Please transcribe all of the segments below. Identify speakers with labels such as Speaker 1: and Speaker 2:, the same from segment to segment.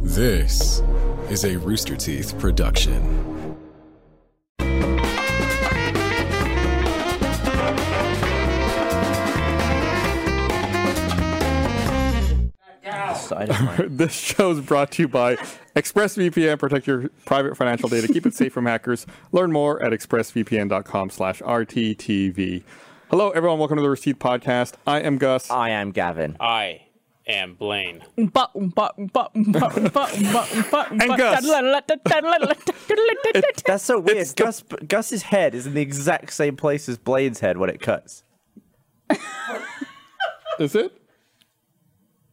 Speaker 1: This is a Rooster Teeth production.
Speaker 2: side of my-
Speaker 3: This show is brought to you by ExpressVPN. Protect your private financial data. Keep it safe from hackers. Learn more at expressvpn.com slash RTTV. Hello, everyone. Welcome to the Receipt Podcast. I am Gus.
Speaker 4: Ah.
Speaker 2: I am Gavin.
Speaker 3: Uh,
Speaker 5: I am Blaine.
Speaker 3: And Gus.
Speaker 4: Gus.
Speaker 2: That's so weird. Gus, Gus's head is in the exact same place as Blaine's head when it cuts.
Speaker 3: Is it?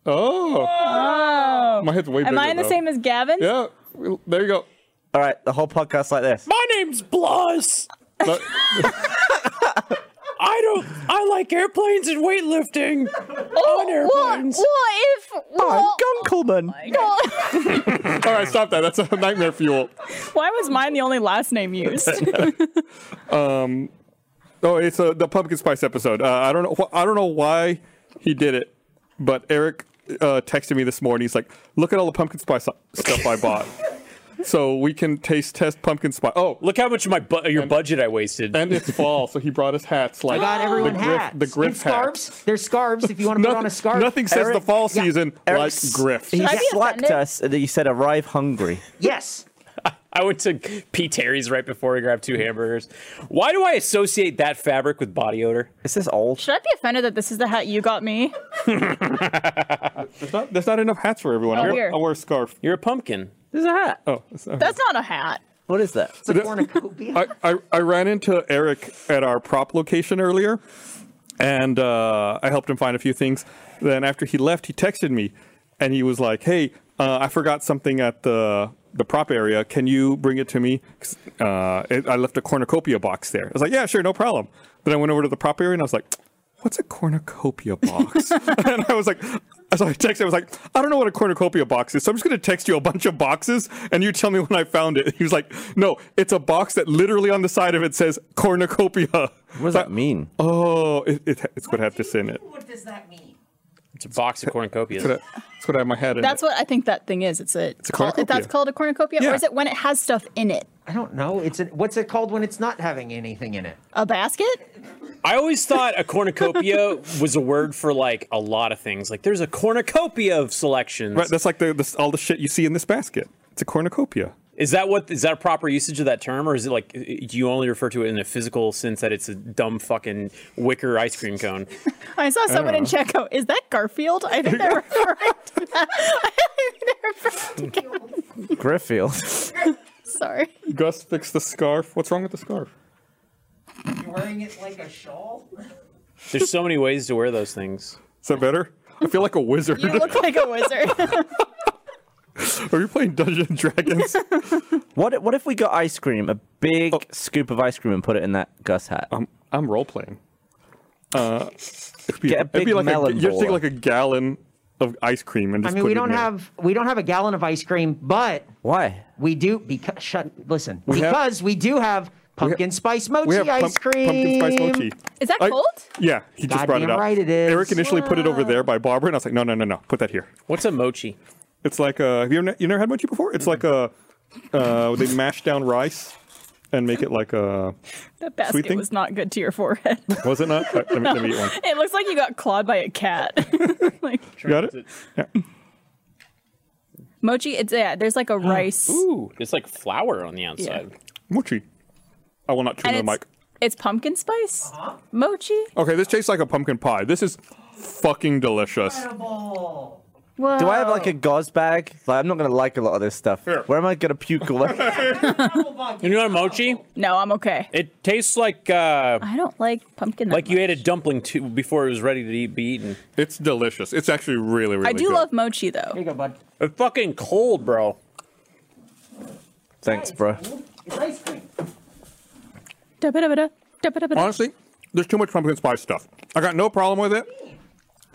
Speaker 3: Oh. My head's way bigger,
Speaker 4: Am I in the
Speaker 3: though.
Speaker 4: same as Gavin?
Speaker 3: Yeah. Well, There you go.
Speaker 2: All right, the whole podcast like this.
Speaker 5: My name's Blus.
Speaker 3: But-
Speaker 5: I don't. I like airplanes and weightlifting. on
Speaker 4: What,
Speaker 5: airplanes.
Speaker 4: what if? What,
Speaker 6: Oh
Speaker 2: Gunkelman.
Speaker 4: what-
Speaker 3: all right, stop that. That's a nightmare fuel.
Speaker 4: why was mine the only last name used?
Speaker 3: Oh, it's uh the pumpkin spice episode. Uh, I don't know. Wh- I don't know why he did it, but Eric uh, texted me this morning. He's like, "Look at all the pumpkin spice stuff I bought, so we can taste test pumpkin spice." Oh,
Speaker 5: Look how much of my bu- your budget I wasted.
Speaker 3: and it's fall, so he brought us hats. Like
Speaker 6: got everyone
Speaker 3: the
Speaker 6: hats.
Speaker 3: Griff, the
Speaker 6: and
Speaker 3: Griff hat.
Speaker 6: scarves. There's scarves if you want to put on a scarf.
Speaker 3: Nothing says the
Speaker 2: Eric-
Speaker 3: fall season like
Speaker 2: Eric's-
Speaker 3: Griff.
Speaker 2: He
Speaker 4: I be
Speaker 2: slacked
Speaker 4: offended?
Speaker 2: us and you said arrive hungry.
Speaker 6: Yes.
Speaker 5: I went to P. Terry's right before we grabbed two hamburgers. Why do I associate that fabric with body odor?
Speaker 2: Is this old?
Speaker 4: Should I be offended that this is the hat you got me?
Speaker 3: There's not, there's not enough hats for
Speaker 6: Oh,
Speaker 3: everyone. I, wear,
Speaker 4: weird.
Speaker 3: I wear a scarf.
Speaker 5: You're a pumpkin.
Speaker 2: This is a hat.
Speaker 3: Oh, sorry.
Speaker 4: That's not a hat.
Speaker 2: What is that?
Speaker 6: It's a cornucopia.
Speaker 3: I, I, I ran into Eric at our prop location earlier, and uh, I helped him find a few things. Then after he left, he texted me, and he was like, "Hey, uh, I forgot something at the the prop area. Can you bring it to me? 'Cause, Uh, it, I left a cornucopia box there." I was like, "Yeah, sure, no problem." Then I went over to the prop area, and I was like. What's a cornucopia box? and I was like, so I texted. I was like, I don't know what a cornucopia box is, so I'm just going to text you a bunch of boxes, and you tell me when I found it. He was like, No, it's a box that literally on the side of it says cornucopia.
Speaker 2: What does that mean?
Speaker 3: Oh, it, it, it's what I have this in it.
Speaker 7: What does that mean?
Speaker 5: It's a box of cornucopias.
Speaker 3: It's what I have my head in.
Speaker 4: That's
Speaker 3: it.
Speaker 4: what I think that thing is. It's a. It's
Speaker 3: a cornucopia.
Speaker 4: That's called a cornucopia, or
Speaker 3: Yeah.
Speaker 4: is it when it has stuff in it?
Speaker 6: I don't know. It's an, what's it called when it's not having anything in it?
Speaker 4: A basket?
Speaker 5: I always thought a cornucopia was a word for like a lot of things. Like there's a cornucopia of selections.
Speaker 3: Right, that's like the, the all the shit you see in this basket. It's a cornucopia.
Speaker 5: Is that what is that a proper usage of that term, or is it like do you only refer to it in a physical sense that it's a dumb fucking wicker ice cream cone?
Speaker 4: I saw someone in checkout. Is that Garfield? I think they're referring to that. I think they're referring to Garfield.
Speaker 2: Griffield.
Speaker 4: Sorry.
Speaker 3: Gus fixed the scarf. What's wrong with the scarf?
Speaker 7: You're wearing it like a shawl?
Speaker 5: There's so many ways to wear those things.
Speaker 3: Is that better? I feel like a wizard.
Speaker 4: You look like a wizard.
Speaker 3: Are you playing Dungeons and Dragons?
Speaker 2: what, if- what if we got ice cream, a
Speaker 3: Oh.
Speaker 2: big scoop of ice cream, and put it in that Gus hat?
Speaker 3: I'm role playing. Uh, it'd be,
Speaker 2: Get a
Speaker 3: it'd be
Speaker 2: big
Speaker 3: like
Speaker 2: melon
Speaker 3: you'd take
Speaker 2: bowl.
Speaker 3: like a gallon of ice cream and
Speaker 6: I
Speaker 3: just
Speaker 6: mean,
Speaker 3: put
Speaker 6: we
Speaker 3: it
Speaker 6: don't
Speaker 3: in there.
Speaker 6: have we don't have a gallon of ice cream, but
Speaker 2: Why?
Speaker 6: we do because shut. Listen,
Speaker 3: have-
Speaker 6: because we do have pumpkin spice mochi
Speaker 3: we have
Speaker 6: ice
Speaker 3: pump- pumpkin
Speaker 6: cream.
Speaker 3: spice mochi.
Speaker 4: Is that
Speaker 3: I-
Speaker 4: cold?
Speaker 3: Yeah, he just brought it
Speaker 6: Goddamn
Speaker 3: up.
Speaker 6: right it is.
Speaker 3: Eric initially put it over there by Barbara, and I was like, no, no, no, no, put that here.
Speaker 5: What's a mochi?
Speaker 3: It's like a have you ever, you never had mochi before? It's like a uh, they mash down rice and make it like a
Speaker 4: That
Speaker 3: Sweet
Speaker 4: basket
Speaker 3: thing?
Speaker 4: was not good to your forehead.
Speaker 3: was it not? All right, let, me, let me eat one.
Speaker 4: It looks like you got clawed by a cat. like
Speaker 3: You got it?
Speaker 4: mochi, it's yeah. There's like a rice,
Speaker 5: Ooh, it's like flour on the outside.
Speaker 3: Mochi. I will not tune
Speaker 4: and
Speaker 3: the
Speaker 4: it's
Speaker 3: mic.
Speaker 4: it's pumpkin spice mochi.
Speaker 3: Okay, this tastes like a pumpkin pie. This is fucking delicious.
Speaker 7: Edible.
Speaker 2: Do I have like
Speaker 6: Oh.
Speaker 2: a gauze bag? Like, I'm not gonna like a lot of this stuff.
Speaker 3: Here.
Speaker 2: Where am I gonna puke all over?
Speaker 5: You know what a mochi?
Speaker 4: No, I'm okay.
Speaker 5: It tastes like uh,
Speaker 4: I don't like pumpkin. that
Speaker 5: like you
Speaker 4: much.
Speaker 5: ate a dumpling too before it was ready to eat, be eaten.
Speaker 3: It's delicious. It's actually really, really
Speaker 4: I do
Speaker 3: good.
Speaker 4: love mochi though.
Speaker 6: Here you go, bud.
Speaker 5: It's fucking cold, bro.
Speaker 2: Thanks, bro.
Speaker 6: It's ice cream.
Speaker 4: Da-ba-da-ba-da, da-ba-da-ba-da.
Speaker 3: Honestly, there's too much pumpkin spice stuff. I got no problem with it.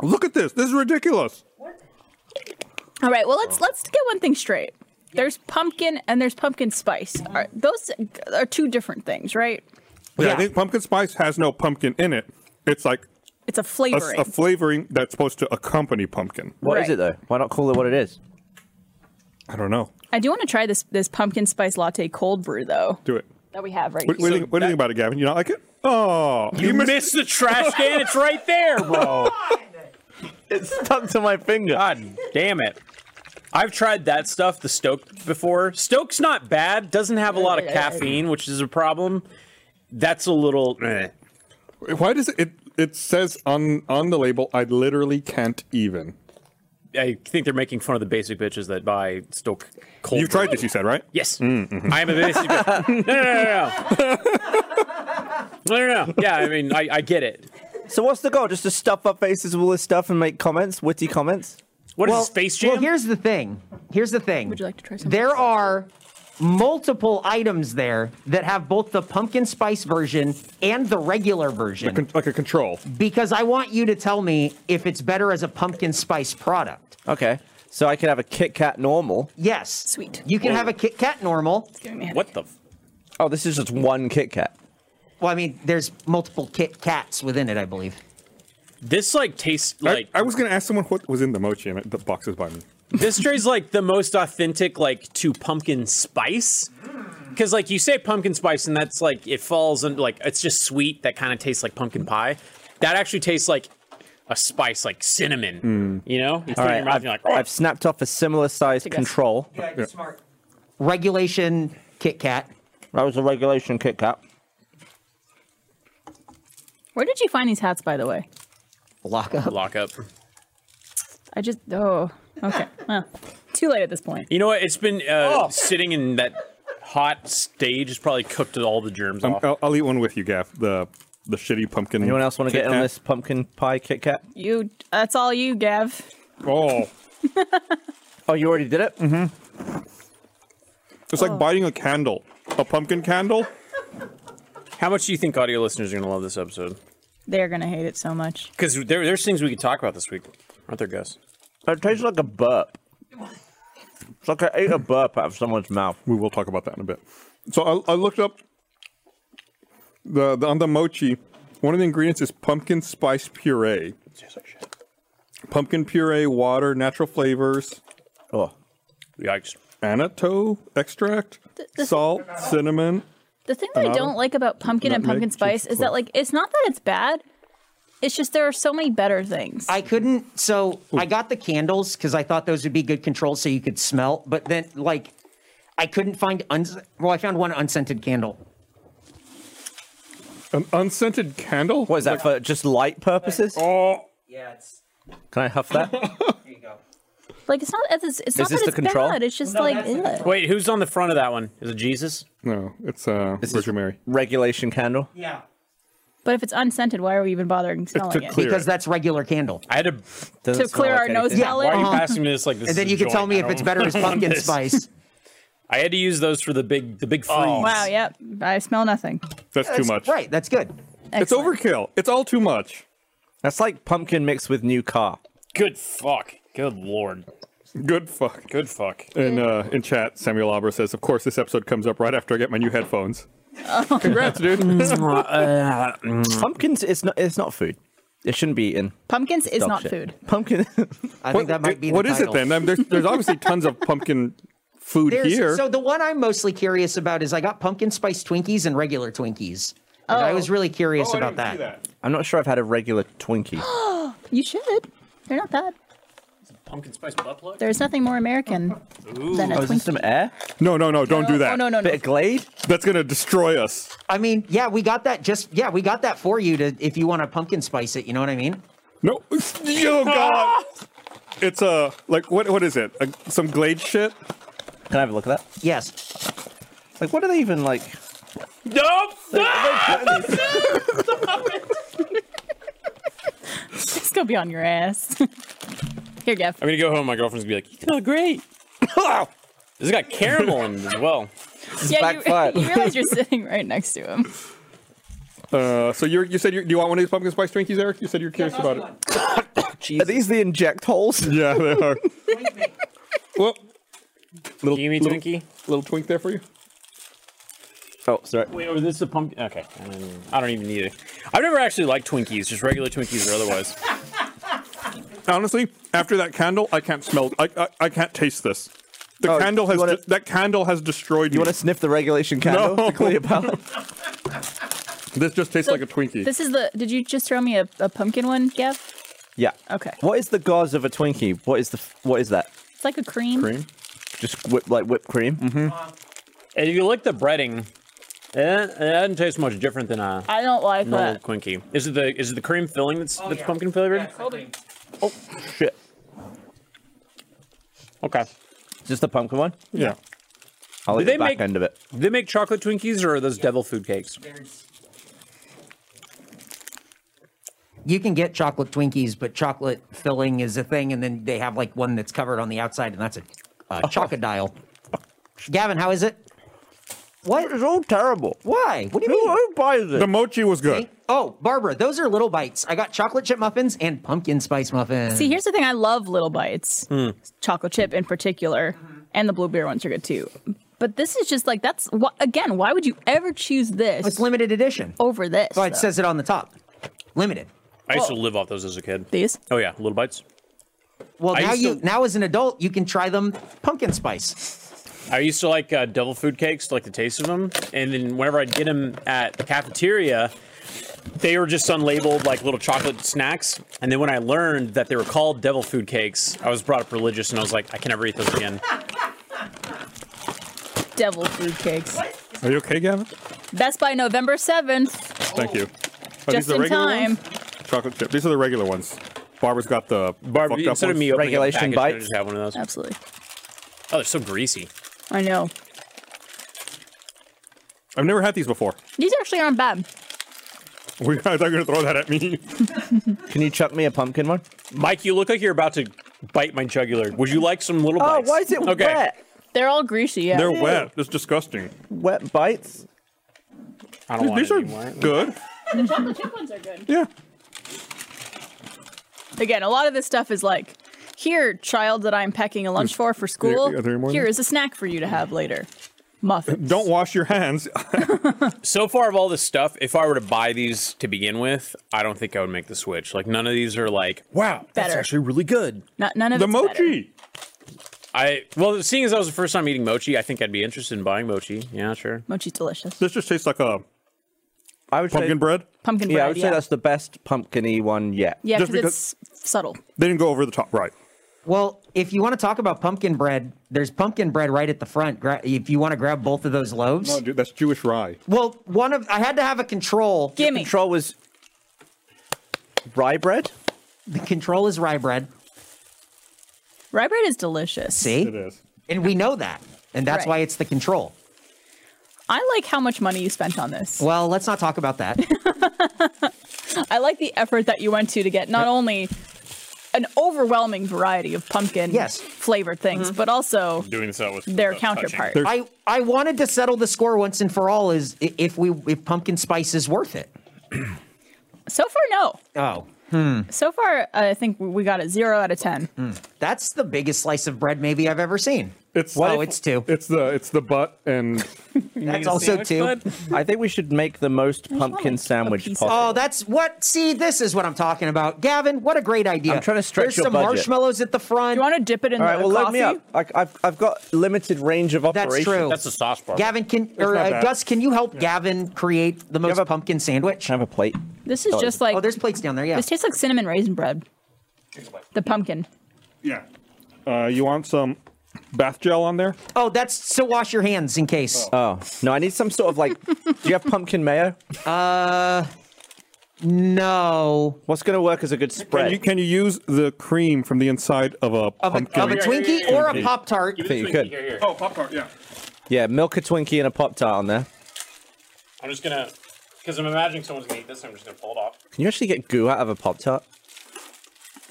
Speaker 3: Look at this. This is ridiculous.
Speaker 4: All right, well let's let's get one thing straight. There's pumpkin and there's pumpkin spice. Are, those are two different things, right?
Speaker 3: Yeah, I
Speaker 6: Yeah.
Speaker 3: think pumpkin spice has no pumpkin in it. It's like
Speaker 4: It's a
Speaker 3: a,
Speaker 4: flavoring.
Speaker 3: a flavoring that's supposed to accompany pumpkin.
Speaker 2: What is
Speaker 4: Right.
Speaker 2: it though? Why not call it what it is?
Speaker 3: I don't know.
Speaker 4: I do want to try this this pumpkin spice latte cold brew though
Speaker 3: Do it.
Speaker 4: that we have right
Speaker 3: What, what do you think, what do you think about it, Gavin? You not like it? Oh,
Speaker 5: You missed the trash can. It's right there, bro.
Speaker 2: It's stuck to my finger.
Speaker 5: God damn it. I've tried that stuff, the Stoke before. Stoke's not bad, doesn't have a lot of caffeine, which is a problem. That's a little eh.
Speaker 3: why does it, it? It says on on the label, I literally can't even.
Speaker 5: I think they're making fun of the basic bitches that buy Stoke cold.
Speaker 3: You've tried
Speaker 5: brew.
Speaker 3: this, you said, right?
Speaker 5: Yes.
Speaker 6: Mm, mm-hmm.
Speaker 5: I am a basic bitch. No, no, no, no, no. No, no, no. Yeah, I mean, I, I get it.
Speaker 2: So what's the goal? Just to stuff up faces with all this stuff and make comments, witty comments?
Speaker 5: What is
Speaker 6: Well,
Speaker 5: this, Space Jam?
Speaker 6: well, here's the thing. Here's the thing. Would
Speaker 4: you like to try something?
Speaker 6: There are multiple items there that have both the pumpkin spice version and the regular version.
Speaker 3: Con- like a control.
Speaker 6: because I want you to tell me if it's better as a pumpkin spice product.
Speaker 2: Okay. So I could have a Kit Kat normal.
Speaker 6: Yes.
Speaker 4: Sweet.
Speaker 6: You can have a Kit Kat normal.
Speaker 4: now.
Speaker 5: what the? F-
Speaker 2: Oh, this is just one Kit Kat.
Speaker 6: Well, I mean, there's multiple Kit Kats within it, I believe.
Speaker 5: this like tastes
Speaker 3: I-
Speaker 5: like
Speaker 3: I, was gonna ask someone what was in the mochi, and it- the box is by me.
Speaker 5: this tray's like the most authentic like to pumpkin spice because like you say pumpkin spice and that's like it falls under like it's just sweet that kind of tastes like pumpkin pie that actually tastes like a spice like cinnamon
Speaker 6: Mm.
Speaker 5: you know you put it in your
Speaker 2: I've,
Speaker 5: mouth and you're like oh,
Speaker 2: I've snapped off a similar sized
Speaker 4: Take a-
Speaker 2: control.
Speaker 7: Yeah, you're smart.
Speaker 6: Regulation Kit Kat.
Speaker 2: That was a regulation Kit Kat.
Speaker 4: Where did you find these hats, by the way?
Speaker 6: Lock up.
Speaker 5: lock up
Speaker 4: I just oh okay. Well, too late at this point.
Speaker 5: you know what it's been uh, sitting in that hot stage has probably cooked all the germs
Speaker 3: Um,
Speaker 5: off
Speaker 3: I'll, I'll eat one with you, Gav. The the shitty pumpkin.
Speaker 2: Anyone else want to
Speaker 3: Kit
Speaker 2: get in on
Speaker 3: Kat.
Speaker 2: this pumpkin pie Kit Kat?
Speaker 4: You that's all you, Gav.
Speaker 3: Oh,
Speaker 2: Oh, you already did it? Mm-hmm.
Speaker 3: it's like biting a candle, a pumpkin candle.
Speaker 5: how much do you think audio listeners are gonna love this episode
Speaker 4: They're gonna hate it so much.
Speaker 5: because there, there's things we could talk about this week aren't there gus
Speaker 2: It tastes like a burp. It's like I ate a burp out of someone's mouth.
Speaker 3: We will talk about that in a bit. So I, I looked up the, the on the mochi. One of the ingredients is pumpkin spice puree. Pumpkin puree, water, natural flavors,
Speaker 2: Oh.
Speaker 5: yikes
Speaker 3: annatto extract, salt, cinnamon.
Speaker 4: The thing that I
Speaker 3: Another?
Speaker 4: don't like about pumpkin and
Speaker 3: Nutmeg,
Speaker 4: pumpkin spice
Speaker 3: ginger
Speaker 4: is that
Speaker 3: flake.
Speaker 4: like it's not that it's bad. It's just there are so many better things.
Speaker 6: I couldn't. So I got the candles because I thought those would be good controls so you could smell. But then, like, I couldn't find. Uns- well, I found one unscented candle.
Speaker 3: An unscented candle?
Speaker 2: What is that for? Just light purposes?
Speaker 3: Oh,
Speaker 7: Yeah, it's.
Speaker 2: Can I huff that?
Speaker 7: Here you go.
Speaker 4: like it's not it's, it's not
Speaker 2: this
Speaker 4: that
Speaker 2: the
Speaker 4: it's
Speaker 2: control?
Speaker 4: bad. It's just
Speaker 7: No,
Speaker 4: like
Speaker 7: that's the
Speaker 4: ugh.
Speaker 7: control.
Speaker 5: wait who's on the front of that one is it jesus
Speaker 3: no, it's uh,
Speaker 2: This is-
Speaker 3: Virgin Mary.
Speaker 2: regulation candle.
Speaker 7: Yeah.
Speaker 4: But if it's unscented, why are we even bothering smelling
Speaker 3: to
Speaker 4: it?
Speaker 3: clear-
Speaker 6: Because that's regular candle.
Speaker 5: I had to
Speaker 2: Doesn't
Speaker 4: To
Speaker 2: smell
Speaker 4: clear our
Speaker 2: anything.
Speaker 4: nose
Speaker 6: Yeah,
Speaker 4: palate.
Speaker 5: Why are you passing me this like this?
Speaker 6: Uh-huh.
Speaker 5: is
Speaker 6: And then
Speaker 5: a
Speaker 6: you can
Speaker 5: joint?
Speaker 6: tell me
Speaker 5: I
Speaker 6: if
Speaker 5: don't
Speaker 6: it's better as
Speaker 5: want
Speaker 6: pumpkin
Speaker 5: this.
Speaker 6: spice.
Speaker 5: I had to use those for the big the big freeze.
Speaker 4: Wow, yep. I smell nothing.
Speaker 3: That's too much.
Speaker 6: Right, that's good.
Speaker 3: It's overkill. It's all too much.
Speaker 2: That's like pumpkin mixed with new car.
Speaker 5: Good fuck. Good lord.
Speaker 3: Good fuck.
Speaker 5: Good fuck.
Speaker 3: In uh, in chat, Samuel Auber says, "Of course, this episode comes up right after I get my new headphones." Congrats,
Speaker 6: Mm,
Speaker 3: dude.
Speaker 2: Pumpkins is not it's not food. It shouldn't be eaten.
Speaker 4: Pumpkins is
Speaker 2: Dog
Speaker 4: not
Speaker 2: shit.
Speaker 4: food.
Speaker 2: Pumpkin
Speaker 6: I
Speaker 3: What-
Speaker 6: think that might be.
Speaker 3: what
Speaker 6: the
Speaker 3: is it
Speaker 6: title.
Speaker 3: then? I mean, there's, there's obviously tons of pumpkin food
Speaker 6: There's-
Speaker 3: here. Oh,
Speaker 6: So the one I'm mostly curious about is I got pumpkin spice Twinkies and regular Twinkies. And Oh. I was really curious about that.
Speaker 2: I'm not sure I've had a regular Twinkie. Oh,
Speaker 4: You should. They're not bad.
Speaker 5: Pumpkin spice butt plug.
Speaker 4: There's nothing more American than a
Speaker 2: Oh, is this some
Speaker 4: Twinkie.
Speaker 2: air?
Speaker 3: No, no, no! Don't do that.
Speaker 4: Oh no no no!
Speaker 2: Bit of glade?
Speaker 3: That's gonna destroy us.
Speaker 6: I mean, yeah, we got that. Just yeah, we got that for you to if you want to pumpkin spice it. You know what I mean?
Speaker 3: No, oh god! it's a like what? What is it? A, some glade shit?
Speaker 2: Can I have a look at that?
Speaker 6: Yes.
Speaker 2: Like what are they even like?
Speaker 5: Nope.
Speaker 4: It's gonna be on your ass. Here, Gav.
Speaker 5: I'm gonna go home. My girlfriend's gonna be like, "You smell great." This has got caramel in it as well.
Speaker 4: Yeah, you,
Speaker 2: backfired.
Speaker 4: you realize you're sitting right next to him.
Speaker 3: Uh, so you you said you're, do you want one of these pumpkin spice Twinkies, Eric? You said you're curious about it.
Speaker 2: Are these the inject holes?
Speaker 3: Yeah, they are. well, little,
Speaker 5: Give me
Speaker 3: little,
Speaker 5: Twinkie.
Speaker 3: little twink there for you.
Speaker 2: Oh, sorry.
Speaker 5: Wait, or this is a pumpkin? Okay, I don't- I don't even need it. I've never actually liked Twinkies, just regular Twinkies or otherwise.
Speaker 3: Honestly, after that candle, I can't smell. I I, I can't taste this. The
Speaker 2: Oh,
Speaker 3: candle
Speaker 2: you
Speaker 3: has
Speaker 2: wanna-
Speaker 3: de- that candle has destroyed
Speaker 2: You
Speaker 3: me.
Speaker 2: want to sniff the regulation candle
Speaker 3: No.
Speaker 2: quickly about?
Speaker 3: This just tastes
Speaker 4: So
Speaker 3: like a Twinkie.
Speaker 4: This is the. Did you just throw me a, a pumpkin one, Gav?
Speaker 2: yeah.
Speaker 4: Okay.
Speaker 2: What is the gauze of a Twinkie? What is the f- what is that?
Speaker 4: It's like a cream.
Speaker 3: Cream.
Speaker 2: Just whip like whipped cream.
Speaker 5: If you look the breading, eh, it doesn't taste much different than a
Speaker 4: I don't like
Speaker 5: normal
Speaker 4: that.
Speaker 5: Twinkie. Is it the is it the cream filling that's that's
Speaker 7: Oh, yeah.
Speaker 5: pumpkin flavored?
Speaker 7: Yeah, something.
Speaker 2: Shit.
Speaker 5: Okay.
Speaker 2: Just the pumpkin one.
Speaker 3: Yeah.
Speaker 2: I'll eat
Speaker 5: they
Speaker 2: the back
Speaker 5: make-
Speaker 2: end of it.
Speaker 5: Do they make chocolate Twinkies or are those devil food cakes?
Speaker 7: There's
Speaker 6: You can get chocolate Twinkies, but chocolate filling is a thing, and then they have like one that's covered on the outside, and that's a uh, chocodile. Gavin, how is it? What?
Speaker 2: It's all terrible.
Speaker 6: Why? What do
Speaker 2: Who,
Speaker 6: you mean?
Speaker 2: who buys
Speaker 3: The
Speaker 2: it?
Speaker 3: mochi was good.
Speaker 6: Hey, Oh, Barbara, those are little bites. I got chocolate chip muffins and pumpkin spice muffins.
Speaker 4: See, here's the thing. I love little bites,
Speaker 3: Hmm.
Speaker 4: chocolate chip in particular, and the blueberry ones are good too. But this is just like that's wh- again. Why would you ever choose this
Speaker 6: it's limited edition.
Speaker 4: over this?
Speaker 6: so it
Speaker 4: though?
Speaker 6: says it on the top. Limited.
Speaker 5: I used to live off those as a kid.
Speaker 4: these.
Speaker 5: Oh yeah, little bites.
Speaker 6: Well,
Speaker 5: I
Speaker 6: now
Speaker 5: used to-
Speaker 6: you now as an adult, you can try them pumpkin spice.
Speaker 5: I used to like uh, devil food cakes, like the taste of them. And then whenever I'd get them at the cafeteria, they were just unlabeled, like little chocolate snacks. And then when I learned that they were called devil food cakes, I was brought up religious and I was like, I can never eat those again.
Speaker 4: Devil food cakes.
Speaker 3: Are you okay, Gavin?
Speaker 4: That's by November seventh,
Speaker 3: Thank you. Are
Speaker 4: just
Speaker 3: the
Speaker 4: in
Speaker 3: regular
Speaker 4: time.
Speaker 3: ones? Chocolate chip. These are the regular ones. Barbara's got the
Speaker 5: Barb,
Speaker 3: fucked up
Speaker 5: instead of
Speaker 3: ones.
Speaker 5: me opening up a
Speaker 2: Regulation
Speaker 5: package, can I
Speaker 2: bites?
Speaker 5: just have one of those.
Speaker 4: Absolutely.
Speaker 5: Oh, they're so greasy.
Speaker 4: I know.
Speaker 3: I've never had these before.
Speaker 4: These actually aren't bad.
Speaker 3: We guys are gonna throw that at me.
Speaker 2: Can you chuck me a pumpkin one?
Speaker 5: Mike, you look like you're about to bite my jugular. Would you like some little
Speaker 2: Oh,
Speaker 5: bites?
Speaker 2: why is it
Speaker 5: okay.
Speaker 2: wet?
Speaker 4: They're all greasy. Yeah.
Speaker 3: They're wet. It's disgusting.
Speaker 2: Wet bites.
Speaker 5: I don't want
Speaker 3: These
Speaker 5: it
Speaker 3: are
Speaker 5: anymore.
Speaker 3: good.
Speaker 4: the chocolate chip ones are good.
Speaker 3: Yeah.
Speaker 4: Again, a lot of this stuff is like, here, child, that I'm packing a lunch for for school.
Speaker 3: are there more
Speaker 4: Here
Speaker 3: there?
Speaker 4: is a snack for you to have later. Muffins.
Speaker 3: Don't wash your hands.
Speaker 5: So far of all this stuff, if I were to buy these to begin with, I don't think I would make the switch. Like none of these are like, wow, that's
Speaker 4: Better.
Speaker 5: actually really good.
Speaker 4: Not, none of
Speaker 3: the
Speaker 4: it's better.
Speaker 3: mochi.
Speaker 5: I well, seeing as that was the first time eating mochi, I think I'd be interested in buying mochi. Yeah, sure.
Speaker 4: Mochi's delicious.
Speaker 3: This just tastes like a
Speaker 2: I would say,
Speaker 3: pumpkin bread.
Speaker 4: Pumpkin
Speaker 2: Yeah,
Speaker 4: bread.
Speaker 2: I would say that's the best pumpkin-y one yet.
Speaker 4: yeah,
Speaker 3: just
Speaker 4: because it's subtle.
Speaker 3: They didn't go over the top. Right.
Speaker 6: Well, if you want to talk about pumpkin bread, there's pumpkin bread right at the front. Gra- if you want to grab both of those loaves.
Speaker 3: Oh, dude, that's Jewish rye.
Speaker 6: Well, one of I had to have a control.
Speaker 4: Gimme.
Speaker 2: Control was rye bread.
Speaker 6: The control is rye bread.
Speaker 4: Rye bread is delicious.
Speaker 3: It
Speaker 6: See?
Speaker 3: is.
Speaker 6: And we know that. And that's
Speaker 4: Right.
Speaker 6: why it's the control.
Speaker 4: I like how much money you spent on this.
Speaker 6: Well, let's not talk about that.
Speaker 4: I like the effort that you went to to get not only an overwhelming variety of pumpkin
Speaker 6: Yes.
Speaker 4: flavored things,
Speaker 5: Mm-hmm.
Speaker 4: but also
Speaker 5: Doing this out with
Speaker 4: their counterpart.
Speaker 6: I I wanted to settle the score once and for all is i- if we if pumpkin spice is worth it.
Speaker 4: So far, no.
Speaker 6: Oh.
Speaker 4: So far, I think we got a zero out of 10.
Speaker 6: That's the biggest slice of bread maybe I've ever seen.
Speaker 3: It's
Speaker 6: What Oh, if- it's two.
Speaker 3: It's the it's the butt and
Speaker 6: That's also two.
Speaker 2: I think we should make the most
Speaker 4: want, like,
Speaker 2: pumpkin
Speaker 4: a
Speaker 2: sandwich
Speaker 4: piece of-
Speaker 2: possible.
Speaker 6: Oh, that's what. See, this is what I'm talking about, Gavin. What a great idea!
Speaker 2: I'm trying to stretch
Speaker 6: There's
Speaker 2: your
Speaker 6: some
Speaker 2: budget.
Speaker 6: marshmallows at the front.
Speaker 4: You want to dip it in
Speaker 2: All
Speaker 4: the
Speaker 2: right, well, load
Speaker 4: coffee?
Speaker 2: me up. I, I've, I've got limited range of
Speaker 6: That's
Speaker 2: operations.
Speaker 6: true.
Speaker 5: That's a sauce bar.
Speaker 6: Gavin can or
Speaker 3: not
Speaker 6: uh,
Speaker 3: bad.
Speaker 6: Gus, can you help Gavin create the most
Speaker 2: have a-
Speaker 6: pumpkin sandwich?
Speaker 2: Can I have a plate?
Speaker 4: This is
Speaker 2: Oh,
Speaker 4: just like
Speaker 6: Oh, there's plates down there. Yeah.
Speaker 4: this tastes like cinnamon raisin bread. The pumpkin.
Speaker 3: yeah. Uh, you want some bath gel on there?
Speaker 6: Oh, that's to wash your hands in case.
Speaker 2: Oh no, I need some sort of like. do you have pumpkin mayo?
Speaker 6: no,
Speaker 2: What's going to work as a good
Speaker 3: Can
Speaker 2: spread?
Speaker 3: you, can you use the cream from the inside of a
Speaker 6: of a,
Speaker 3: pumpkin?
Speaker 6: of a Twinkie or a Pop Tart.
Speaker 2: I think you could.
Speaker 3: oh, pop tart. Yeah.
Speaker 2: Yeah, milk a Twinkie and a Pop Tart on there.
Speaker 5: I'm just gonna, because I'm imagining someone's gonna eat this. I'm just gonna pull it off
Speaker 2: Can you actually get goo out of a Pop Tart?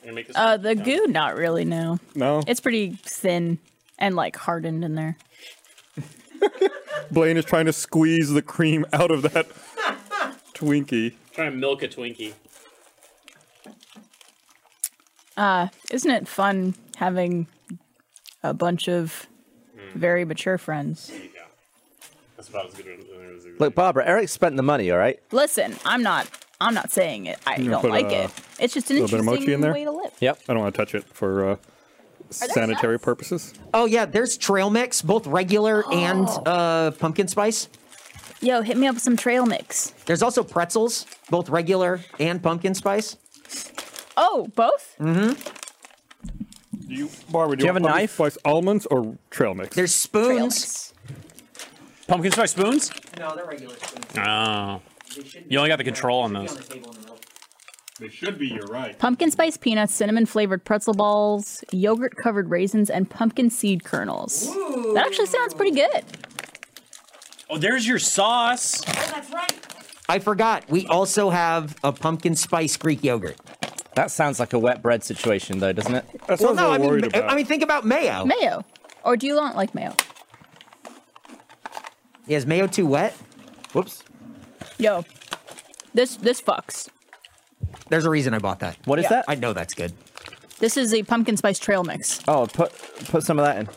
Speaker 5: and make this.
Speaker 4: Uh, the goo, not really. No,
Speaker 3: No.
Speaker 4: it's pretty thin and like hardened in there.
Speaker 3: Blaine is trying to squeeze the cream out of that Twinkie.
Speaker 5: trying to milk a Twinkie.
Speaker 4: Isn't it fun having a bunch of very mature friends?
Speaker 5: That's about as good as
Speaker 2: Look, Barbara, Eric spent the money. All right.
Speaker 4: Listen, I'm not. I'm not saying it. I don't
Speaker 3: put,
Speaker 4: like
Speaker 3: uh,
Speaker 4: it. It's just an
Speaker 3: little bit of
Speaker 4: interesting
Speaker 3: mochi in there?
Speaker 4: way to live.
Speaker 2: Yep.
Speaker 3: I don't want to touch it for uh, sanitary purposes.
Speaker 6: Oh yeah, there's trail mix, both regular
Speaker 4: Oh.
Speaker 6: and uh, pumpkin spice.
Speaker 4: Yo, hit me up with some trail mix.
Speaker 6: There's also pretzels, both regular and pumpkin spice.
Speaker 4: Oh, both?
Speaker 3: Do you, Barbara, do,
Speaker 2: you have
Speaker 3: want
Speaker 2: a
Speaker 3: pumpkin
Speaker 2: knife?
Speaker 3: Spice almonds or trail mix?
Speaker 6: There's
Speaker 4: Trail
Speaker 6: spoons.
Speaker 4: mix.
Speaker 5: Pumpkin spice spoons?
Speaker 7: No, they're regular spoons.
Speaker 5: Oh.
Speaker 7: They shouldn't
Speaker 5: You only
Speaker 7: be-
Speaker 5: got the control on
Speaker 7: should be
Speaker 5: those.
Speaker 7: the table in the middle.
Speaker 3: they should be. You're right.
Speaker 4: Pumpkin spice peanuts, cinnamon flavored pretzel balls, yogurt covered raisins, and pumpkin seed kernels. That actually sounds pretty good.
Speaker 5: Oh, there's your sauce.
Speaker 7: Oh, that's right.
Speaker 6: I forgot. We also have a pumpkin spice Greek yogurt.
Speaker 2: That sounds like a wet bread situation, though, doesn't it?
Speaker 3: That's
Speaker 6: Well,
Speaker 3: what I
Speaker 6: no,
Speaker 3: was
Speaker 6: I
Speaker 3: a little
Speaker 6: mean,
Speaker 3: worried about.
Speaker 6: I mean, think about mayo.
Speaker 4: Mayo. Or do you not like mayo?
Speaker 6: Yeah, Is mayo too wet?
Speaker 2: Whoops.
Speaker 4: Yo. This this fucks.
Speaker 6: There's a reason I bought that.
Speaker 2: What is
Speaker 4: Yeah.
Speaker 2: that?
Speaker 6: I know that's good.
Speaker 4: This is a pumpkin spice trail mix.
Speaker 2: oh, put put some of that in.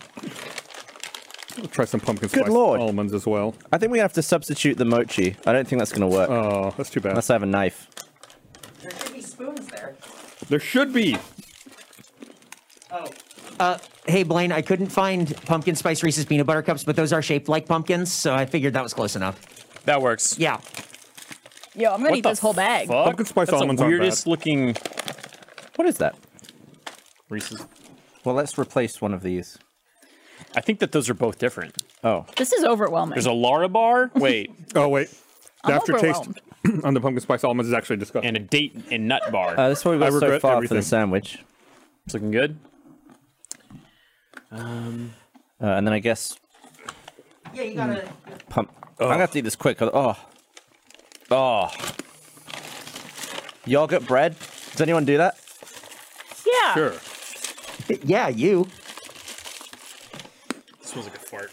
Speaker 3: I'll try some pumpkin
Speaker 2: Good
Speaker 3: spice
Speaker 2: lord.
Speaker 3: almonds as well.
Speaker 2: I think we have to substitute the mochi. I don't think that's going to work
Speaker 3: Oh, that's too bad.
Speaker 2: unless I have a knife.
Speaker 7: There should be spoons there.
Speaker 3: there should be.
Speaker 7: Oh,
Speaker 6: Hey Blaine, I couldn't find pumpkin spice Reese's peanut butter cups, but those are shaped like pumpkins, so I figured that was close enough.
Speaker 5: That works.
Speaker 6: Yeah.
Speaker 4: Yo, I'm gonna eat
Speaker 5: the
Speaker 4: this whole bag.
Speaker 5: Fuck.
Speaker 3: Pumpkin spice
Speaker 5: That's
Speaker 3: almonds
Speaker 5: the
Speaker 3: aren't bad.
Speaker 5: weirdest looking.
Speaker 2: What is that?
Speaker 5: Reese's.
Speaker 2: Well, let's replace one of these.
Speaker 5: I think that those are both different.
Speaker 2: Oh,
Speaker 4: This is overwhelming.
Speaker 5: There's a Lara bar. Wait,
Speaker 3: Oh wait, the
Speaker 4: I'm
Speaker 3: aftertaste
Speaker 4: overwhelmed.
Speaker 3: on the pumpkin spice almonds is actually disgusting.
Speaker 5: and a date and nut bar.
Speaker 2: uh, that's what we've
Speaker 3: I
Speaker 2: got so
Speaker 3: regret
Speaker 2: far for
Speaker 3: everything.
Speaker 2: the sandwich.
Speaker 5: it's looking good.
Speaker 2: Uh, and then I guess
Speaker 7: yeah, you gotta.
Speaker 2: pump. I'm gonna have to eat this quick. Oh, oh. Yogurt bread. Does anyone do that?
Speaker 4: yeah.
Speaker 3: sure.
Speaker 6: Mm. Yeah, you.
Speaker 5: smells like a fart.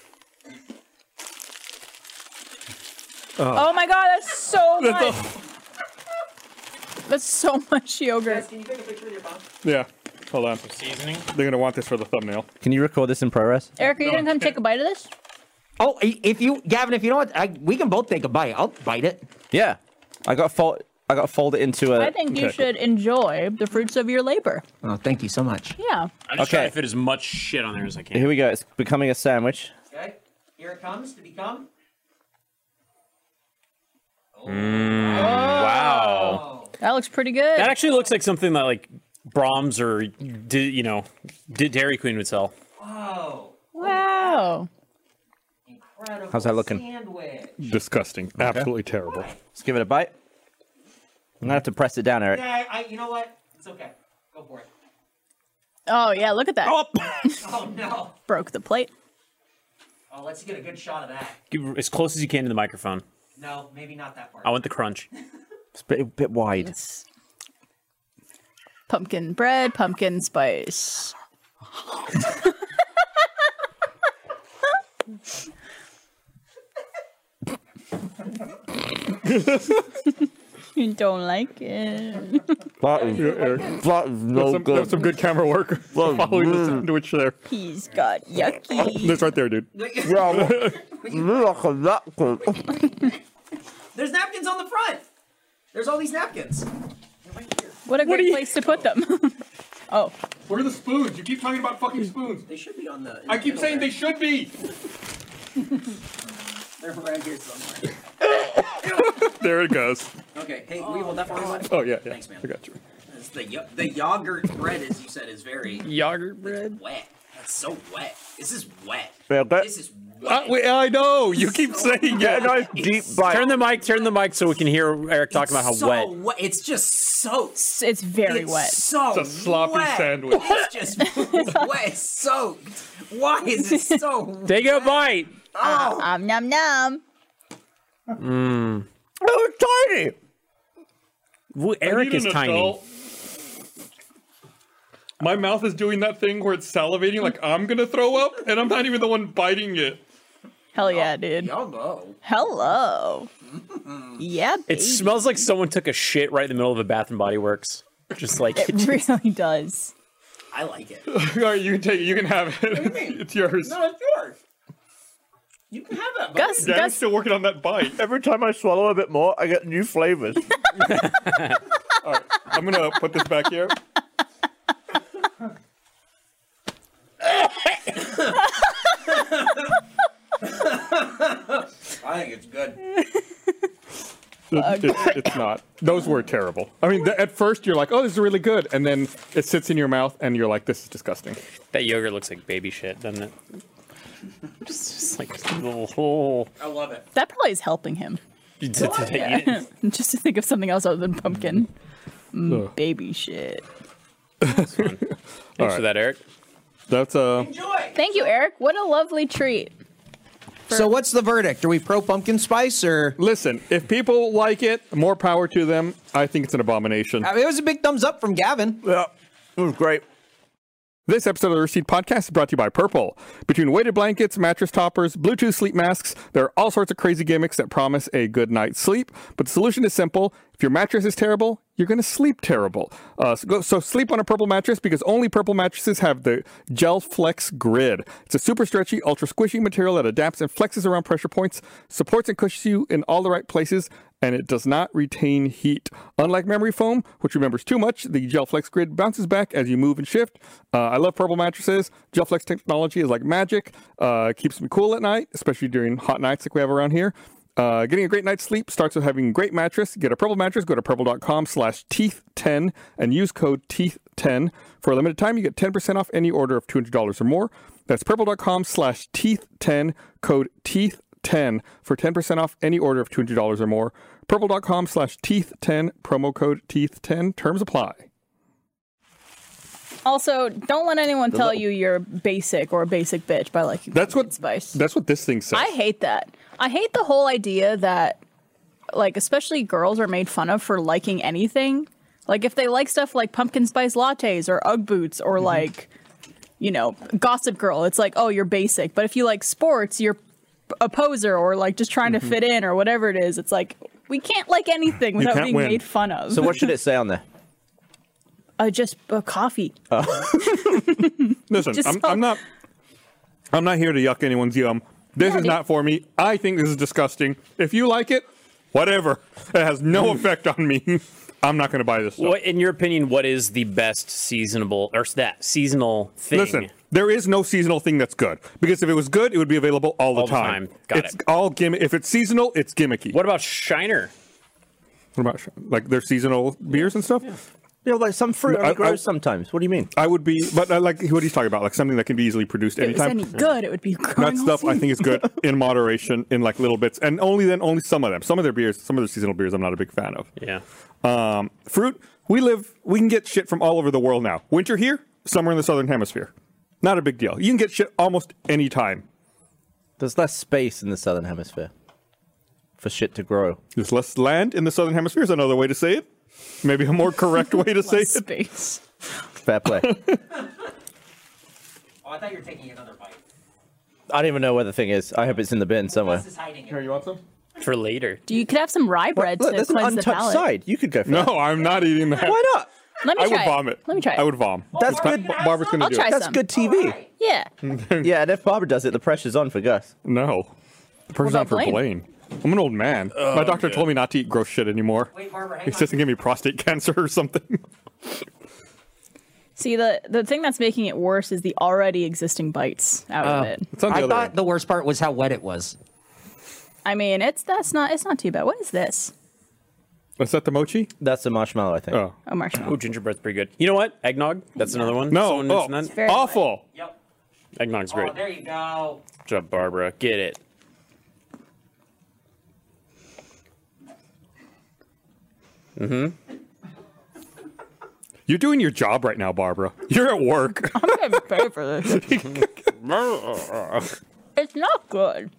Speaker 4: Oh my god, that's so much. That's so much yogurt.
Speaker 7: Guys, can you take a picture of your mom?
Speaker 3: Yeah. Hold on.
Speaker 5: Seasoning.
Speaker 3: They're gonna want this for the thumbnail.
Speaker 2: Can you record this in ProRes?
Speaker 4: Eric, are you gonna come take a bite of this?
Speaker 6: Oh, i- if you, Gavin, if you know what, I, we can both take a bite. I'll bite it.
Speaker 2: Yeah. I got fold. I got fold it into a.
Speaker 4: I think you
Speaker 3: okay.
Speaker 4: should enjoy the fruits of your labor.
Speaker 6: Oh, thank you so much.
Speaker 4: Yeah.
Speaker 5: I'm just
Speaker 2: Okay.
Speaker 5: trying to fit as much shit on there as I can.
Speaker 2: Here we go. It's becoming a sandwich.
Speaker 7: Okay, here it comes to become.
Speaker 5: Wow.
Speaker 7: Oh,
Speaker 4: That looks pretty good.
Speaker 5: That actually looks like something that like Brahms or di- you know di- Dairy Queen would sell.
Speaker 7: wow.
Speaker 4: wow.
Speaker 7: Incredible.
Speaker 2: How's that looking?
Speaker 7: Sandwich.
Speaker 3: Disgusting. Absolutely terrible.
Speaker 2: Let's give it a bite. I'm gonna have to press it down, Eric.
Speaker 7: Yeah, I, I, you know what? It's okay. Go for it.
Speaker 4: Oh yeah, look at that.
Speaker 7: Oh, no.
Speaker 4: Broke the plate.
Speaker 7: Oh, let's get a good shot of that.
Speaker 5: Give- As close as you can to the microphone.
Speaker 7: No, maybe not that part.
Speaker 5: I want the crunch.
Speaker 2: It's a bit, bit wide.
Speaker 4: Pumpkin bread, pumpkin spice. you don't like it.
Speaker 3: Yeah, Eric, that's, some, that's some good camera work. Following the sandwich there.
Speaker 4: He's got yucky.
Speaker 3: Oh, That's right there, dude.
Speaker 7: There's napkins on the front. There's all these napkins. They're right here.
Speaker 4: What a great place to put them. oh,
Speaker 8: Where are the spoons? You keep talking about fucking spoons.
Speaker 7: They should be on the.
Speaker 8: I keep saying they should be.
Speaker 7: They're around here somewhere.
Speaker 3: There it goes.
Speaker 7: Okay, hey, we will definitely.
Speaker 3: Oh yeah, yeah.
Speaker 7: Thanks, man.
Speaker 3: I got you.
Speaker 7: It's The, yo- the yogurt bread, as you said, is very
Speaker 5: Yogurt bread.
Speaker 7: wet. That's so wet. This is wet.
Speaker 2: Yeah, but-
Speaker 7: This is
Speaker 3: Uh,
Speaker 7: wet.
Speaker 3: wait, I know. You keep saying
Speaker 2: Yeah,
Speaker 3: it.
Speaker 2: nice deep bite.
Speaker 5: Turn the mic. Turn the mic so we can hear Eric talking about how
Speaker 7: so
Speaker 5: wet.
Speaker 7: It's just so
Speaker 4: it's, it's very
Speaker 7: it's
Speaker 4: wet.
Speaker 7: So
Speaker 3: It's a sloppy
Speaker 7: wet.
Speaker 3: sandwich.
Speaker 7: It's just wet. It's So why is it so?
Speaker 5: Take a bite.
Speaker 4: Um, num num.
Speaker 2: Oh, it's tiny.
Speaker 5: Well, Eric is tiny.
Speaker 3: My mouth is doing that thing where it's salivating, like I'm gonna throw up, and I'm not even the one biting it.
Speaker 4: Hell yeah, dude.
Speaker 7: Yummo.
Speaker 4: Hello. yeah,
Speaker 5: It
Speaker 4: baby.
Speaker 5: smells like someone took a shit right in the middle of a Bath and Body Works. Just like
Speaker 4: It really does.
Speaker 7: I like it.
Speaker 3: All right, you can take it. You can have it.
Speaker 7: do you mean?
Speaker 3: It's yours.
Speaker 7: No, it's yours. You can have that.
Speaker 4: Gus,
Speaker 3: Dad's
Speaker 4: Gus,
Speaker 3: still working on that bite.
Speaker 2: Every time I swallow a bit more, I get new flavors.
Speaker 3: I'm gonna put this back here. It- it's- it's not. Those were terrible. I mean, th- at first you're like, "Oh, this is really good," and then it sits in your mouth, and you're like, "This is disgusting."
Speaker 5: That yogurt looks like baby shit, doesn't it? Just, just like oh.
Speaker 7: I love it.
Speaker 4: That probably is helping him.
Speaker 5: Did- did they eat it?
Speaker 4: Just to think of something else other than pumpkin. Mm, baby shit.
Speaker 5: Thanks for that, Eric.
Speaker 3: That's uh,
Speaker 7: Enjoy.
Speaker 4: Thank you, Eric. What a lovely treat.
Speaker 6: So what's the verdict? Are we pro pumpkin spice or?
Speaker 3: listen. If people like it, more power to them. I think it's an abomination.
Speaker 6: I mean, it was a big thumbs up from Gavin.
Speaker 2: great.
Speaker 3: This episode of the Receipt Podcast is brought to you by Purple. Between weighted blankets, mattress toppers, Bluetooth sleep masks, there are all sorts of crazy gimmicks that promise a good night's sleep. But the solution is simple. If your mattress is terrible, you're going to sleep terrible. Uh, so, go, so sleep on a Purple mattress because only Purple mattresses have the Gel Flex Grid. It's a super stretchy, ultra squishy material that adapts and flexes around pressure points, supports and cushions you in all the right places, and it does not retain heat. Unlike memory foam, which remembers too much, the Gel Flex grid bounces back as you move and shift. Uh, I love purple mattresses. Gel Flex technology is like magic. Uh, keeps me cool at night, especially during hot nights like we have around here. Uh, getting a great night's sleep starts with having a great mattress. Get a purple mattress. Go to purple.com slash teeth10 and use code teeth10. For a limited time, you get 10% off any order of $200 or more. That's purple.com slash teeth10, code teeth 10 for 10% off any order of $200 or more. Purple.com slash teeth 10, promo code teeth 10. Terms apply.
Speaker 4: Also, don't let anyone tell you you're basic or a basic bitch by liking
Speaker 3: That's
Speaker 4: pumpkin
Speaker 3: what
Speaker 4: spice.
Speaker 3: that's what this thing says.
Speaker 4: I hate that. I hate the whole idea that, like, especially girls are made fun of for liking anything. Like, if they like stuff like pumpkin spice lattes or Ugg boots or
Speaker 3: Mm-hmm.
Speaker 4: like, you know, Gossip Girl, it's like, oh, you're basic. But if you like sports, you're a poser or like just trying
Speaker 3: Mm-hmm.
Speaker 4: to fit in or whatever it is. It's like we can't like anything without
Speaker 3: can't
Speaker 4: being
Speaker 3: win.
Speaker 4: made fun of.
Speaker 2: So what should it say on there?
Speaker 4: uh, just uh, coffee.
Speaker 3: Listen,
Speaker 4: just
Speaker 3: I'm,
Speaker 4: so-
Speaker 3: I'm not I'm not here to yuck anyone's yum. This
Speaker 4: Yeah,
Speaker 3: is
Speaker 4: dude.
Speaker 3: not for me. I think this is disgusting. If you like it, whatever. It has no effect on me. I'm not going to buy this stuff.
Speaker 5: What, in your opinion, what is the best seasonable or that seasonal thing?
Speaker 3: Listen, there is no seasonal thing that's good because if it was good, it would be available all the
Speaker 5: All the
Speaker 3: time.
Speaker 5: time. Got
Speaker 3: it's
Speaker 5: it.
Speaker 3: all gimmick. If it's seasonal, it's gimmicky.
Speaker 5: What about Shiner?
Speaker 3: What about sh- like their seasonal beers and stuff?
Speaker 2: You know, like some fruit
Speaker 3: I-
Speaker 2: only grows
Speaker 3: I-
Speaker 2: sometimes. What do you mean?
Speaker 3: I would be, but I like what he's talking about, like something that can be easily produced
Speaker 4: If it was
Speaker 3: anytime.
Speaker 4: any good, it would be growing
Speaker 3: that
Speaker 4: all
Speaker 3: stuff I
Speaker 4: season.
Speaker 3: think is good in moderation, in like little bits, and only then only some of them. Some of their beers, some of their seasonal beers, I'm not a big fan of.
Speaker 5: Yeah.
Speaker 3: Um, fruit, we live, we can get shit from all over the world now. Winter here, summer in the southern hemisphere, not a big deal. You can get shit almost any time.
Speaker 2: There's less space in the southern hemisphere for shit to grow.
Speaker 3: There's less land in the southern hemisphere is another way to say it. Maybe a more correct way to say
Speaker 4: Less
Speaker 3: it.
Speaker 4: space.
Speaker 2: Fair play.
Speaker 7: Oh, I thought you were taking another bite.
Speaker 2: I don't even know where the thing is. I hope it's in the bin somewhere.
Speaker 7: This is hiding it.
Speaker 3: you want some?
Speaker 5: For later.
Speaker 4: Do you could have some rye bread
Speaker 2: Look,
Speaker 4: to
Speaker 2: there's an
Speaker 4: cleanse the
Speaker 2: untouched
Speaker 4: palate.
Speaker 2: side. You could go for that.
Speaker 3: No, I'm not eating that.
Speaker 2: Why not?
Speaker 4: Let me
Speaker 3: I
Speaker 4: try
Speaker 3: would
Speaker 4: it.
Speaker 3: vomit.
Speaker 4: Let me try it.
Speaker 3: I would vom.
Speaker 2: That's
Speaker 3: Bar-
Speaker 2: good.
Speaker 3: Barbara's gonna
Speaker 4: I'll
Speaker 3: do
Speaker 4: try
Speaker 3: it.
Speaker 2: That's
Speaker 4: some.
Speaker 2: good TV.
Speaker 4: Yeah.
Speaker 2: Yeah, and if Barbara does it, the pressure's on for Gus.
Speaker 3: No. The person's
Speaker 4: about
Speaker 3: not for
Speaker 4: Blaine?
Speaker 3: Blaine. I'm an old man. My doctor told me not to eat gross shit anymore.
Speaker 7: Wait, Barbara, hang
Speaker 3: He's
Speaker 7: on.
Speaker 3: just gonna give me prostate cancer or something.
Speaker 4: See the the thing that's making it worse is the already existing bites out
Speaker 5: Oh.
Speaker 4: of it.
Speaker 3: It's on the
Speaker 6: I
Speaker 3: other
Speaker 6: thought
Speaker 3: end.
Speaker 6: the worst part was how wet it was.
Speaker 4: I mean, it's that's not it's not too bad. What is this?
Speaker 3: Is that the mochi?
Speaker 2: That's a marshmallow, I think.
Speaker 3: Oh.
Speaker 4: Oh,
Speaker 5: Oh,
Speaker 4: marshmallow.
Speaker 5: gingerbread's pretty good. You know what? Eggnog. That's another one.
Speaker 3: No.
Speaker 5: Someone
Speaker 3: Oh,
Speaker 5: mentioned that.
Speaker 4: very
Speaker 3: awful.
Speaker 7: Yep.
Speaker 5: Eggnog's great.
Speaker 7: Oh, there you go.
Speaker 5: Good job, Barbara. Get it.
Speaker 3: You're doing your job right now, Barbara. You're at work.
Speaker 4: I'm gonna pay for this. It's not good.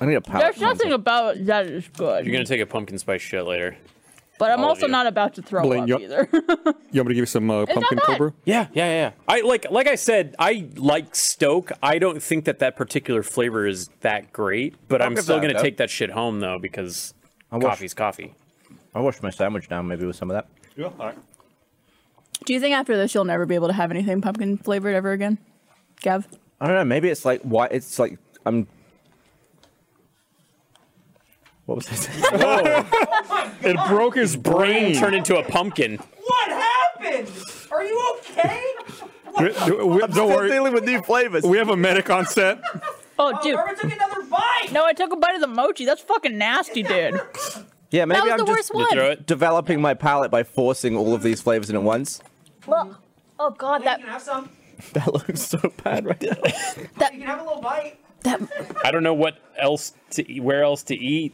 Speaker 2: I need a palate.
Speaker 4: There's nothing about it that is good.
Speaker 5: Oh, You're gonna take a pumpkin spice shit later.
Speaker 4: but I'm
Speaker 5: all of
Speaker 4: also
Speaker 5: you.
Speaker 4: not about to throw
Speaker 3: Blaine,
Speaker 4: up
Speaker 3: yup.
Speaker 4: either.
Speaker 3: you want me to give you some uh,
Speaker 4: not
Speaker 3: pumpkin
Speaker 4: bad.
Speaker 3: cold brew?
Speaker 5: Yeah, yeah, yeah. I like, like I said, I like Stoke. I don't think that that particular flavor is that great, but
Speaker 2: I'll
Speaker 5: I'm
Speaker 2: give
Speaker 5: still
Speaker 2: that a
Speaker 5: gonna
Speaker 2: go.
Speaker 5: take that shit home though because
Speaker 2: wash-
Speaker 5: coffee's coffee.
Speaker 2: I washed my sandwich down maybe with some of that.
Speaker 3: Yeah. All right.
Speaker 4: Do you think after this you'll never be able to have anything pumpkin flavored ever again, Gav?
Speaker 2: I don't know. Maybe it's like why it's like I'm. What was I saying?
Speaker 3: It broke his brain.
Speaker 5: Turn into a pumpkin.
Speaker 7: What happened? Are you okay?
Speaker 3: We- we- Don't worry.
Speaker 2: dealing with new flavors.
Speaker 3: We have a medic on set.
Speaker 4: Oh, dude.
Speaker 7: Barbara took another bite.
Speaker 4: No, I took a bite of the mochi. That's fucking nasty, dude.
Speaker 2: Yeah, maybe
Speaker 4: was
Speaker 2: I'm
Speaker 4: the
Speaker 2: just
Speaker 4: worst one. You throw
Speaker 5: it?
Speaker 2: developing my palate by forcing all of these flavors in at once.
Speaker 9: Look. Oh god, that
Speaker 7: have some.
Speaker 2: That looks so bad right now.
Speaker 7: You can have a little bite.
Speaker 4: That
Speaker 5: I don't know what else to eat, where else to eat.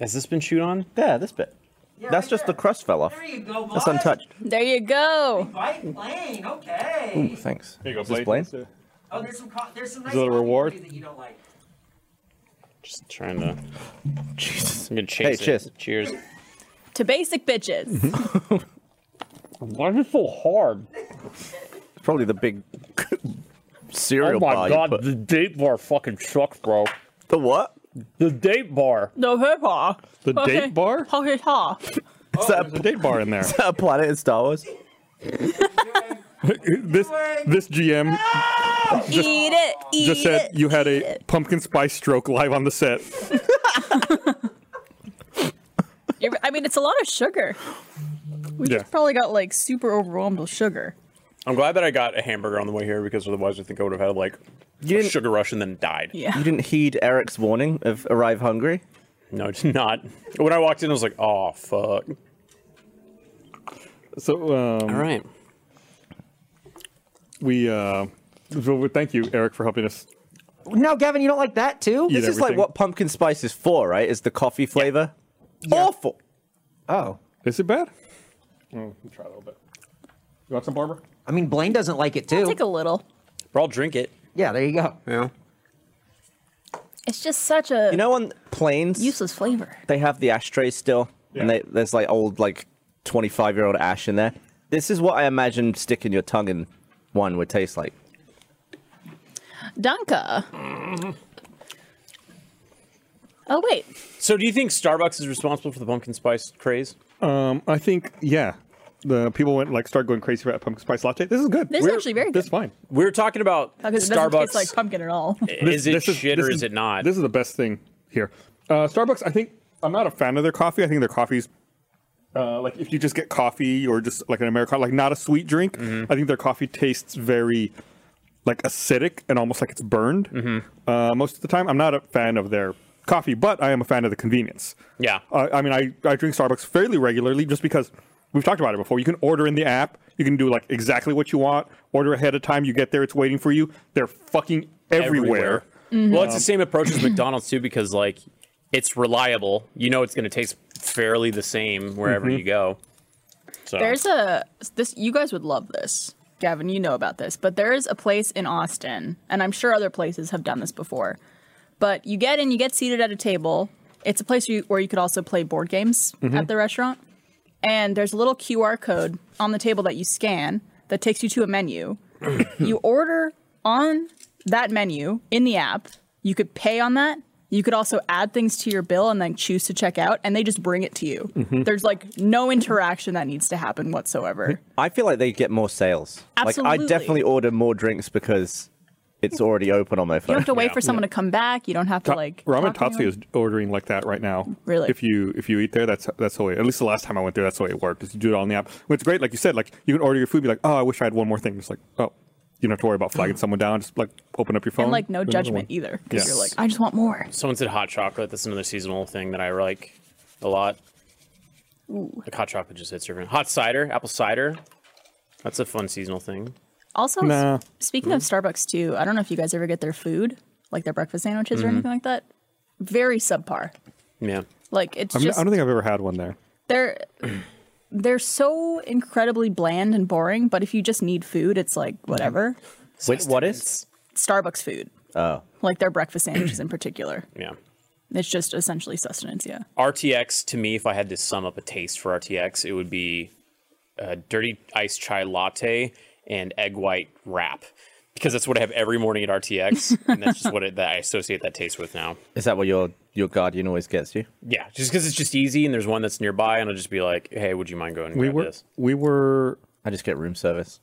Speaker 5: Has this been chewed on?
Speaker 2: yeah, this bit.
Speaker 7: Yeah,
Speaker 2: That's
Speaker 7: right
Speaker 2: just the
Speaker 7: there.
Speaker 2: crust fell off.
Speaker 7: There you go,
Speaker 2: That's
Speaker 7: bud.
Speaker 2: untouched.
Speaker 4: there you go.
Speaker 7: Bite plain, okay.
Speaker 2: Ooh, thanks.
Speaker 3: There you go,
Speaker 2: Is this
Speaker 3: Blade.
Speaker 2: plain?
Speaker 3: That's it.
Speaker 7: Oh, there's some co- there's some nice
Speaker 3: that a
Speaker 7: coffee
Speaker 3: reward?
Speaker 7: that you don't like.
Speaker 5: Just trying to.
Speaker 2: Jesus.
Speaker 5: I'm gonna chase
Speaker 2: Hey, cheers.
Speaker 5: it. Cheers.
Speaker 4: To basic bitches.
Speaker 5: Why is it so hard?
Speaker 2: Probably the big cereal
Speaker 5: oh my
Speaker 2: bar. you
Speaker 5: god,
Speaker 2: put-
Speaker 5: the date bar fucking sucks, bro.
Speaker 2: The what?
Speaker 5: The date bar.
Speaker 4: No hip-hop.
Speaker 3: The date bar?
Speaker 4: Pocket ha.
Speaker 3: Is that a date bar in there?
Speaker 2: A planet in Star Wars?
Speaker 3: this this GM
Speaker 4: Eat it. Eat
Speaker 3: just said
Speaker 4: it.
Speaker 3: you had a pumpkin spice stroke live on the set.
Speaker 4: You're- I mean, it's a lot of sugar. We
Speaker 3: Yeah.
Speaker 4: just probably got like super overwhelmed with sugar.
Speaker 5: I'm glad that I got a hamburger on the way here because otherwise I think I would have had like
Speaker 2: You
Speaker 5: a
Speaker 2: didn't,
Speaker 5: sugar rush and then died.
Speaker 4: Yeah.
Speaker 2: you didn't heed Eric's warning of arrive hungry?
Speaker 5: No, it's not. When I walked in, I was like, oh fuck.
Speaker 3: So um,
Speaker 5: All right.
Speaker 3: we uh, so we- thank you, Eric, for helping us.
Speaker 6: No, Gavin, you don't like that too?
Speaker 3: Yeah.
Speaker 2: This is like
Speaker 3: everything.
Speaker 2: what pumpkin spice is for, right? Is the coffee flavor. Awful.
Speaker 6: Oh.
Speaker 3: Is it bad? Mm, let me try a little bit. You want some, Barbara?
Speaker 6: I mean, Blaine doesn't like it too.
Speaker 4: Take a little.
Speaker 5: Or I'll drink it.
Speaker 6: yeah, there you go.
Speaker 5: Yeah.
Speaker 4: It's just such a
Speaker 2: You know, on planes,
Speaker 4: useless flavor.
Speaker 2: they have the ashtrays still, and
Speaker 3: Yeah.
Speaker 2: they, there's like old, like 25 year old ash in there. This is what I imagine sticking your tongue in one would taste like.
Speaker 4: Danka.
Speaker 2: Mm-hmm.
Speaker 4: Oh wait.
Speaker 5: So, do you think Starbucks is responsible for the pumpkin spice craze?
Speaker 3: Um, I think yeah. The people went like start going crazy about pumpkin spice latte. This is good.
Speaker 4: This is actually very
Speaker 3: This is
Speaker 4: good.
Speaker 3: fine.
Speaker 5: We were talking about
Speaker 4: Because Oh, it doesn't
Speaker 5: Starbucks.
Speaker 4: taste like pumpkin at all.
Speaker 5: is it shit
Speaker 3: this
Speaker 5: or is it not?
Speaker 3: This is the best thing here. Uh, Starbucks, I think I'm not a fan of their coffee. I think their coffee's uh, like if you just get coffee or just like an Americano, like not a sweet drink.
Speaker 5: Mm-hmm.
Speaker 3: I think their coffee tastes very like acidic and almost like it's burned
Speaker 5: Mm-hmm.
Speaker 3: uh, most of the time. I'm not a fan of their coffee, but I am a fan of the convenience.
Speaker 5: Yeah.
Speaker 3: Uh, I mean, I, I drink Starbucks fairly regularly just because we've talked about it before. You can order in the app, you can do like exactly what you want, order ahead of time, you get there, it's waiting for you. They're fucking everywhere.
Speaker 5: Well, it's the same approach as McDonald's too, because like it's reliable. You know, it's going to taste fairly the same wherever you go. So
Speaker 4: There's a this you guys would love this. Gavin, you know about this, but there is a place in Austin, and I'm sure other places have done this before. But you get in, you get seated at a table. It's a place you, where you could also play board games at the restaurant. And there's a little QR code on the table that you scan that takes you to a menu. you order on that menu in the app. You could pay on that. You could also add things to your bill and then choose to check out, and they just bring it to you.
Speaker 3: Mm-hmm.
Speaker 4: There's like no interaction that needs to happen whatsoever.
Speaker 2: I feel like they get more sales. Like I
Speaker 4: Absolutely.
Speaker 2: definitely order more drinks because it's already open on my
Speaker 4: You
Speaker 2: phone.
Speaker 4: don't
Speaker 3: uh,
Speaker 4: have to wait for someone to come back. You don't have to like.
Speaker 3: Ramen
Speaker 4: talk to
Speaker 3: Tatsu
Speaker 4: anyone.
Speaker 3: is ordering like that right now.
Speaker 4: Really?
Speaker 3: If you if you eat there, that's that's the way. At least the last time I went there, that's the way it worked. Is you do it on the app. What's great, like you said, like you can order your food, be like, oh, I wish I had one more thing. It's like, oh, you don't have to worry about flagging someone down. Just like open up your phone.
Speaker 4: and like no
Speaker 3: there's another
Speaker 4: judgment
Speaker 3: one.
Speaker 4: either because
Speaker 3: Yeah.
Speaker 4: you're like, I just want more.
Speaker 5: someone said hot chocolate. That's another seasonal thing that I like a lot. Like hot chocolate just hits different. Hot cider, apple cider. That's a fun seasonal thing.
Speaker 4: Also, s-
Speaker 3: Nah. Mm-hmm.
Speaker 4: speaking of Starbucks too, I don't know if you guys ever get their food, like their breakfast sandwiches
Speaker 3: Mm-hmm.
Speaker 4: or anything like that. Very subpar.
Speaker 5: Yeah.
Speaker 4: Like it's
Speaker 3: I, mean,
Speaker 4: just
Speaker 3: I don't think I've ever had one there.
Speaker 4: they're they're so incredibly bland and boring. But if you just need food, it's like whatever.
Speaker 2: Wait, what is?
Speaker 4: Starbucks food. Oh. Like their breakfast sandwiches in particular.
Speaker 5: Yeah.
Speaker 4: It's just essentially sustenance. Yeah.
Speaker 5: RTX to me, if I had to sum up a taste for RTX, it would be a dirty iced chai latte and egg white wrap because that's what I have every morning at RTX, and that's just what it, that I associate that taste with now.
Speaker 2: Is that what your your guardian always gets you?
Speaker 5: Yeah, just because it's just easy, and there's one that's nearby, and I'll just be like, "Hey, would you mind going and
Speaker 3: We
Speaker 5: grab
Speaker 3: were
Speaker 5: this?"
Speaker 3: we were
Speaker 2: I just get room service.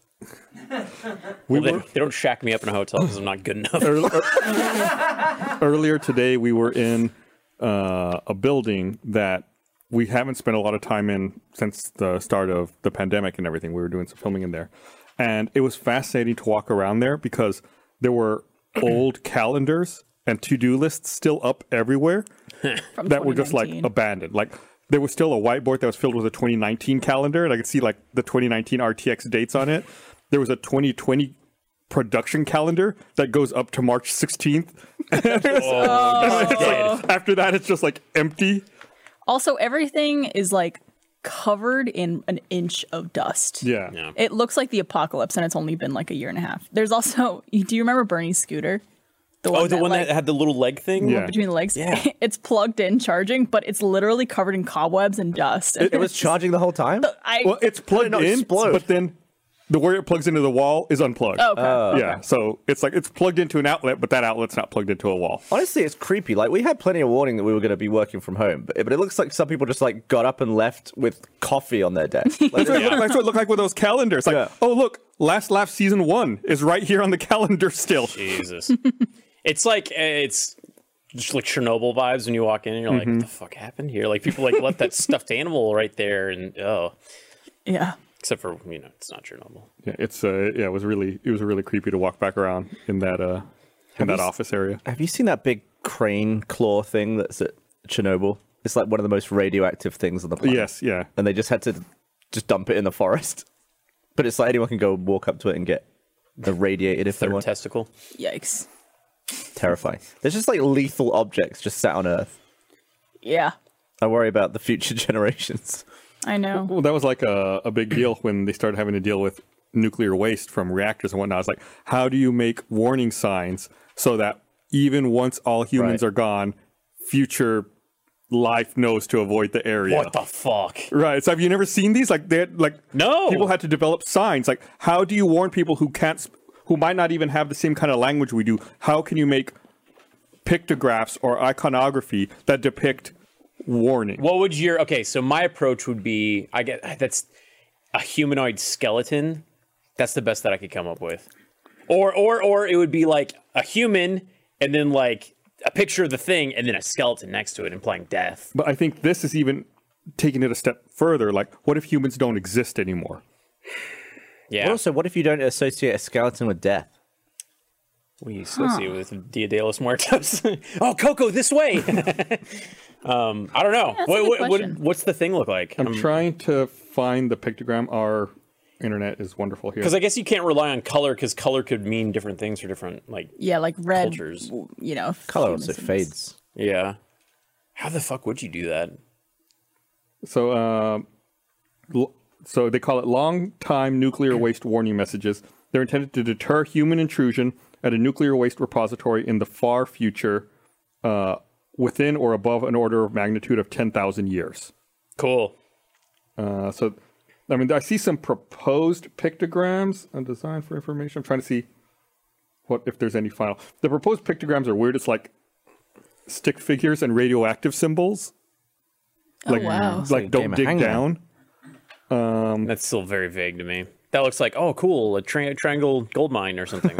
Speaker 3: we
Speaker 5: They,
Speaker 3: were
Speaker 5: they don't shack me up in a hotel because I'm not good enough.
Speaker 3: earlier today we were in uh, a building that we haven't spent a lot of time in since the start of the pandemic and everything. We were doing some filming in there, and it was fascinating to walk around there because there were old calendars and to-do lists still up everywhere.
Speaker 4: from
Speaker 3: that were just like
Speaker 4: 2019.
Speaker 3: abandoned. Like there was still a whiteboard that was filled with a 2019 calendar, and I could see like the 2019 RTX dates on it. There was a 2020 production calendar that goes up to March 16th. It's
Speaker 4: Oh.
Speaker 3: like, after that, it's just like empty.
Speaker 4: Also, everything is like covered in an inch of dust.
Speaker 3: Yeah.
Speaker 5: Yeah.
Speaker 4: It looks like the apocalypse, and it's only been like a year and a half. There's also, do you remember Bernie's scooter? The
Speaker 5: Oh, the one
Speaker 4: like,
Speaker 5: that had the little leg thing.
Speaker 3: Yeah.
Speaker 4: between the legs.
Speaker 5: Yeah.
Speaker 4: it's plugged in charging, but it's literally covered in cobwebs and dust. And
Speaker 2: It was
Speaker 4: it's-
Speaker 2: charging the whole time.
Speaker 4: I
Speaker 3: Well, it's plugged
Speaker 2: not
Speaker 3: in,
Speaker 2: explode.
Speaker 3: but then the where it plugs into the wall is unplugged.
Speaker 4: oh, okay.
Speaker 3: Yeah, so it's like it's plugged into an outlet, but that outlet's not plugged into a wall.
Speaker 2: Honestly, it's creepy. Like we had plenty of warning that we were going to be working from home, but, but it looks like some people just like got up and left with coffee on their desk. Like,
Speaker 3: That's what, it looked, that's what it looked like with those calendars. Like,
Speaker 2: Yeah.
Speaker 3: oh look, Last Laugh season one is right here on the calendar still.
Speaker 5: Jesus. it's like uh, it's just like Chernobyl vibes when you walk in and you're like, what the fuck happened here? Like people like left that stuffed animal right there and oh.
Speaker 4: Yeah.
Speaker 5: Except for you know, it's not Chernobyl.
Speaker 3: Yeah, it's uh, yeah, it was really it was really creepy to walk back around in that uh in
Speaker 2: you
Speaker 3: that
Speaker 2: s-
Speaker 3: office area.
Speaker 2: have you seen that big crane claw thing that's at Chernobyl? It's like one of the most radioactive things on the planet.
Speaker 3: Yes, yeah,
Speaker 2: and they just had to just dump it in the forest. But it's like anyone can go walk up to it and get irradiated if they
Speaker 5: Third
Speaker 2: want.
Speaker 5: testicle.
Speaker 4: Yikes.
Speaker 2: Terrifying. There's just like lethal objects just sat on Earth.
Speaker 4: Yeah.
Speaker 2: I worry about the future generations.
Speaker 4: I know.
Speaker 3: Well, that was like a, a big deal when they started having to deal with nuclear waste from reactors and whatnot. It's like, how do you make warning signs so that even once all humans
Speaker 2: Right.
Speaker 3: are gone, future life knows to avoid the area?
Speaker 5: What the fuck?
Speaker 3: right. So have you never seen these? Like, they had, like
Speaker 5: No.
Speaker 3: people had to develop signs. Like, how do you warn people who can't, sp- who might not even have the same kind of language we do? How can you make pictographs or iconography that depict warning?
Speaker 5: What would your okay? So my approach would be I get that's a humanoid skeleton. That's the best that I could come up with. Or or or it would be like a human and then like a picture of the thing and then a skeleton next to it implying death.
Speaker 3: But I think this is even taking it a step further. Like, what if humans don't exist anymore?
Speaker 5: Yeah.
Speaker 2: Also, what if you don't associate a skeleton with death?
Speaker 5: we associate with Dia de los Muertos. oh, Coco, this way. um, I don't know.
Speaker 4: that's a
Speaker 5: what,
Speaker 4: good
Speaker 5: what, what,
Speaker 4: question.
Speaker 5: what's the thing look like?
Speaker 3: I'm trying to find the pictogram. Our internet is wonderful here.
Speaker 5: Because I guess you can't rely on color because color could mean different things for different like
Speaker 4: Yeah, like red.
Speaker 5: Cultures.
Speaker 4: w- You know,
Speaker 2: Color
Speaker 4: humans
Speaker 2: also
Speaker 4: and-
Speaker 2: fades.
Speaker 5: yeah. How the fuck would you do that?
Speaker 3: So, um, l- so they call it long time nuclear waste warning messages. They're intended to deter human intrusion at a nuclear waste repository in the far future, uh, within or above an order of magnitude of 10,000 years.
Speaker 5: Cool.
Speaker 3: Uh, so, I mean, I see some proposed pictograms and design for information. I'm trying to see what if there's any final. The proposed pictograms are weird. It's like stick figures and radioactive symbols.
Speaker 4: Oh,
Speaker 3: like, mm.
Speaker 4: wow.
Speaker 3: like
Speaker 2: Game
Speaker 3: don't
Speaker 2: of
Speaker 3: dig
Speaker 2: hangman.
Speaker 3: down.
Speaker 5: That's still very vague to me. That looks like oh, cool, a tri- triangle gold mine or something.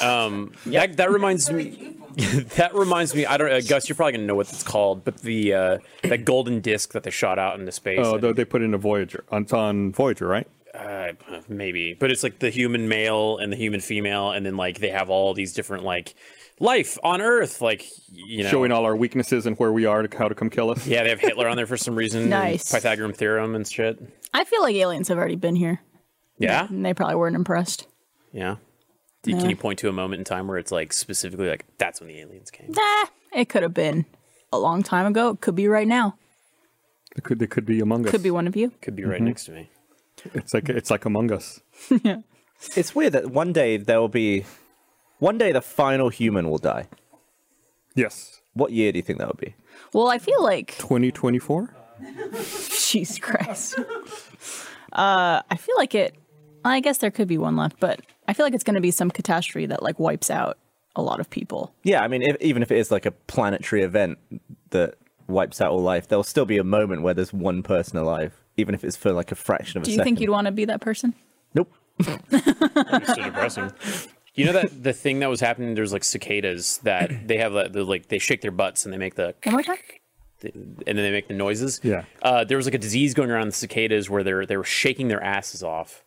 Speaker 5: um, that, that reminds me. that reminds me. I don't. Uh, Gus, you're probably gonna know what it's called, but the uh, that golden disc that they shot out into space.
Speaker 3: Oh,
Speaker 5: and-
Speaker 3: though they put in a Voyager. It's on Voyager, right?
Speaker 5: uh, maybe, but it's like the human male and the human female, and then like they have all these different like life on Earth, like you know.
Speaker 3: Showing all our weaknesses and where we are to how to come kill us.
Speaker 5: yeah, they have Hitler on there for some reason. and
Speaker 4: Nice.
Speaker 5: Pythagorean theorem and shit.
Speaker 4: I feel like aliens have already been here,
Speaker 5: Yeah.
Speaker 4: and they probably weren't impressed.
Speaker 5: Yeah. Do you- Can you point to a moment in time where it's like specifically like that's when the aliens came?
Speaker 4: Nah, it could have been a long time ago. It could be right now.
Speaker 3: They could they could be among us.
Speaker 4: Could be one of you.
Speaker 5: Could be right next to me.
Speaker 3: It's like it's like Among Us.
Speaker 2: It's weird that one day there will be, one day the final human will die.
Speaker 3: Yes.
Speaker 2: What year do you think that would be?
Speaker 4: Well, I feel like
Speaker 3: 2024.
Speaker 4: Jesus Christ. Uh, I feel like it. I guess there could be one left, but I feel like it's going to be some catastrophe that like wipes out a lot of people.
Speaker 2: Yeah, I mean, if, even if it is like a planetary event that wipes out all life, there'll still be a moment where there's one person alive, even if it's for like a fraction of a
Speaker 4: Do you
Speaker 2: second.
Speaker 4: think you'd want to be that person?
Speaker 2: Nope.
Speaker 5: It's so depressing. You know that the thing that was happening? There's like cicadas that they have like, the, like they shake their butts and they make the
Speaker 4: One more time.
Speaker 5: and then they make the noises.
Speaker 3: Yeah.
Speaker 5: Uh, there was like a disease going around the cicadas where they were, they were shaking their asses off,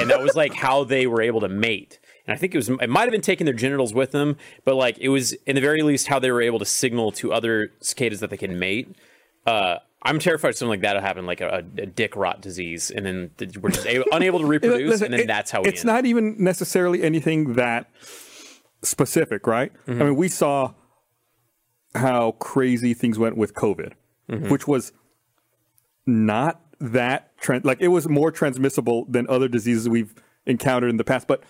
Speaker 5: and that was like how they were able to mate. And I think it was it might have been taking their genitals with them, but like it was in the very least how they were able to signal to other cicadas that they can mate. Uh, I'm terrified something like that'll happen, like a, a dick rot disease, and then th- we're just a- unable to
Speaker 3: You know,
Speaker 5: reproduce,
Speaker 3: listen,
Speaker 5: and then
Speaker 3: it-
Speaker 5: that's how we
Speaker 3: it's
Speaker 5: end.
Speaker 3: not even necessarily anything that specific, right?
Speaker 5: Mm-hmm.
Speaker 3: I mean, we saw how crazy things went with COVID,
Speaker 5: Mm-hmm.
Speaker 3: which was not that trend. Like it was more transmissible than other diseases we've encountered in the past, but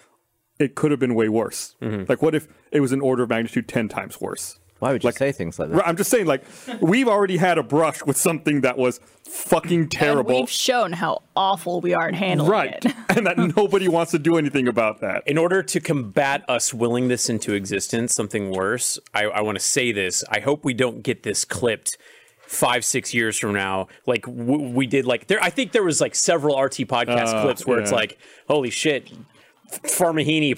Speaker 3: it could have been way worse.
Speaker 5: Mm-hmm.
Speaker 3: Like, what if it was an order of magnitude ten times worse?
Speaker 2: Why would you say things like that?
Speaker 3: Right, I'm just saying, like, we've already had a brush with something that was fucking
Speaker 4: And
Speaker 3: terrible.
Speaker 4: we've shown how awful we are at handling
Speaker 3: Right.
Speaker 4: it.
Speaker 3: And that nobody wants to do anything about that.
Speaker 5: in order to combat us willing this into existence, something worse, I, I want to say this. I hope we don't get this clipped five, six years from now. Like w- we did, like there. I think there was like several RT podcast
Speaker 3: Uh,
Speaker 5: clips where it's
Speaker 3: yeah.
Speaker 5: like, holy shit, Farmahini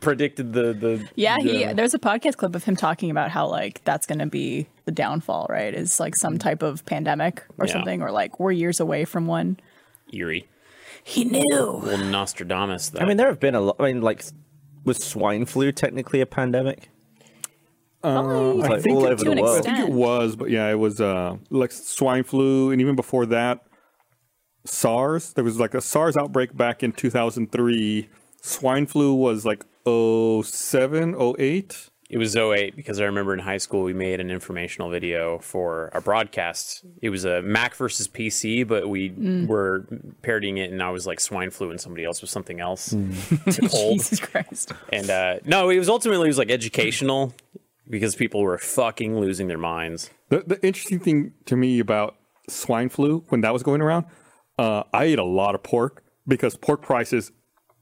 Speaker 5: predicted the the.
Speaker 4: Yeah, he
Speaker 3: Yeah.
Speaker 4: there's a podcast clip of him talking about how like that's going to be the downfall, right? Is like
Speaker 3: Mm.
Speaker 4: some type of pandemic or
Speaker 5: Yeah.
Speaker 4: something, or like we're years away from one.
Speaker 5: Eerie.
Speaker 4: He knew.
Speaker 5: Well, Nostradamus, though.
Speaker 2: I mean, there have been a lot. I mean, like, was swine flu technically a pandemic? It's like
Speaker 3: think
Speaker 2: all
Speaker 3: it-
Speaker 2: over
Speaker 4: to
Speaker 2: the
Speaker 4: an
Speaker 2: world.
Speaker 3: I think it
Speaker 4: extent.
Speaker 3: was, but yeah, it was uh, like swine flu, and even before that, SARS. There was like a SARS outbreak back in 2003. Swine flu was like 07, 08.
Speaker 5: It was 08 because I remember in high school we made an informational video for a broadcast. It was a Mac versus PC, but we
Speaker 4: Mm.
Speaker 5: were parodying it, and I was like swine flu, and somebody else was something else.
Speaker 3: Mm.
Speaker 5: It's cold.
Speaker 4: Jesus Christ.
Speaker 5: And uh, no, it was ultimately it was like educational because people were fucking losing their minds.
Speaker 3: The, the interesting thing to me about swine flu when that was going around, uh, I ate a lot of pork because pork prices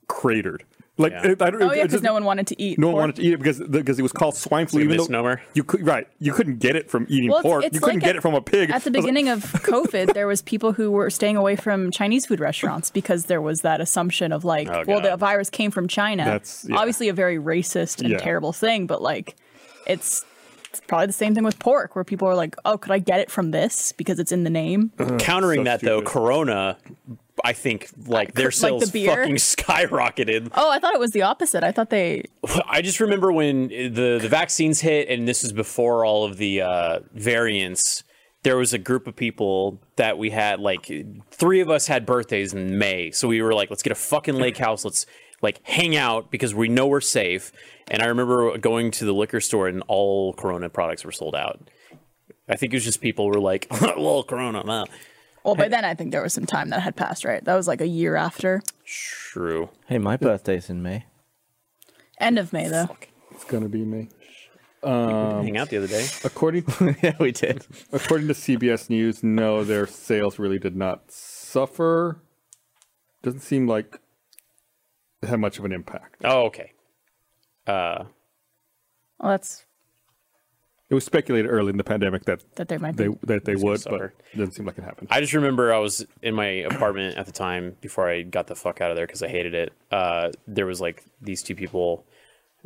Speaker 3: cratered. Like,
Speaker 5: Yeah.
Speaker 3: it- I don't,
Speaker 4: Oh yeah,
Speaker 3: it
Speaker 4: because
Speaker 3: just-
Speaker 4: no one wanted to eat.
Speaker 3: No one
Speaker 4: pork.
Speaker 3: wanted to eat it because because it was called swine flu.
Speaker 5: It's a
Speaker 3: Even though
Speaker 5: misnomer.
Speaker 3: you could right, you couldn't get it from eating
Speaker 4: Well, it's-
Speaker 3: pork.
Speaker 4: it's
Speaker 3: you couldn't
Speaker 4: like
Speaker 3: get
Speaker 4: at-
Speaker 3: it from a pig.
Speaker 4: At the
Speaker 3: I was like,
Speaker 4: beginning of COVID, there was people who were staying away from Chinese food restaurants because there was that assumption of like,
Speaker 5: Oh,
Speaker 4: well, the
Speaker 5: God.
Speaker 4: virus came from China.
Speaker 3: That's- yeah.
Speaker 4: obviously a very racist and
Speaker 3: Yeah.
Speaker 4: terrible thing, but like, it's, it's probably the same thing with pork, where people are like, oh, could I get it from this because it's in the name?
Speaker 5: Countering
Speaker 3: so
Speaker 5: that though,
Speaker 3: stupid.
Speaker 5: Corona, I think like their
Speaker 4: Like the
Speaker 5: sales
Speaker 4: beer?
Speaker 5: fucking skyrocketed.
Speaker 4: Oh, I thought it was the opposite. I thought they
Speaker 5: I just remember when eh, the the vaccines hit, and this was before all of the uh, variants. There was a group of people that we had like three of us had birthdays in May, so we were like, let's get a fucking lake house, let's like hang out because we know we're safe. And I remember going to the liquor store, and all Corona products were sold out. I think it was just people were like, "Well, Corona, nah.
Speaker 4: well, by then I think there was some time that had passed, right? That was like a year after.
Speaker 5: true."
Speaker 2: Hey, my birthday's in May.
Speaker 4: End of May though.
Speaker 3: it's gonna be me.
Speaker 5: hang out the other day.
Speaker 3: According to,
Speaker 2: yeah, we did.
Speaker 3: according to CBS News, no, their sales really did not suffer. Doesn't seem like it had much of an impact.
Speaker 5: Oh, okay.
Speaker 4: Well, that's
Speaker 3: It was speculated early in the pandemic that
Speaker 4: that they might be.
Speaker 3: they that they would, but
Speaker 5: suffer.
Speaker 3: it doesn't seem like it happened.
Speaker 5: I just remember I was in my apartment at the time before I got the fuck out of there because I hated it. Uh, there was like these two people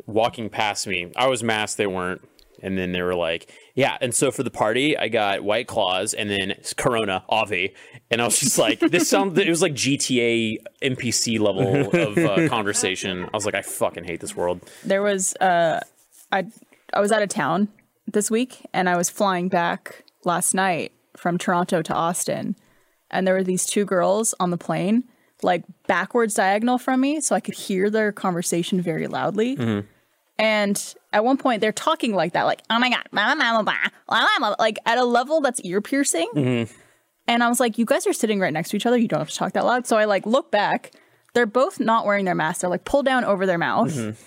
Speaker 5: walking past me. I was masked, they weren't. And then they were like, yeah. And so for the party, I got White Claws and then Corona, Ave. And I was just like, this sounds, it was like GTA NPC level of uh, conversation. I was like, I fucking hate this world.
Speaker 4: there was uh i i was out of town this week and i was flying back last night from toronto to austin and there were these two girls on the plane like backwards diagonal from me so i could hear their conversation very loudly and at one point they're talking like that like oh my god blah, blah, blah, blah, blah, blah, blah," like at a level that's ear piercing and i was like you guys are sitting right next to each other you don't have to talk that loud so i like look back they're both not wearing their masks they're like pulled down over their mouth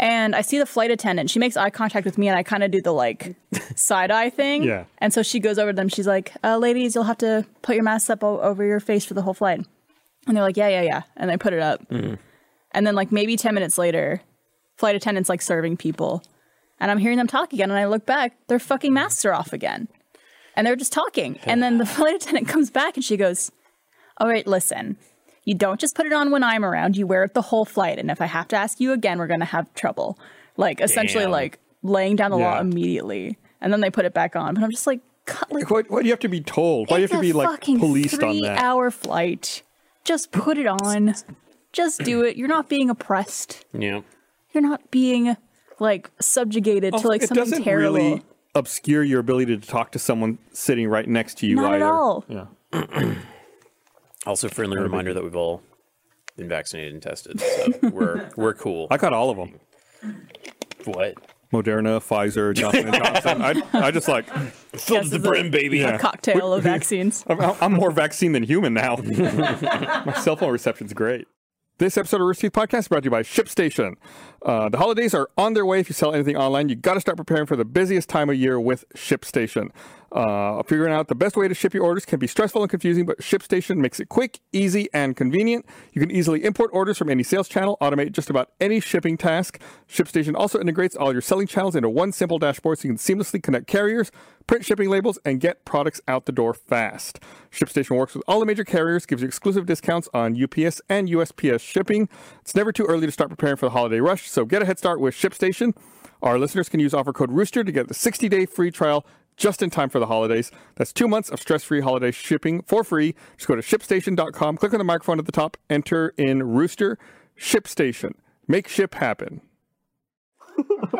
Speaker 4: and I see the flight attendant. She makes eye contact with me, and I kind of do the like side eye thing.
Speaker 3: Yeah.
Speaker 4: And so she goes over to them. She's like, uh, "Ladies, you'll have to put your mask up o- over your face for the whole flight." And they're like, "Yeah, yeah, yeah." And they put it up. And then like maybe ten minutes later, flight attendants like serving people, and I'm hearing them talk again. And I look back, their fucking masks are off again, and they're just talking. and then the flight attendant comes back, and she goes, "All right, listen." You don't just put it on when I'm around, you wear it the whole flight. And if I have to ask you again, we're going to have trouble. Like, essentially,
Speaker 5: Damn.
Speaker 4: like laying down the law
Speaker 3: Yeah.
Speaker 4: immediately. And then they put it back on. But I'm just like, God, like
Speaker 3: Why, why do you have to be told? Why do you
Speaker 4: it's
Speaker 3: have to
Speaker 4: a
Speaker 3: be like
Speaker 4: fucking
Speaker 3: policed on that?
Speaker 4: Three hour flight. Just put it on. Just do it. You're not being oppressed.
Speaker 5: Yeah.
Speaker 4: You're not being like subjugated to like
Speaker 3: Oh, it
Speaker 4: something
Speaker 3: doesn't
Speaker 4: terrible.
Speaker 3: really obscure your ability to talk to someone sitting right next to you
Speaker 4: not at
Speaker 3: either.
Speaker 4: all.
Speaker 5: Also, friendly reminder that we've all been vaccinated and tested, so we're we're cool.
Speaker 3: I got all of them.
Speaker 5: what?
Speaker 3: Moderna, Pfizer, Johnson and Johnson. I, I just like
Speaker 5: Filled
Speaker 4: Guess
Speaker 5: the
Speaker 4: it's a-
Speaker 5: brim, baby.
Speaker 4: A cocktail of vaccines.
Speaker 3: I'm, I'm more vaccine than human now. My cell phone reception's great. This episode of Rooster Teeth Podcast is brought to you by ShipStation. Uh, the holidays are on their way. If you sell anything online, you got to start preparing for the busiest time of year with ShipStation. Uh, figuring out the best way to ship your orders can be stressful and confusing, but ShipStation makes it quick, easy, and convenient. You can easily import orders from any sales channel, automate just about any shipping task. ShipStation also integrates all your selling channels into one simple dashboard so you can seamlessly connect carriers, print shipping labels, and get products out the door fast. ShipStation works with all the major carriers, gives you exclusive discounts on UPS and USPS shipping. It's never too early to start preparing for the holiday rush, so get a head start with ShipStation. Our listeners can use offer code Rooster to get the 60 day free trial just in time for the holidays. That's two months of stress free holiday shipping for free. Just go to shipstation.com, click on the microphone at the top, enter in Rooster, ShipStation. Make ship happen.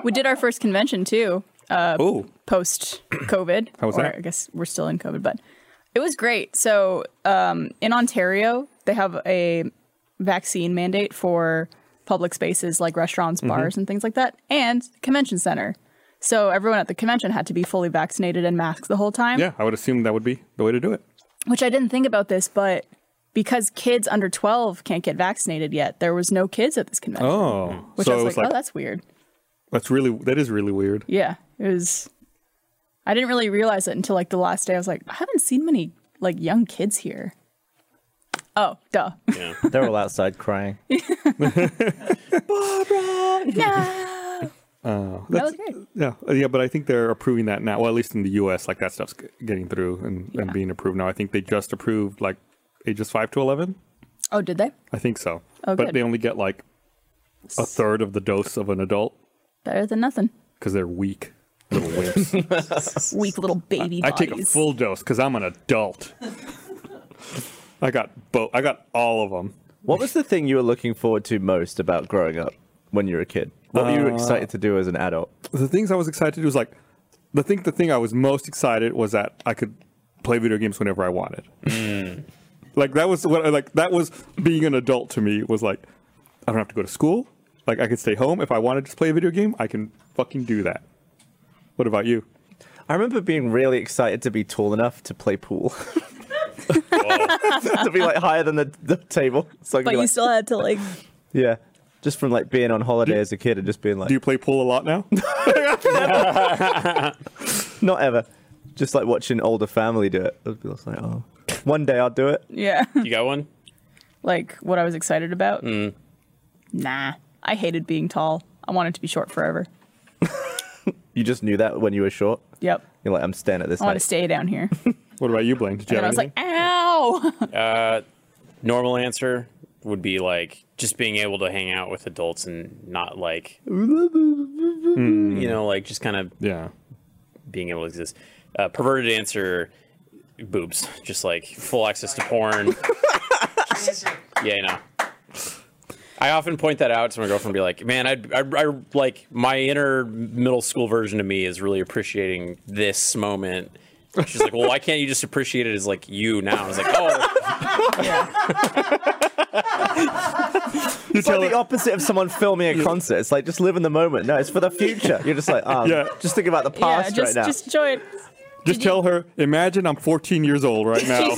Speaker 4: We did our first convention too. uh,
Speaker 3: Oh,
Speaker 4: post COVID.
Speaker 3: How was
Speaker 4: or
Speaker 3: that?
Speaker 4: I guess we're still in COVID, but it was great. So um, in Ontario, they have a vaccine mandate for public spaces like restaurants,
Speaker 3: Mm-hmm.
Speaker 4: bars, and things like that, and convention center. So everyone at the convention had to be fully vaccinated and masked the whole time
Speaker 3: yeah, I would assume that would be the way to do it.
Speaker 4: which I didn't think about this, but because kids under 12 can't get vaccinated yet, there was no kids at this convention.
Speaker 3: Oh,
Speaker 4: which
Speaker 3: so
Speaker 4: I was,
Speaker 3: it was
Speaker 4: like,
Speaker 3: like,
Speaker 4: oh, that's weird.
Speaker 3: that's really, that is really weird.
Speaker 4: Yeah, it was. I didn't really realize it until like the last day. I was like, I haven't seen many like young kids here. Oh, duh.
Speaker 2: They're all outside crying.
Speaker 3: Oh,
Speaker 4: that was great.
Speaker 3: Yeah, uh, yeah, but I think they're approving that now. Well, at least in the U.S., like that stuff's g- getting through and, and being approved now. I think they just approved like ages five to eleven.
Speaker 4: Oh, did they?
Speaker 3: I think so.
Speaker 4: Oh,
Speaker 3: but
Speaker 4: good.
Speaker 3: they only get like a third of the dose of an adult
Speaker 4: Better than nothing.
Speaker 3: because they're weak little wimps.
Speaker 4: Weak little baby
Speaker 3: I
Speaker 4: bodies.
Speaker 3: take a full dose because I'm an adult. I got both. I got all of them.
Speaker 2: What was the thing you were looking forward to most about growing up when you were a kid? What were you excited to do as an adult?
Speaker 3: the things I was excited to do was like the thing the thing I was most excited was that I could play video games whenever I wanted. Mm. like that was what I- like that was being an adult to me was like I don't have to go to school. Like I could stay home if I want to just play a video game. I can fucking do that. What about you?
Speaker 2: I remember being really excited to be tall enough to play pool. to be like higher than the, the table. So I could
Speaker 4: But
Speaker 2: be
Speaker 4: you
Speaker 2: like,
Speaker 4: still had to like.
Speaker 2: yeah. Just from like being on holiday as a kid and just being like,
Speaker 3: Do you play pool a lot now?
Speaker 2: not ever. Just like watching older family do it. I was like, oh, one day I'll do it.
Speaker 4: Yeah.
Speaker 5: You got one?
Speaker 4: like what I was excited about.
Speaker 3: Mm.
Speaker 4: Nah, I hated being tall. I wanted to be short forever.
Speaker 2: You just knew that when you were short.
Speaker 4: Yep.
Speaker 2: You're like, I'm staying at this
Speaker 4: I want
Speaker 2: height."
Speaker 4: to stay down here.
Speaker 3: what about you, Blaine? Did you
Speaker 4: And I
Speaker 3: have
Speaker 4: was like,
Speaker 3: anything?
Speaker 4: ow.
Speaker 5: Normal answer would be like just being able to hang out with adults and not like you know, like just kind of
Speaker 3: yeah.
Speaker 5: being able to exist. Uh, perverted answer, boobs, just like full access to porn. yeah, you know. I often point that out to my girlfriend and be like, man, I, I, I like my inner middle school version of me is really appreciating this moment. She's like, well, why can't you just appreciate it as like you now? And I was like, oh,
Speaker 3: You
Speaker 2: It's like
Speaker 3: tell
Speaker 2: the
Speaker 3: her,
Speaker 2: opposite of someone filming a concert. It's like just live in the moment. No, it's for the future. You're just like, oh,
Speaker 3: Yeah.
Speaker 2: just think about the
Speaker 4: Yeah,
Speaker 2: past
Speaker 4: just
Speaker 2: right now.
Speaker 4: just enjoy it.
Speaker 3: just
Speaker 4: Did you-
Speaker 3: tell her. Imagine I'm 14 years old right now.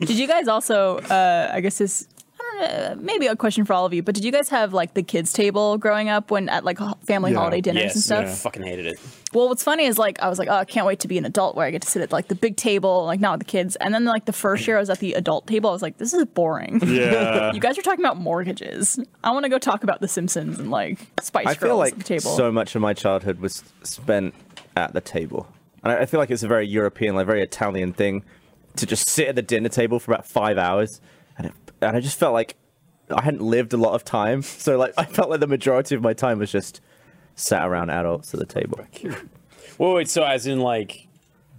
Speaker 4: Did you guys also? Uh, I guess this. I don't know, uh, Maybe a question for all of you, but did you guys have like the kids' table growing up when at like ho- family
Speaker 3: Yeah.
Speaker 4: holiday dinners and
Speaker 5: yes,
Speaker 4: stuff?
Speaker 5: I fucking hated it.
Speaker 4: Well, what's funny is like I was like, oh, I can't wait to be an adult where I get to sit at like the big table, like not with the kids. And then like the first year I was at the adult table, I was like, this is boring.
Speaker 3: yeah.
Speaker 4: You guys are talking about mortgages. I want to go talk about The Simpsons and like Spice
Speaker 2: I
Speaker 4: Girls
Speaker 2: feel like
Speaker 4: at the table.
Speaker 2: so much of my childhood was spent at the table, and I, I feel like it's a very European, like very Italian thing to just sit at the dinner table for about five hours, and it, and I just felt like I hadn't lived a lot of time, so like I felt like the majority of my time was just sat around adults at the table.
Speaker 5: Whoa, wait, so as in like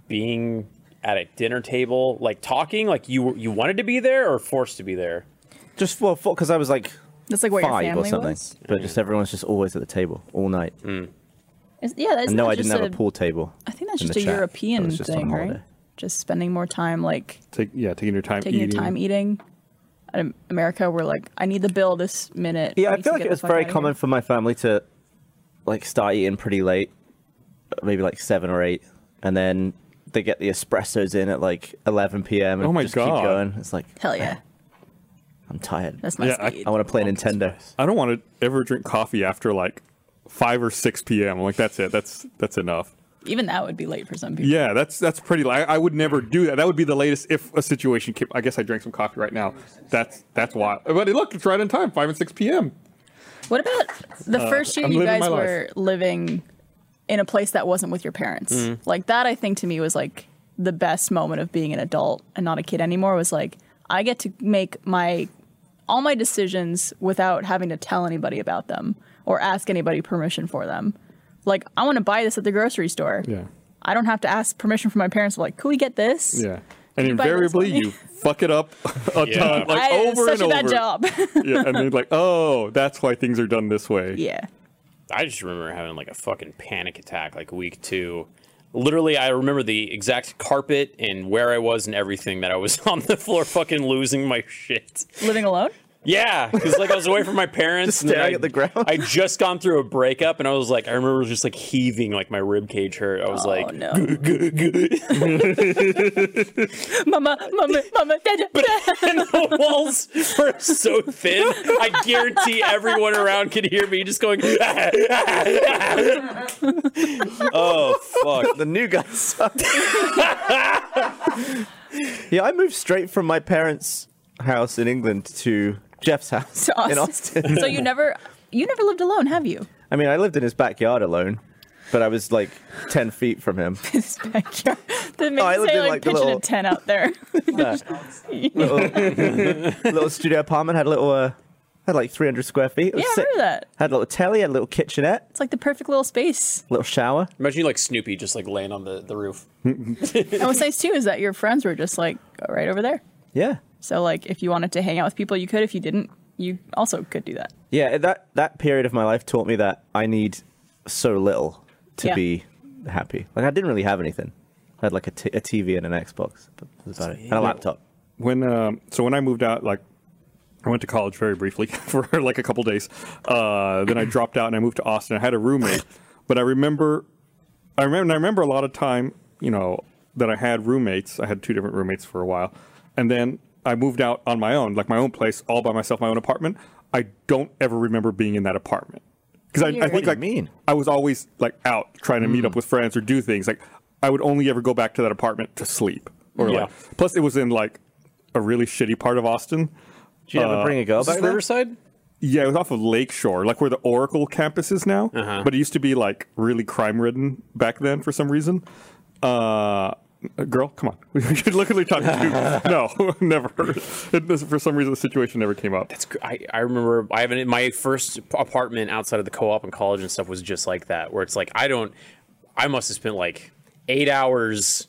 Speaker 5: being at a dinner table, like talking, like you you wanted to be there or forced to be there?
Speaker 2: Just for because I was like
Speaker 4: That's like where your
Speaker 2: five or
Speaker 4: family
Speaker 2: something,
Speaker 4: was.
Speaker 2: but just everyone's just always at the table all night.
Speaker 4: Is- yeah, that's
Speaker 2: And no,
Speaker 4: not
Speaker 2: I
Speaker 4: just
Speaker 2: didn't have a pool table.
Speaker 4: I think that's
Speaker 2: in the
Speaker 4: just a
Speaker 2: chat. That
Speaker 4: European
Speaker 2: was just on
Speaker 4: thing, right?
Speaker 2: holiday.
Speaker 4: Just spending more time like
Speaker 3: Take, yeah, taking your time.
Speaker 4: taking
Speaker 3: eating.
Speaker 4: your time e-" eating. In America, we're like, I need the bill this minute.
Speaker 2: Yeah, I
Speaker 4: need
Speaker 2: feel
Speaker 4: to
Speaker 2: like
Speaker 4: get
Speaker 2: it
Speaker 4: the
Speaker 2: was
Speaker 4: fuck
Speaker 2: very
Speaker 4: outta here.
Speaker 2: common for my family to like start eating pretty late, maybe like seven or eight, and then they get the espressos in at like 11 p.m. and
Speaker 3: Oh my
Speaker 2: just
Speaker 3: God.
Speaker 2: keep going. It's like
Speaker 4: Hell yeah,
Speaker 2: I'm tired.
Speaker 4: that's my
Speaker 3: Yeah, I-
Speaker 4: speed.
Speaker 2: I want to play Nintendo.
Speaker 3: I don't want to ever drink coffee after like five or six p.m. I'm like that's it. That's that's enough.
Speaker 4: Even that would be late for some people.
Speaker 3: Yeah, that's that's pretty. li- I, I would never do that. That would be the latest if a situation came. I guess I drank some coffee right now. That's that's why. But look, it's right on time, five and six p.m.
Speaker 4: What about the first year
Speaker 3: Uh, I'm
Speaker 4: you
Speaker 3: living
Speaker 4: guys
Speaker 3: my life.
Speaker 4: were living in a place that wasn't with your parents?
Speaker 3: Mm.
Speaker 4: Like that, I think to me was like the best moment of being an adult and not a kid anymore. Was like I get to make my all my decisions without having to tell anybody about them or ask anybody permission for them. Like I want to buy this at the grocery store.
Speaker 3: Yeah,
Speaker 4: I don't have to ask permission from my parents. Like, could we get this?
Speaker 3: yeah. And
Speaker 4: buy this
Speaker 3: invariably,
Speaker 4: one?
Speaker 3: you fuck it up a
Speaker 5: Yeah.
Speaker 3: ton, like
Speaker 4: I
Speaker 3: over
Speaker 4: such
Speaker 3: and over.
Speaker 4: a bad job.
Speaker 3: Yeah, and then like, oh, that's why things are done this way.
Speaker 4: yeah.
Speaker 5: I just remember having like a fucking panic attack like week two. Literally, I remember the exact carpet and where I was and everything that I was on the floor, fucking losing my shit.
Speaker 4: Living alone?
Speaker 5: Yeah, because like I was away from my parents,
Speaker 2: Just
Speaker 5: and then
Speaker 2: staring
Speaker 5: I-
Speaker 2: at the ground.
Speaker 5: I just gone through a breakup, and I was like, I remember just like heaving, like my rib cage hurt. I was
Speaker 4: oh
Speaker 5: like,
Speaker 4: no.
Speaker 5: "Good, good."
Speaker 4: mama, mama, mama, dad.
Speaker 5: and the walls were so thin. I guarantee everyone around could hear me just going. oh fuck!
Speaker 2: the new guy sucked. yeah, I moved straight from my parents' house in England to Jeff's house
Speaker 4: To
Speaker 2: in
Speaker 4: Austin.
Speaker 2: Austin.
Speaker 4: so you never you never lived alone, have you?
Speaker 2: I mean, I lived in his backyard alone, but I was like 10 feet from him.
Speaker 4: This backyard. That makes
Speaker 2: Oh, I
Speaker 4: me
Speaker 2: lived
Speaker 4: say
Speaker 2: in,
Speaker 4: like,
Speaker 2: like, the
Speaker 4: pitching
Speaker 2: little-
Speaker 4: a tent out there.
Speaker 2: little studio apartment, had a little, uh, had like 300 square feet. It was
Speaker 4: Yeah, I
Speaker 2: sick.
Speaker 4: remember that.
Speaker 2: Had a little telly, had a little kitchenette,
Speaker 4: It's like the perfect little space.
Speaker 2: little shower.
Speaker 5: Imagine you like Snoopy just like laying on the, the roof.
Speaker 4: And what's nice too is that your friends were just like right over there.
Speaker 2: Yeah.
Speaker 4: So like if you wanted to hang out with people you could, if you didn't, you also could do that.
Speaker 2: Yeah, that, that period of my life taught me that I need so little to
Speaker 4: Yeah.
Speaker 2: be happy. Like, I didn't really have anything. I had like a, t- a TV and an Xbox, but that was about it. And a laptop.
Speaker 3: when um, so when I moved out, like I went to college very briefly for like a couple days. Uh, then I dropped out and I moved to Austin. I had a roommate, but I remember, I remember, and I remember a lot of time. You know that I had roommates. I had two different roommates for a while, and then I moved out on my own, like my own place, all by myself, my own apartment. I don't ever remember being in that apartment because I, I
Speaker 4: Weird.
Speaker 3: think like
Speaker 2: What do you mean?
Speaker 3: I was always like out trying to meet up with friends or do things. Like I would only ever go back to that apartment to sleep or
Speaker 5: Yeah.
Speaker 3: like. Plus, it was in like a really shitty part of Austin.
Speaker 2: Did you ever bring a girl
Speaker 5: Is this
Speaker 2: back there?
Speaker 5: Riverside?
Speaker 3: Yeah, it was off of Lakeshore, like where the Oracle campus is now. But it used to be like really crime ridden back then for some reason. Uh, girl, come on. We should literally talk to No, never. It, this- for some reason, the situation never came up.
Speaker 5: It's, cr- I, I remember I haven't my first apartment outside of the co-op and college and stuff was just like that where it's like I don't I must have spent like eight hours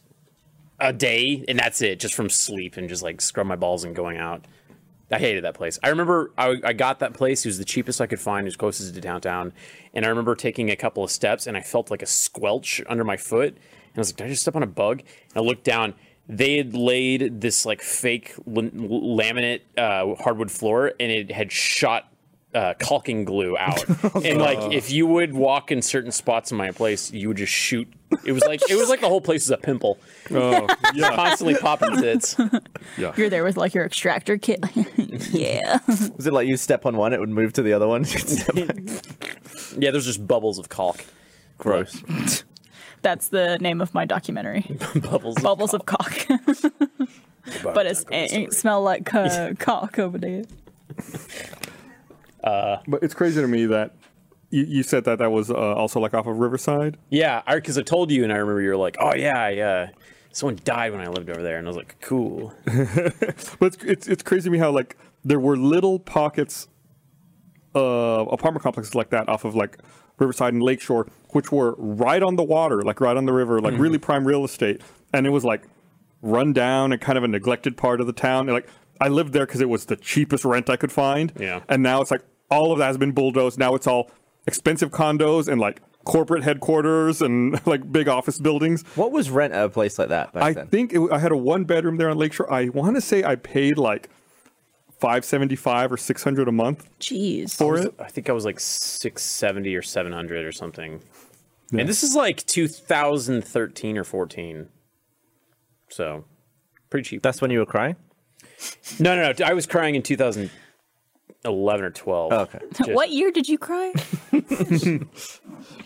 Speaker 5: a day and that's it just from sleep and just like scrub my balls and going out I hated that place I remember I, I got that place it was the cheapest I could find it was closest to downtown and I remember taking a couple of steps and I felt like a squelch under my foot and I was like did I just step on a bug and I looked down they had laid this like fake lin- laminate uh, hardwood floor and it had shot uh, caulking glue out and like if you would walk in certain spots in my place you would just shoot it was like it was like the whole place is a pimple
Speaker 3: Oh, yeah.
Speaker 5: constantly popping tits
Speaker 4: You're there with like your extractor kit. yeah.
Speaker 2: Was it like you step on one, it would move to the other one?
Speaker 5: yeah there's just bubbles of caulk
Speaker 2: Gross.
Speaker 4: That's the name of my documentary.
Speaker 5: bubbles of
Speaker 4: Bubbles of cock.
Speaker 5: caulk.
Speaker 4: but it's, it, it smell like co- cock over there.
Speaker 3: But it's crazy to me that you, you said that that was uh, also like off of Riverside.
Speaker 5: yeah because I, told you and i remember you were like oh yeah yeah someone died when i lived over there and i was like cool
Speaker 3: But it's, it's it's crazy to me how like there were little pockets of apartment complexes like that off of like Riverside and Lakeshore, which were right on the water, like right on the river, like really prime real estate, and it was like run down and kind of a neglected part of the town. And, like I lived there because it was the cheapest rent I could find.
Speaker 5: Yeah.
Speaker 3: And now it's like all of that has been bulldozed. Now it's all expensive condos and like corporate headquarters and like big office buildings.
Speaker 2: What was rent at a place like that back
Speaker 3: I
Speaker 2: then?
Speaker 3: think it, w- I had a one bedroom there on Lakeshore. I want to say I paid like five seventy five or six hundred a month
Speaker 4: Jeez.
Speaker 3: for it.
Speaker 5: I think I was like 670 or 700 or something. And this is like 2013 or 14. So pretty cheap.
Speaker 2: That's when you were crying.
Speaker 5: No, no, no. I was crying in 2011 or 12.
Speaker 3: Oh.
Speaker 2: Okay.
Speaker 4: What year did you cry?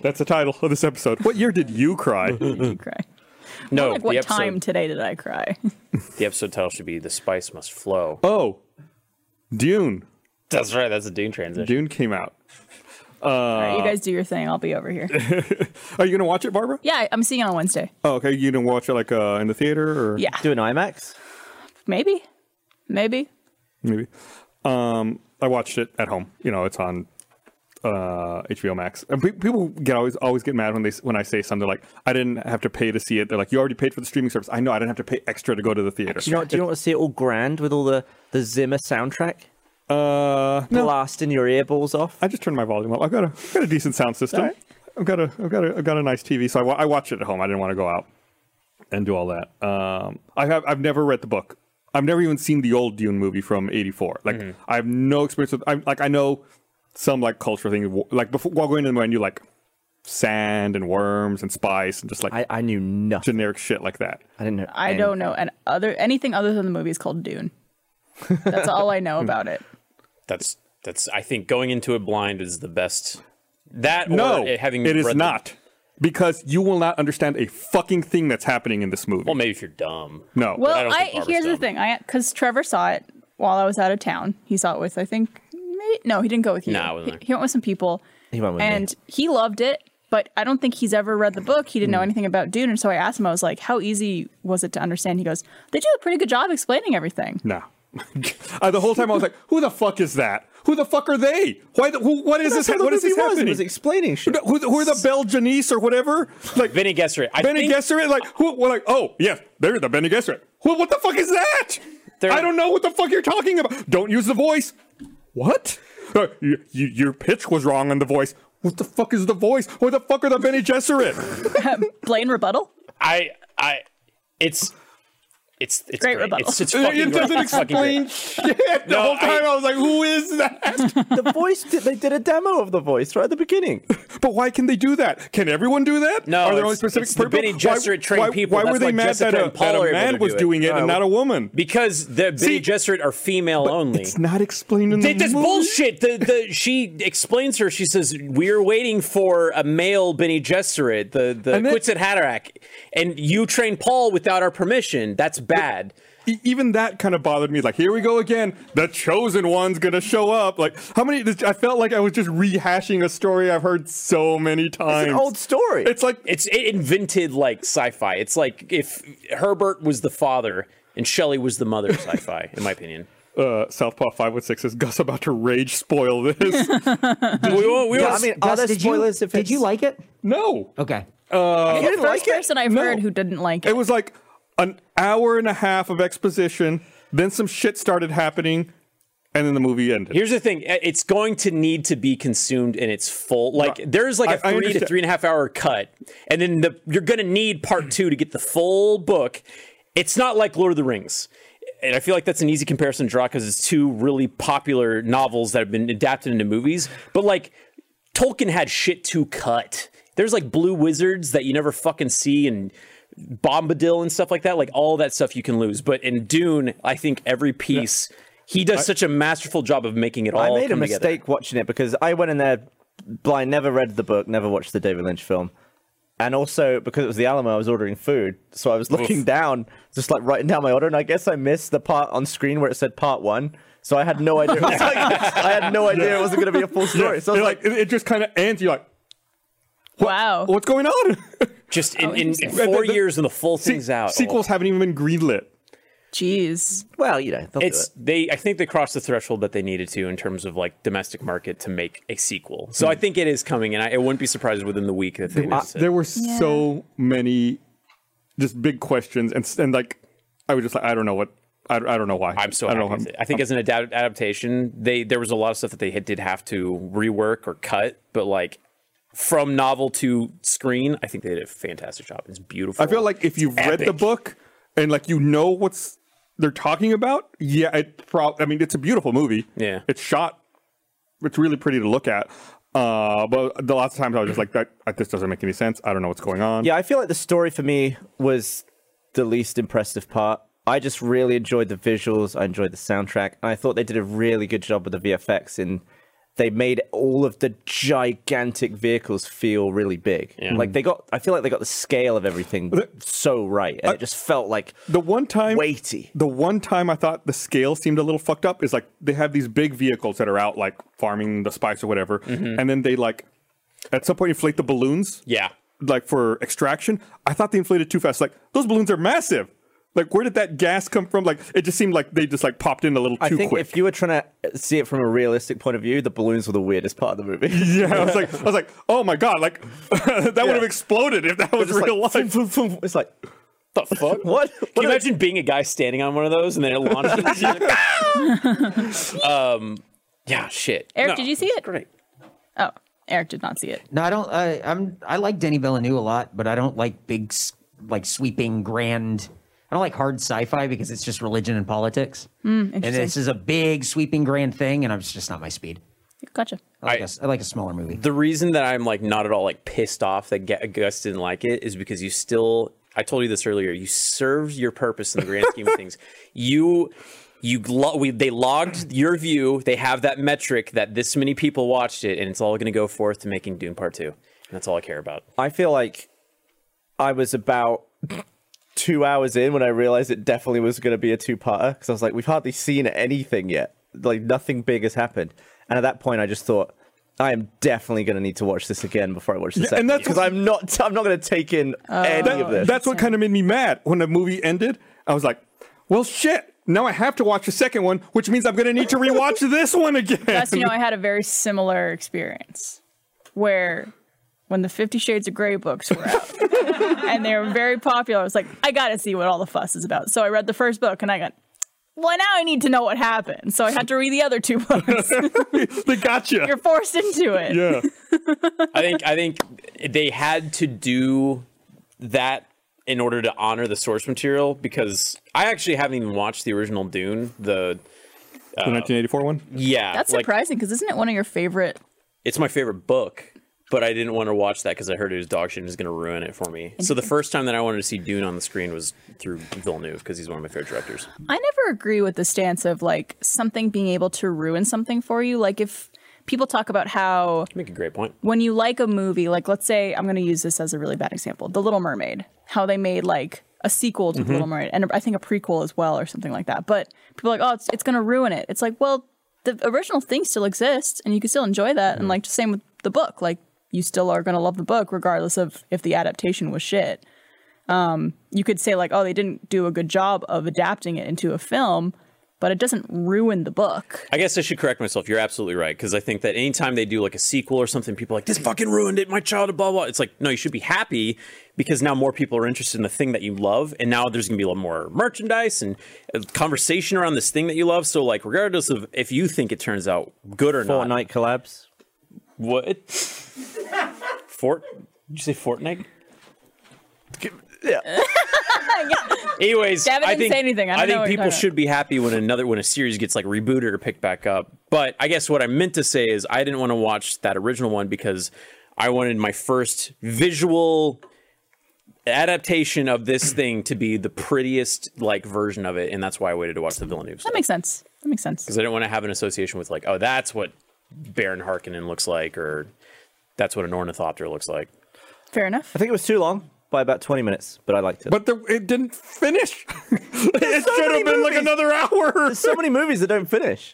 Speaker 3: That's the title of this episode. What year did you cry?
Speaker 4: Did you cry?
Speaker 5: No,
Speaker 4: like what
Speaker 5: the, episode,
Speaker 4: time today did I cry?
Speaker 5: the episode title should be The Spice Must Flow.
Speaker 3: oh, Dune.
Speaker 5: That's right. That's a Dune transition.
Speaker 3: Dune came out.
Speaker 4: All right, you
Speaker 5: Uh,
Speaker 4: guys do your thing. I'll be over here.
Speaker 3: Are you gonna watch it, Barbara?
Speaker 4: Yeah, I- I'm seeing it on Wednesday.
Speaker 3: Oh, okay. You gonna watch it like uh, in the theater or
Speaker 4: Yeah.
Speaker 2: Do an IMAX.
Speaker 4: Maybe. Maybe.
Speaker 3: maybe? Um, I watched it at home. You know, it's on uh, HBO Max. And pe- people get always always get mad when they s- when I say something like, "I didn't have to pay to see it." They're like, "You already paid for the streaming service." I know. I didn't have to pay extra to go to the theater.
Speaker 2: Do you not? Do you not want to see it all grand with all the the Zimmer soundtrack
Speaker 3: Uh, no.
Speaker 2: blasting your ear balls off?
Speaker 3: I just turned my volume up. I've got a I've got a decent sound system. I've got a I've got a I've got a nice TV, so I, wa- I watch it at home. I didn't want to go out and do all that. Um, I have I've never read the book. I've never even seen the old Dune movie from '84. Like
Speaker 5: Mm-hmm.
Speaker 3: I have no experience with. I like I know some like cultural thing. Like before while going to the movie, I knew like sand and worms and spice and just like
Speaker 2: I, I knew nothing.
Speaker 3: generic shit like that.
Speaker 2: I didn't know.
Speaker 4: I don't know an other anything other than the movie is called Dune. That's all I know about it.
Speaker 5: That's, that's, I think going into it blind is the best. That
Speaker 3: No,
Speaker 5: or it having
Speaker 3: it is
Speaker 5: read the-
Speaker 3: not because you will not understand a fucking thing that's happening in this movie.
Speaker 5: well, maybe if you're dumb.
Speaker 3: no,
Speaker 4: Well,
Speaker 5: I don't think
Speaker 4: I,
Speaker 5: Barbara's
Speaker 4: here's the
Speaker 5: dumb.
Speaker 4: thing. I because Trevor saw it while I was out of town. He saw it with I think may- no, he didn't go with you.
Speaker 5: No, I wasn't
Speaker 4: He-
Speaker 5: there.
Speaker 4: He, went with some people,
Speaker 2: He went with me.
Speaker 4: and he loved it. But I don't think he's ever read the book. He didn't
Speaker 5: Hmm.
Speaker 4: know anything about Dune, and so I asked him. I was like, "How easy was it to understand?" He goes, "They do a pretty good job explaining everything."
Speaker 3: No. Uh, the whole time I was like, "Who the fuck is that? Who the fuck are they? Why? The, who, what is this?
Speaker 2: That's how
Speaker 3: What
Speaker 2: the
Speaker 3: is this
Speaker 2: movie was. It
Speaker 3: happening?
Speaker 2: was explaining shit.
Speaker 3: No, who, who are the Belgianese or whatever? Like
Speaker 5: Benny Gesserit. I
Speaker 3: Bene
Speaker 5: think
Speaker 3: Gesserit? Like who? We're like, oh yes, they're the Benny Gesserit. Who, what the fuck is that?
Speaker 5: They're-
Speaker 3: I don't know what the fuck you're talking about. Don't use the voice. What? Uh, you, you, your pitch was wrong on the voice. What the fuck is the voice? Who the fuck are the Benny Gesserit?
Speaker 4: Blaine rebuttal.
Speaker 5: I I it's it's it's
Speaker 4: Great
Speaker 5: great.
Speaker 4: rebuttal.
Speaker 5: It's, it's fucking
Speaker 3: it
Speaker 5: great.
Speaker 3: doesn't
Speaker 5: It's fucking great.
Speaker 3: explain shit. The
Speaker 5: No,
Speaker 3: whole time
Speaker 5: I-
Speaker 3: I, was like, who is that?
Speaker 2: the voice. Did, they did a demo of the voice right at the beginning.
Speaker 3: But why can they do that? Can everyone do that?
Speaker 5: No,
Speaker 3: are there
Speaker 5: it's-
Speaker 3: only specific
Speaker 5: it's the
Speaker 3: people?
Speaker 5: Bene Gesserit trained
Speaker 3: why,
Speaker 5: people.
Speaker 3: Why
Speaker 5: That's
Speaker 3: were they
Speaker 5: why
Speaker 3: mad
Speaker 5: Jessica
Speaker 3: that a,
Speaker 5: and Paul
Speaker 3: that a
Speaker 5: are able
Speaker 3: man
Speaker 5: to
Speaker 3: was
Speaker 5: do it.
Speaker 3: doing it
Speaker 2: No,
Speaker 3: and not a woman?
Speaker 5: Because the
Speaker 3: See-
Speaker 5: Bene Gesserit are female only.
Speaker 3: It's not explained in the
Speaker 5: Th- That's
Speaker 3: movie.
Speaker 5: bullshit. The the she explains her. She says we're waiting for a male Benny Gesserit, the the
Speaker 3: And then-
Speaker 5: Quetzal Haderach, and you train Paul without our permission. That's bad.
Speaker 3: E- Even that kind of bothered me. Like, here we go again. The chosen one's gonna show up. Like, how many? I felt like I was just rehashing a story I've heard so many times.
Speaker 2: It's an old story.
Speaker 3: It's like
Speaker 5: It's it invented like sci-fi. It's like if Herbert was the father and Shelley was the mother. of Sci-fi, in my opinion.
Speaker 3: uh, Southpaw Five One Six is Gus about to rage spoil this?
Speaker 5: We won't- we
Speaker 2: Yeah,
Speaker 5: won't-
Speaker 2: I mean, are
Speaker 6: Gus,
Speaker 2: there
Speaker 6: did
Speaker 2: spoilers?
Speaker 6: you
Speaker 2: if
Speaker 6: did you
Speaker 2: it's-
Speaker 6: like it?
Speaker 3: no,
Speaker 6: Okay.
Speaker 4: You're the first
Speaker 3: like it?
Speaker 4: person I've
Speaker 3: No.
Speaker 4: heard who didn't like it.
Speaker 3: It was like an hour and a half of exposition, then some shit started happening, and then the movie ended.
Speaker 5: Here's the thing: i- it's going to need to be consumed in its full. Like there's like a
Speaker 3: I- I
Speaker 5: three to
Speaker 3: understand.
Speaker 5: three and a half hour cut, and then the, you're going to need part two to get the full book. It's not like Lord of the Rings, and I feel like that's an easy comparison to draw because it's two really popular novels that have been adapted into movies. But like Tolkien had shit to cut. There's like blue wizards that you never fucking see and Bombadil and stuff like that. Like all that stuff you can lose. But in Dune, I think every piece he does such a masterful job of making it
Speaker 2: I
Speaker 5: all
Speaker 2: made a
Speaker 5: come
Speaker 2: mistake
Speaker 5: together.
Speaker 2: watching it because I went in there blind, never read the book, never watched the David Lynch film. And also because it was the Alamo, I was ordering food, so I was looking down, just like writing down my order, and I guess I missed the part on screen where it said part one, so I had no idea. It was like, I had no idea it wasn't going to be a full story. So I
Speaker 3: It,
Speaker 2: was
Speaker 3: like,
Speaker 2: like,
Speaker 3: it, it just kind of ends. You're like,
Speaker 4: wow.
Speaker 3: what's going on?
Speaker 5: Just in, in, in
Speaker 4: interesting.
Speaker 5: four
Speaker 3: Oh, The- the-
Speaker 5: years when the full thing's out.
Speaker 3: Sequels haven't even been greenlit.
Speaker 4: Jeez.
Speaker 2: well, you know, they'll do
Speaker 5: It's
Speaker 2: it.
Speaker 5: they. I think they crossed the threshold that they needed to in terms of like domestic market to make a sequel.
Speaker 3: Hmm.
Speaker 5: So I think it is coming, and I, I wouldn't be surprised within the week that they. announce it.
Speaker 3: There were so many just big questions and s- and like I was just like, I don't know what, I, I don't know why.
Speaker 5: I'm so
Speaker 3: I
Speaker 5: happy
Speaker 3: don't know.
Speaker 5: with
Speaker 3: how-
Speaker 5: it. I think as an adapt- adaptation, they there was a lot of stuff that they had, did have to rework or cut, but like from novel to screen, I think they did a fantastic job. It's beautiful.
Speaker 3: I feel like if you've read the
Speaker 5: epic.
Speaker 3: book and like you know what's they're talking about, yeah, it prob I mean, it's a beautiful movie.
Speaker 5: Yeah.
Speaker 3: it's shot. It's really pretty to look at. Uh, but the lots of times I was just like, that, this doesn't make any sense. I don't know what's going on.
Speaker 2: Yeah, I feel like the story for me was the least impressive part. I just really enjoyed the visuals. I enjoyed the soundtrack, and I thought they did a really good job with the VFX. And they made all of the gigantic vehicles feel really big. Like they got, I feel like they got the scale of everything so right, and it just felt like
Speaker 3: The one time,
Speaker 2: weighty.
Speaker 3: The one time I thought the scale seemed a little fucked up is like they have these big vehicles that are out like farming the spice or whatever, and then they like at some point inflate the balloons.
Speaker 5: Mm-hmm. yeah,
Speaker 3: like for extraction. I thought they inflated too fast. Like those balloons are massive. Like where did that gas come from? Like it just seemed like they just like popped in a little too
Speaker 2: I think
Speaker 3: quick.
Speaker 2: if you were trying to see it from a realistic point of view, the balloons were the weirdest part of the movie.
Speaker 3: yeah, I was like, I was like, oh my god, like that would have exploded if that was
Speaker 2: Just like,
Speaker 3: real
Speaker 2: vroom,
Speaker 3: life.
Speaker 2: vroom, vroom. It's like
Speaker 5: the fuck.
Speaker 2: what?
Speaker 5: Can you
Speaker 2: What
Speaker 5: imagine being a guy standing on one of those and then it launches? you? um, yeah, shit.
Speaker 4: Eric,
Speaker 5: No.
Speaker 4: did you see it?
Speaker 5: Great.
Speaker 4: Oh, Eric did not see it.
Speaker 6: No, I don't. I, I'm. I like Denny Villeneuve a lot, but I don't like big, s- like sweeping, grand. I don't like hard sci-fi because it's just religion and politics. and this is a big, sweeping, grand thing, and I'm it's just not my speed.
Speaker 4: Gotcha.
Speaker 6: I like,
Speaker 5: I-
Speaker 6: a s I like a smaller movie.
Speaker 5: The reason that I'm like not at all like pissed off that Ga- Gus didn't like it is because you still. I told you this earlier. You served your purpose in the grand scheme of things. You, you lo- we, they logged your view. They have that metric that this many people watched it, and it's all going to go forth to making Dune Part Two. And that's all I care about.
Speaker 2: I feel like I was about two hours in when I realized it definitely was going to be a two-parter because I was like, we've hardly seen anything yet. Like nothing big has happened, and at that point, I just thought. I am definitely going to need to watch this again before I watch the
Speaker 3: Yeah,
Speaker 2: second.
Speaker 3: and that's-
Speaker 2: because I'm not. I'm not going to take in any of this.
Speaker 3: That's what kind of made me mad when the movie ended. I was like, well, shit. Now I have to watch the second one, which means I'm gonna need to rewatch this one again.
Speaker 4: Plus, you know, I had a very similar experience where when the Fifty Shades of Grey books were out and they were very popular, I was like, I gotta see what all the fuss is about. So I read the first book and I got, well, now I need to know what happened. So I had to read the other two books.
Speaker 3: they gotcha.
Speaker 4: You're forced into it.
Speaker 3: yeah.
Speaker 5: I think I think they had to do that in order to honor the source material because I actually haven't even watched the original Dune. The
Speaker 3: the 1984 one.
Speaker 5: yeah,
Speaker 4: That's
Speaker 5: like,
Speaker 4: surprising because isn't it one of your favorite?
Speaker 5: it's my favorite book, but I didn't want to watch that because I heard it was dog shit and it was going to ruin it for me. So the first time that I wanted to see Dune on the screen was through Villeneuve because he's one of my favorite directors.
Speaker 4: I never agree with the stance of like something being able to ruin something for you. Like if people talk about how
Speaker 5: You make a great point.
Speaker 4: when you like a movie, like let's say I'm going to use this as a really bad example, The Little Mermaid, how they made like a sequel to The Little Mermaid and I think a prequel as well or something like that. But people are like, oh, it's, it's going to ruin it. It's like, well, the original thing still exists and you can still enjoy that. And like, just same with the book, like you still are going to love the book regardless of if the adaptation was shit. Um, you could say like, oh, they didn't do a good job of adapting it into a film, but it doesn't ruin the book.
Speaker 5: I guess I should correct myself. You're absolutely right because I think that anytime they do like a sequel or something, people are like this fucking ruined it. My child, blah blah. It's like no, you should be happy because now more people are interested in the thing that you love, and now there's gonna be a lot more merchandise and uh, conversation around this thing that you love. So like, regardless of if you think it turns out good or not,
Speaker 2: Fortnite collabs.
Speaker 5: what? Fort? Did you say Fortnite?
Speaker 2: Yeah.
Speaker 5: Anyways,
Speaker 4: Gavin
Speaker 5: I
Speaker 4: didn't
Speaker 5: think
Speaker 4: say anything. I don't know
Speaker 5: think
Speaker 4: what you're
Speaker 5: people
Speaker 4: talking
Speaker 5: should be happy when another when a series gets like rebooted or picked back up. But I guess what I meant to say is I didn't want to watch that original one because I wanted my first visual adaptation of this thing to be the prettiest like version of it, and that's why I waited to watch the Villeneuve.
Speaker 4: That makes sense. That makes sense.
Speaker 5: because I didn't want to have an association with like, oh, that's what Baron Harkonnen looks like, or that's what an ornithopter looks like.
Speaker 4: Fair enough.
Speaker 2: I think it was too long by about 20 minutes, but I liked it.
Speaker 3: But there, it didn't finish. it
Speaker 2: so
Speaker 3: should
Speaker 2: many
Speaker 3: have been like
Speaker 2: movies.
Speaker 3: another hour.
Speaker 2: there's so many movies that don't finish.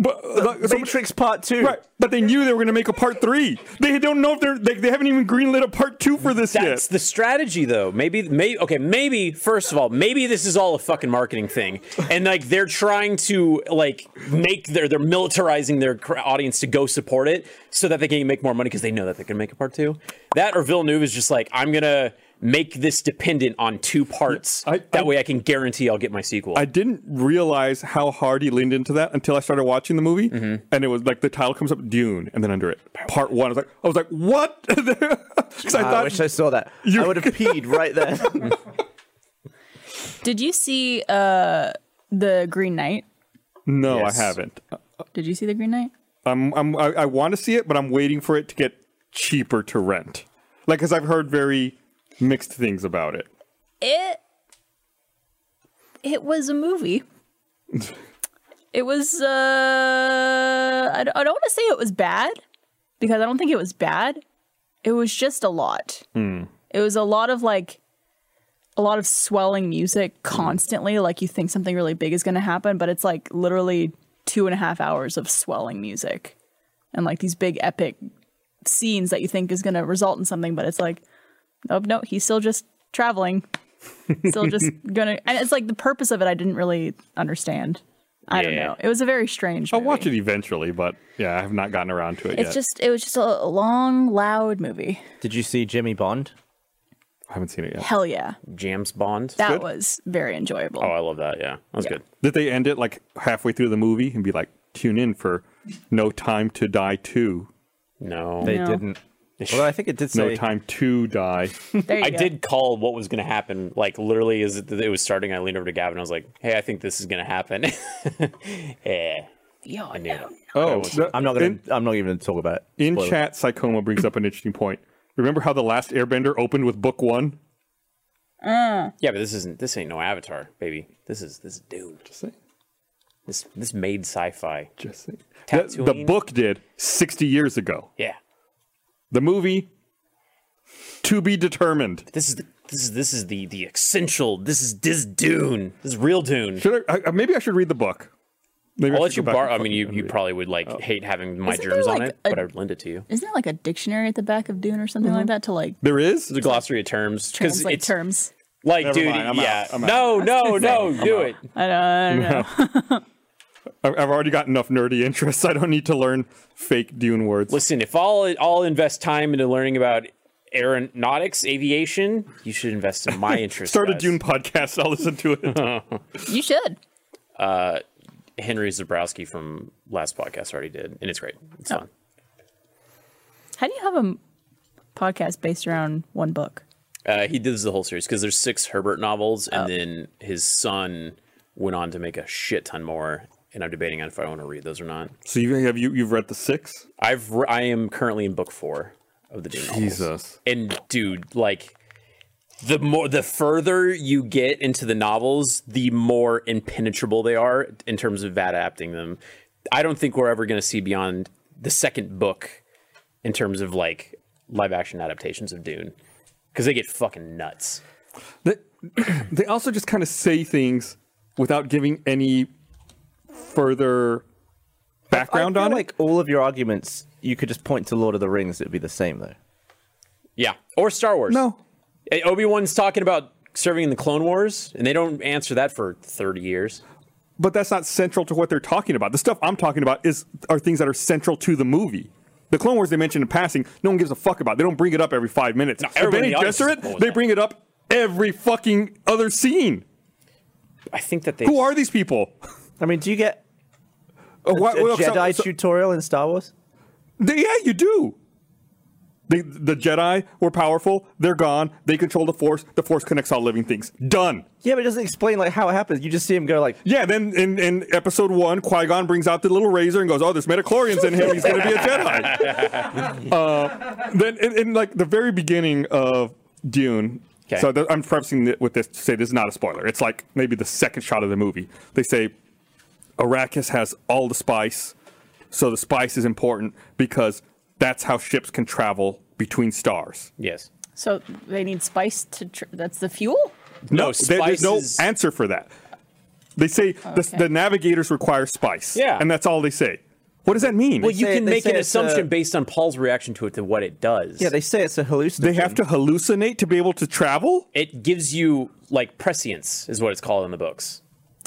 Speaker 3: But like, so-
Speaker 2: Matrix Part Two.
Speaker 3: right, but they knew they were going to make a part three. They don't know if they're they, they haven't even greenlit a part two for this
Speaker 5: That's
Speaker 3: yet.
Speaker 5: the strategy, though. Maybe, maybe, okay, maybe. First of all, maybe this is all a fucking marketing thing, and like they're trying to like make their they're militarizing their cr- audience to go support it so that they can make more money because they know that they can make a part two. That or Villeneuve is just like I'm gonna make this dependent on two parts.
Speaker 3: I-
Speaker 5: that
Speaker 3: I-
Speaker 5: way, I can guarantee I'll get my sequel.
Speaker 3: I didn't realize how hard he leaned into that until I started watching the movie, and it was like the title comes up Dune, and then under it Part One. I was like, I was like, what? Because I
Speaker 2: I,
Speaker 3: thought
Speaker 2: wish I saw that.
Speaker 3: You-
Speaker 2: I would have peed right there.
Speaker 4: Did you see uh the Green Knight?
Speaker 3: no,
Speaker 5: Yes.
Speaker 3: I haven't.
Speaker 4: Did you see the Green Knight?
Speaker 3: I'm, I'm I, I want to see it, but I'm waiting for it to get cheaper to rent. Like, because I've heard very mixed things about it.
Speaker 4: It it was a movie. it was uh I, don't- I don't want to say it was bad because I don't think it was bad. It was just a lot.
Speaker 3: Hmm.
Speaker 4: It was a lot of like a lot of swelling music constantly. Like you think something really big is going to happen, but it's like literally two and a half hours of swelling music and like these big epic scenes that you think is going to result in something, but it's like, nope, no, he's still just traveling. still just gonna, and it's like the purpose of it. I didn't really understand. I don't
Speaker 5: Yeah.
Speaker 4: know. It was a very strange.
Speaker 3: I'll
Speaker 4: movie.
Speaker 3: watch it eventually, but yeah, I have not gotten around to it
Speaker 4: It's
Speaker 3: yet.
Speaker 4: just it was just a long, loud movie.
Speaker 2: Did you see Jimmy Bond?
Speaker 3: I haven't seen it yet.
Speaker 4: Hell yeah,
Speaker 5: Jams Bond.
Speaker 4: that was very enjoyable.
Speaker 5: oh, I love that. Yeah, that was good.
Speaker 3: Did they end it like halfway through the movie and be like, tune in for No Time to Die 2?
Speaker 5: No,
Speaker 2: They
Speaker 4: No.
Speaker 2: didn't. Well, I think it did
Speaker 3: No
Speaker 2: say.
Speaker 3: Time to Die.
Speaker 4: there you
Speaker 5: I
Speaker 4: go.
Speaker 5: did call what was going to happen. Like literally, as it, it was starting, I leaned over to Gavin. I was like, "Hey, I think this is going to happen." Eh. yeah,
Speaker 4: Yeah,
Speaker 5: I knew. it.
Speaker 3: Oh,
Speaker 2: I'm not gonna.
Speaker 3: In,
Speaker 2: I'm not even gonna talk about it.
Speaker 3: in
Speaker 2: Spoiler.
Speaker 3: chat, Psychoma brings up an interesting point. Remember how the last Airbender opened with book one?
Speaker 5: Yeah, but this isn't. This ain't no Avatar, baby. This is this is Dune.
Speaker 3: Just saying.
Speaker 5: This this made sci-fi.
Speaker 3: Just saying. The- the
Speaker 5: Tatooine.
Speaker 3: book did 60 years ago.
Speaker 5: Yeah,
Speaker 3: The movie, to be determined.
Speaker 5: this is the, this is this is the the essential. This is this Dune. This is real Dune.
Speaker 3: Should I, I, maybe I should read the book. Maybe
Speaker 5: I'll
Speaker 3: should
Speaker 5: let you
Speaker 3: go back
Speaker 5: borrow. I
Speaker 3: and
Speaker 5: mean, you,
Speaker 3: fucking
Speaker 5: you
Speaker 3: read it. Oh.
Speaker 5: probably would like hate having my
Speaker 4: Isn't there,
Speaker 5: germs on
Speaker 4: like,
Speaker 5: it,
Speaker 4: a-
Speaker 5: but I'd lend it to you.
Speaker 4: Isn't there like a dictionary at the back of Dune or something like that to like
Speaker 3: There is?
Speaker 5: There's a glossary of terms because
Speaker 4: translate
Speaker 5: it's
Speaker 4: terms?
Speaker 5: like,
Speaker 3: Never
Speaker 5: dude,
Speaker 3: mind, I'm
Speaker 5: yeah,
Speaker 3: out, I'm out.
Speaker 5: no, no, no, do it.
Speaker 4: I don't, I don't know.
Speaker 3: I- I've already got enough nerdy interests. I don't need to learn fake Dune words.
Speaker 5: Listen, if I'll I'll invest time into learning about aeronautics, aviation, you should invest in my interest.
Speaker 3: Start a
Speaker 5: guys.
Speaker 3: Dune podcast. I'll listen to it.
Speaker 4: You should.
Speaker 5: Henry Zabrowski from last podcast already did, and it's great. It's fun.
Speaker 4: How do you have a m- podcast based around one book?
Speaker 5: Uh, he did the whole series because there's six Herbert novels,
Speaker 3: Oh.
Speaker 5: and then his son went on to make a shit ton more. And I'm debating on if I want to read those or not.
Speaker 3: So you have you you've read the six?
Speaker 5: I've re- I am currently in book four of the Dune novels.
Speaker 3: Jesus.
Speaker 5: and dude like the more the further you get into the novels the more impenetrable they are in terms of adapting them i don't think we're ever going to see beyond the second book in terms of like live action adaptations of dune because they get fucking nuts
Speaker 3: They, they also just kind of say things without giving any further background
Speaker 2: I feel
Speaker 3: on
Speaker 2: like all of your arguments, you could just point to Lord of the Rings. It'd be the same though.
Speaker 5: yeah or star wars
Speaker 3: it. No.
Speaker 5: Eh, obi-wan's talking about serving in the clone wars and they don't answer that for 30 years
Speaker 3: But that's not central to what they're talking about. The stuff I'm talking about is are things that are central to the movie. The Clone Wars they mentioned in passing, no one gives a fuck about. They don't bring it up every five minutes. if
Speaker 5: everybody
Speaker 3: Benny
Speaker 5: in the audience is
Speaker 3: Gesserit,
Speaker 5: cool with
Speaker 3: they
Speaker 5: that.
Speaker 3: bring it up every fucking other scene.
Speaker 5: i think that they
Speaker 3: Who are these people?
Speaker 2: I mean, do you get
Speaker 3: Uh,
Speaker 2: a
Speaker 3: what- what- so-
Speaker 2: Jedi
Speaker 3: so-
Speaker 2: tutorial in Star Wars?
Speaker 3: They- yeah, you do. They, the Jedi were powerful. They're gone. They control the Force. The Force connects all living things. Done.
Speaker 2: Yeah, but it doesn't explain like how it happens. You just see him go like,
Speaker 3: Yeah, then in, in episode one, Qui Gon brings out the little razor and goes, Oh, there's metachlorians in him. He's going to be a Jedi. uh, then in, in like the very beginning of Dune,
Speaker 5: Okay.
Speaker 3: so th- I'm prefacing it with this to say this is not a spoiler. It's like maybe the second shot of the movie. They say, Arrakis has all the spice. So the spice is important because that's how ships can travel between stars.
Speaker 5: yes
Speaker 4: So they need spice to. Tr- that's the fuel.
Speaker 5: no,
Speaker 3: there- there's no
Speaker 5: spices-
Speaker 3: answer for that. They say the,
Speaker 4: Okay.
Speaker 3: the navigators require spice.
Speaker 5: Yeah.
Speaker 3: And that's all they say. What does that mean?
Speaker 5: Well, you
Speaker 2: say-
Speaker 5: can
Speaker 2: they
Speaker 5: make
Speaker 2: say
Speaker 5: an
Speaker 2: it's, uh,
Speaker 5: assumption based on Paul's reaction to it to what it does.
Speaker 2: yeah, they say it's a hallucinogen.
Speaker 3: they have to hallucinate to be able to travel?
Speaker 5: it gives you like prescience is what it's called in the books.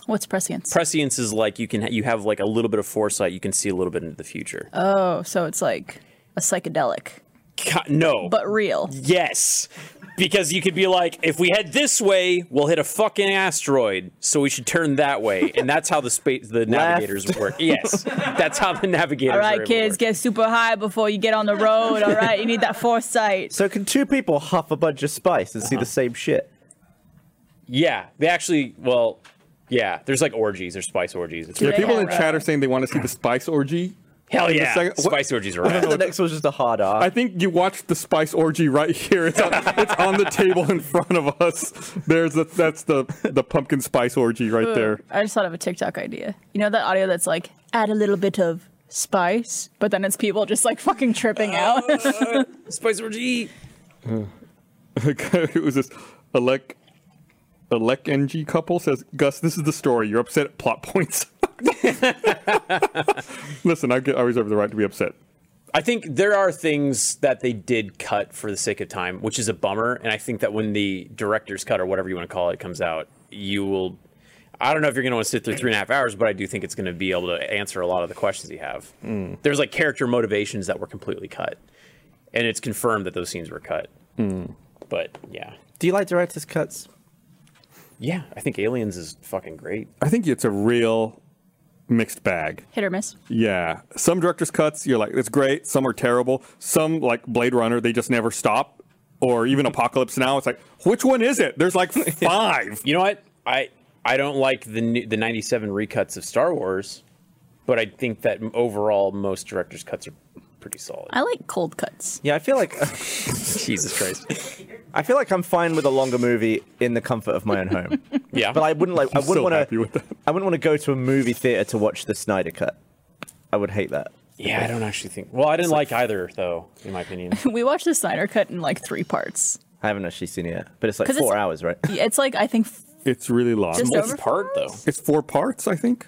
Speaker 4: What's prescience?
Speaker 5: Prescience is like you can you have like a little bit of foresight. You can see a little bit into the future.
Speaker 4: oh, so it's like a psychedelic,
Speaker 5: Ca- no,
Speaker 4: but real.
Speaker 5: yes, because you could be like, if we head this way, we'll hit a fucking asteroid, so we should turn that way, and that's how the space the navigators work. Yes, that's how the navigators.
Speaker 4: All
Speaker 5: are
Speaker 4: right,
Speaker 5: able to
Speaker 4: kids,
Speaker 5: work.
Speaker 4: get super high before you get on the road. All right, you need that foresight.
Speaker 2: So can two people huff a bunch of spice and see the same shit?
Speaker 5: Yeah, they actually. Well, yeah. There's like orgies. There's spice orgies. It's
Speaker 3: Yeah,
Speaker 4: they
Speaker 3: people
Speaker 4: have
Speaker 3: in
Speaker 4: that?
Speaker 3: chat are saying they want to see the spice orgy.
Speaker 5: hell
Speaker 3: In the
Speaker 5: yeah.
Speaker 3: second- what-
Speaker 5: spice orgies are. rad.
Speaker 2: The next one's just a hard R.
Speaker 3: I think you watched the spice orgy right here. It's on, it's on the table in front of us. There's the, that's the the pumpkin spice orgy right there.
Speaker 4: I just thought of a TikTok idea. You know that audio that's like, add a little bit of spice, but then it's people just like fucking tripping out.
Speaker 5: Spice orgy.
Speaker 3: it was this elec elec ng couple says gus this is the story you're upset at plot points listen I, get, I reserve the right to be upset
Speaker 5: I think there are things that they did cut for the sake of time, which is a bummer. And I think that when the director's cut or whatever you want to call it comes out, you will. I don't know if you're going to want to sit through three and a half hours, but I do think it's going to be able to answer a lot of the questions you have. There's like character motivations that were completely cut, and it's confirmed that those scenes were cut. But yeah,
Speaker 2: Do you like director's cuts?
Speaker 5: yeah, I think Aliens is fucking great.
Speaker 3: i think it's a real mixed bag
Speaker 4: Hit or miss.
Speaker 3: yeah some director's cuts you're like it's great some are terrible some like blade runner they just never stop or even apocalypse now it's like which one is it there's like five
Speaker 5: You know what? I I don't like the new, the 97 recuts of Star Wars, but I think that overall most director's cuts are pretty solid.
Speaker 4: I like cold cuts.
Speaker 2: Yeah, I feel like
Speaker 5: Jesus Christ.
Speaker 2: I feel like I'm fine with a longer movie in the comfort of my own home.
Speaker 5: Yeah.
Speaker 2: But I wouldn't like. I wouldn't
Speaker 3: so
Speaker 2: want
Speaker 3: happy with
Speaker 2: to.
Speaker 3: that.
Speaker 2: I wouldn't want to go to a movie theater to watch the Snyder cut. I would hate that.
Speaker 5: yeah, I don't actually think. Well, I didn't like either though, in my opinion.
Speaker 4: We watched the Snyder cut in like three parts.
Speaker 2: I haven't actually seen it yet, but it's like
Speaker 4: 'Cause
Speaker 2: four
Speaker 4: it's-
Speaker 2: hours, right?
Speaker 4: It's like I think
Speaker 3: it's really long
Speaker 4: Just
Speaker 5: It's
Speaker 4: over
Speaker 5: part though.
Speaker 3: it's four parts i think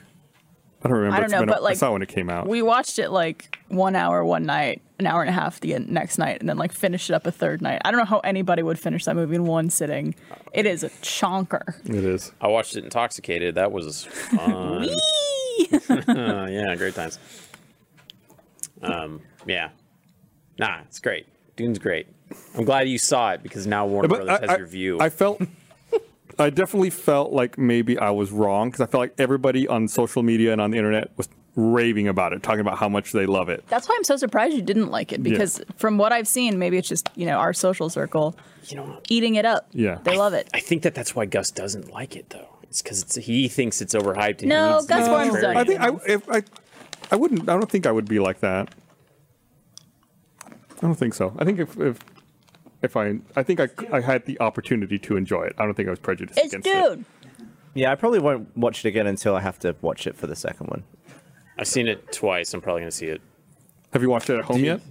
Speaker 3: i don't remember
Speaker 4: I don't
Speaker 3: It's
Speaker 4: know,
Speaker 3: been a-
Speaker 4: but, like,
Speaker 3: i saw when it came out
Speaker 4: we watched it like one hour one night, an hour and a half the next night, and then like finished it up a third night. I don't know how anybody would finish that movie in one sitting. It is a chonker.
Speaker 3: it is
Speaker 5: I watched it intoxicated. That was fun. Uh, yeah, great times. Um, yeah. Nah, it's great. Dune's great. I'm glad you saw it because now Warner
Speaker 3: But
Speaker 5: Brothers
Speaker 3: I,
Speaker 5: has
Speaker 3: I-
Speaker 5: your view.
Speaker 3: I felt, I definitely felt like maybe I was wrong because I felt like everybody on social media and on the internet was raving about it, talking about how much they love it.
Speaker 4: That's why I'm so surprised you didn't like it because from what I've seen, maybe it's just you know our social circle
Speaker 5: you know,
Speaker 4: eating it up.
Speaker 3: Yeah.
Speaker 4: they love it.
Speaker 5: I think that that's why Gus doesn't like it though. It's because he thinks it's overhyped. And
Speaker 4: No,
Speaker 5: he needs to
Speaker 4: Gus
Speaker 5: be
Speaker 4: Worm's
Speaker 5: contrarian.
Speaker 4: done.
Speaker 3: I think I, if I, I wouldn't. I don't think I would be like that. I don't think so. I think if if, if I, I think I, I had the opportunity to enjoy it. I don't think I was prejudiced
Speaker 4: It's
Speaker 3: against it.
Speaker 4: dude.
Speaker 2: Yeah, I probably won't watch it again until I have to watch it for the second one.
Speaker 5: I've seen it twice. I'm probably gonna see it.
Speaker 3: Have you watched it at home yet?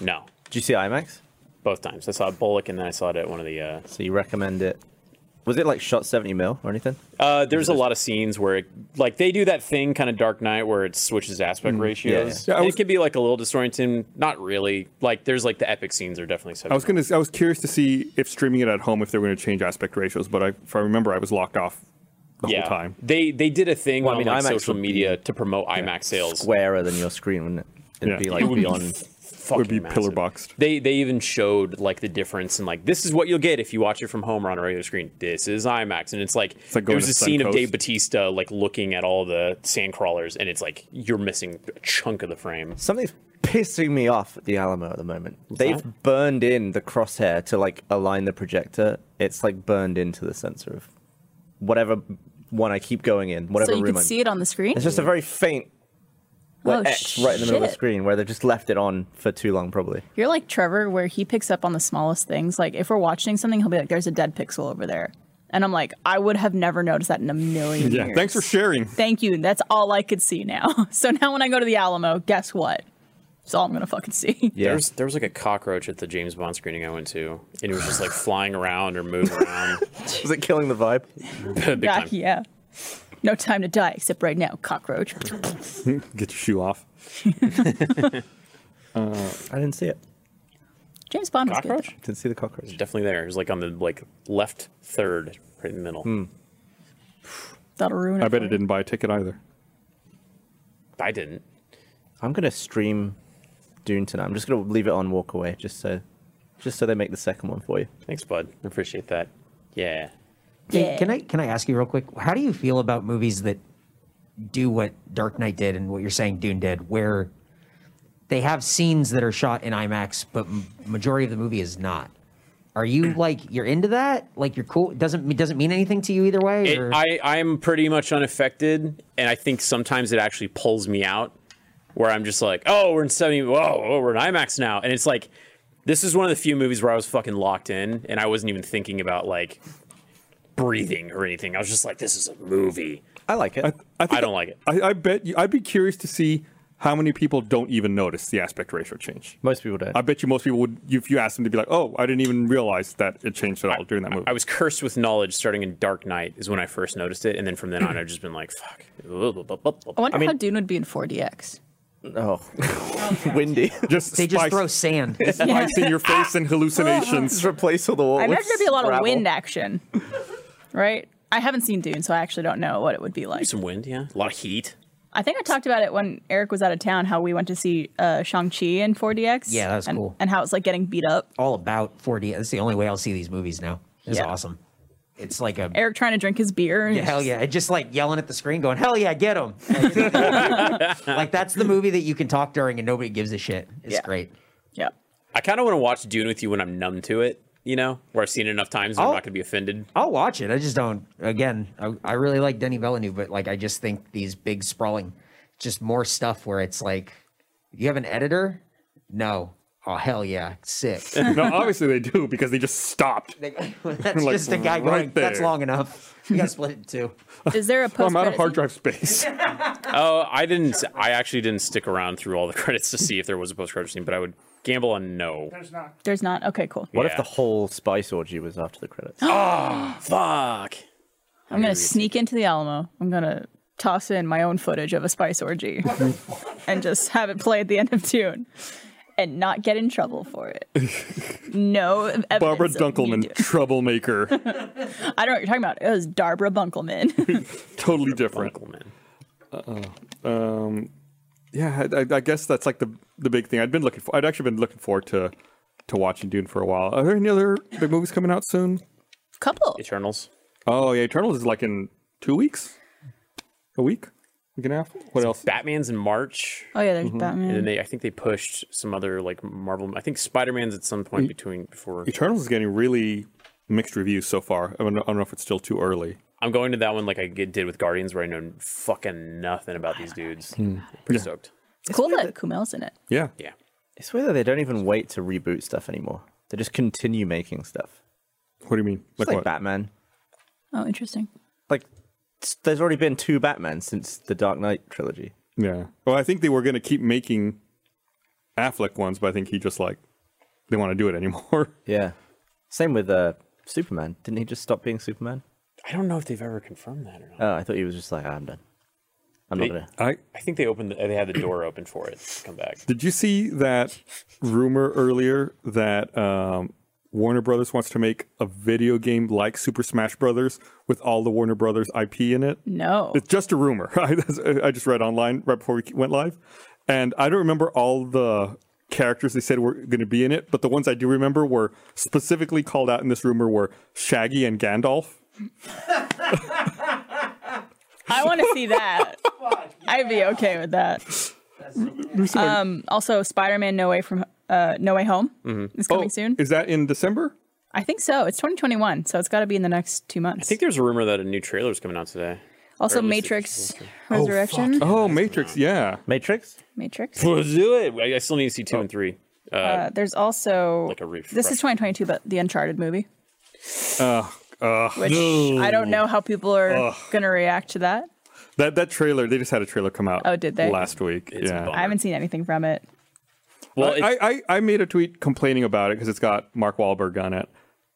Speaker 5: No,
Speaker 2: Did you see IMAX?
Speaker 5: both times. I saw it at Bullock and then I saw it at one of the. Uh,
Speaker 2: So you recommend it? Was it like shot seventy mil or anything?
Speaker 5: uh, there's a lot of scenes where, it, like, they do that thing kind of Dark Knight where it switches aspect ratios.
Speaker 3: Mm-hmm. Yeah, I
Speaker 5: And
Speaker 3: was-
Speaker 5: it can be like a little disorienting. Not really. Like, there's like the epic scenes are definitely.
Speaker 3: I was gonna. I was curious to see if streaming it at home if they were gonna change aspect ratios, but I, if I remember, I was locked off the
Speaker 5: yeah.
Speaker 3: whole time.
Speaker 5: They they did a thing
Speaker 2: Well, I
Speaker 5: on
Speaker 2: mean,
Speaker 5: like,
Speaker 2: IMAX
Speaker 5: social
Speaker 2: would
Speaker 5: media to promote IMAX sales.
Speaker 2: Squarer than your screen, wouldn't it? It'd
Speaker 3: Yeah.
Speaker 2: be
Speaker 5: It
Speaker 2: like
Speaker 5: would be
Speaker 2: beyond.
Speaker 5: fucking
Speaker 3: would be
Speaker 5: massive.
Speaker 3: pillar boxed.
Speaker 5: They they even showed like the difference and like this is what you'll get if you watch it from home or on a regular screen. This is IMAX, and it's like,
Speaker 3: like
Speaker 5: it
Speaker 3: going
Speaker 5: was
Speaker 3: to
Speaker 5: a scene
Speaker 3: Suncoast.
Speaker 5: of Dave Batista like looking at all the sand crawlers, and it's like you're missing a chunk of the frame.
Speaker 2: Something's pissing me off at the Alamo at the moment. They've burned in the crosshair to like align the projector. It's like burned into the sensor of whatever one I keep going in, whatever
Speaker 4: So you
Speaker 2: room
Speaker 4: can
Speaker 2: I'm.
Speaker 4: see it on the screen.
Speaker 2: It's just a very faint like,
Speaker 4: Oh,
Speaker 2: X right in the middle of the
Speaker 4: shit.
Speaker 2: screen where they've just left it on for too long, probably.
Speaker 4: You're like Trevor, where he picks up on the smallest things. Like if we're watching something, he'll be like, "There's a dead pixel over there," and I'm like, "I would have never noticed that in a million
Speaker 3: Yeah.
Speaker 4: years."
Speaker 3: Thanks for sharing.
Speaker 4: Thank you. That's all I could see now. So now when I go to the Alamo, guess what? It's all I'm gonna fucking see.
Speaker 2: Yeah.
Speaker 5: There was there was like a cockroach at the James Bond screening I went to, and it was just like flying around or moving around.
Speaker 2: Was it killing the vibe?
Speaker 5: Big
Speaker 4: Yeah,
Speaker 5: time.
Speaker 4: yeah. No time to die except right now, cockroach.
Speaker 3: Get your shoe off.
Speaker 2: I didn't see it.
Speaker 4: James Bond was
Speaker 5: Cockroach?
Speaker 4: good.
Speaker 2: Didn't see the cockroach.
Speaker 5: Definitely there. It was like on the like left third, right in the middle.
Speaker 3: Hmm.
Speaker 4: though. That'll ruin it.
Speaker 3: I bet
Speaker 4: for
Speaker 3: it
Speaker 4: me.
Speaker 3: didn't buy a ticket either.
Speaker 5: I didn't.
Speaker 2: I'm gonna stream Dune tonight. I'm just gonna leave it on walk away just so just so they make the second one for you.
Speaker 5: Thanks, bud. Appreciate that. Yeah.
Speaker 6: Hey,
Speaker 4: Yeah.
Speaker 6: Can I can I ask you real quick? How do you feel about movies that do what Dark Knight did and what you're saying Dune did, where they have scenes that are shot in IMAX, but m- majority of the movie is not? Are you like you're into that? Like you're cool? It doesn't it doesn't mean anything to you either way?
Speaker 5: It,
Speaker 6: or-
Speaker 5: I, I'm pretty much unaffected, and I think sometimes it actually pulls me out where I'm just like, oh, we're in 70, whoa, whoa, we're in IMAX now. And it's like, this is one of the few movies where I was fucking locked in and I wasn't even thinking about like breathing or anything. I was just like, this is a movie.
Speaker 2: I like it.
Speaker 3: I, think-
Speaker 5: don't like it.
Speaker 3: I, I bet you, I'd be curious to see how many people don't even notice the aspect ratio change.
Speaker 2: Most people don't.
Speaker 3: I bet you most people would, if you asked them to be like, "Oh, I didn't even realize that it changed at all during that movie."
Speaker 5: I was cursed with knowledge starting in Dark Knight, is when I first noticed it. And then from then on, I've just been like, fuck.
Speaker 4: I wonder
Speaker 2: I mean-
Speaker 4: how Dune would be in 4DX.
Speaker 2: oh, windy.
Speaker 3: just
Speaker 6: they just
Speaker 3: spice,
Speaker 6: throw sand.
Speaker 3: spice in your face and hallucinations.
Speaker 2: just replace all the water.
Speaker 4: I imagine there'd be a lot of wind action, right? I haven't seen Dune, so I actually don't know what it would be like.
Speaker 5: Some wind, yeah. A lot of heat.
Speaker 4: I think I talked about it when Eric was out of town, how we went to see uh, Shang-Chi in 4DX.
Speaker 6: Yeah, that was
Speaker 4: and,
Speaker 6: cool.
Speaker 4: And how it's like getting beat up.
Speaker 6: All about 4D. That's the only way I'll see these movies now. It's
Speaker 4: Yeah.
Speaker 6: awesome. It's like a
Speaker 4: Eric trying to drink his beer.
Speaker 6: Yeah, hell yeah. And just like yelling at the screen, going, hell yeah, get him. like, that's the movie that you can talk during and nobody gives a shit. It's
Speaker 4: Yeah.
Speaker 6: great.
Speaker 4: yeah.
Speaker 5: I kind of want to watch Dune with you when I'm numb to it, you know, where I've seen it enough times and
Speaker 6: Oh.
Speaker 5: I'm not going to be offended.
Speaker 6: I'll watch it. I just don't. Again, I, I really like Denny Villeneuve, but like, I just think these big sprawling, just more stuff where it's like, you have an editor? No. Oh, hell yeah. Sick.
Speaker 3: no, obviously they do because they just stopped.
Speaker 6: that's
Speaker 3: Like,
Speaker 6: just a guy
Speaker 3: right
Speaker 6: going, that's
Speaker 3: there.
Speaker 6: long enough. We got to split it in two.
Speaker 4: Is there a
Speaker 3: Oh,
Speaker 4: post?
Speaker 3: I'm out of hard drive space.
Speaker 5: Oh, I didn't. I actually didn't stick around through all the credits to see if there was a post credit scene, but I would gamble on no.
Speaker 10: There's not.
Speaker 4: There's not. Okay, cool.
Speaker 2: What
Speaker 5: Yeah.
Speaker 2: if the whole spice orgy was after the credits?
Speaker 5: Fuck.
Speaker 4: I'm gonna sneak into the Alamo. I'm gonna toss in my own footage of a spice orgy and just have it play at the end of Dune and not get in trouble for it. No, evidence
Speaker 3: Barbara
Speaker 4: of me
Speaker 3: Dunkelman,
Speaker 4: doing-
Speaker 3: troublemaker,
Speaker 4: I don't know what you're talking about. It was Barbara Bunkelman.
Speaker 3: totally different.
Speaker 5: Bunkelman.
Speaker 3: um, yeah, I, I- I guess that's like the the big thing. I'd been looking for. I'd actually been looking forward to to watching Dune for a while. Are there any other big movies coming out soon?
Speaker 4: Couple.
Speaker 5: Eternals.
Speaker 3: Oh yeah, Eternals is like in two weeks, a week, week and a half. What else?
Speaker 5: Batman's in March,
Speaker 4: Oh yeah,
Speaker 6: Mm-hmm.
Speaker 4: there's Batman.
Speaker 5: and then they. I think they pushed some other like Marvel. I think Spider Man's at some point between before.
Speaker 3: Eternals is getting really mixed reviews so far. I don't, know- I don't know if it's still too early.
Speaker 5: I'm going to that one like I get- did with Guardians, where I know fucking nothing about these dudes. Pretty stoked.
Speaker 4: it's cool that Kumail's in it.
Speaker 3: Yeah,
Speaker 5: Yeah.
Speaker 2: It's weird that they don't even wait to reboot stuff anymore. They just continue making stuff.
Speaker 3: What do you mean?
Speaker 2: It's like,
Speaker 3: what?
Speaker 2: Batman.
Speaker 4: Oh, interesting.
Speaker 2: Like, s- there's already been two Batman since the Dark Knight trilogy.
Speaker 3: Yeah. Well, I think they were going to keep making Affleck ones, but I think he just like they want to do it anymore.
Speaker 2: Yeah. Same with uh, Superman. Didn't he just stop being Superman?
Speaker 5: I don't know if they've ever confirmed that or not.
Speaker 2: Oh, I thought he was just like, "Ah, I'm done. I'm not
Speaker 5: They-
Speaker 2: gonna.
Speaker 4: uh,
Speaker 3: I
Speaker 5: I think they opened. The, they had the door open for it to come back.
Speaker 3: did you see that rumor earlier that um, Warner Brothers wants to make a video game like Super Smash Brothers with all the Warner Brothers IP in it?
Speaker 4: No.
Speaker 3: It's just a rumor. I, that's- I just read online right before we went live, and I don't remember all the characters they said were going to be in it, but the ones I do remember were specifically called out in this rumor were Shaggy and Gandalf.
Speaker 4: I want to see that. I'd be okay with that. Um, also, Spider-Man: No Way from uh, No Way Home is coming soon.
Speaker 3: Oh, Is that in December?
Speaker 4: I think so. It's 2021, so it's got to be in the next two months.
Speaker 5: I think there's a rumor that a new trailer's coming out today.
Speaker 4: also,
Speaker 5: at least it
Speaker 4: Matrix Resurrection.
Speaker 3: Oh, Matrix, yeah.
Speaker 2: Matrix.
Speaker 4: Matrix.
Speaker 5: Let's do it. Oh. I, I still need to see two and three.
Speaker 4: Uh, there's also
Speaker 5: Like a refresh.
Speaker 4: this is 2022, but the Uncharted movie,
Speaker 3: Uh, uh,
Speaker 4: which I don't know how people are gonna react to that.
Speaker 3: that that trailer, they just had a trailer come out.
Speaker 4: Oh, did they?
Speaker 3: last week?
Speaker 5: It's a
Speaker 3: yeah.
Speaker 5: bummer.
Speaker 4: I haven't seen anything from it.
Speaker 5: Well, it's,
Speaker 3: I, I I made a tweet complaining about it because it's got Mark Wahlberg on it,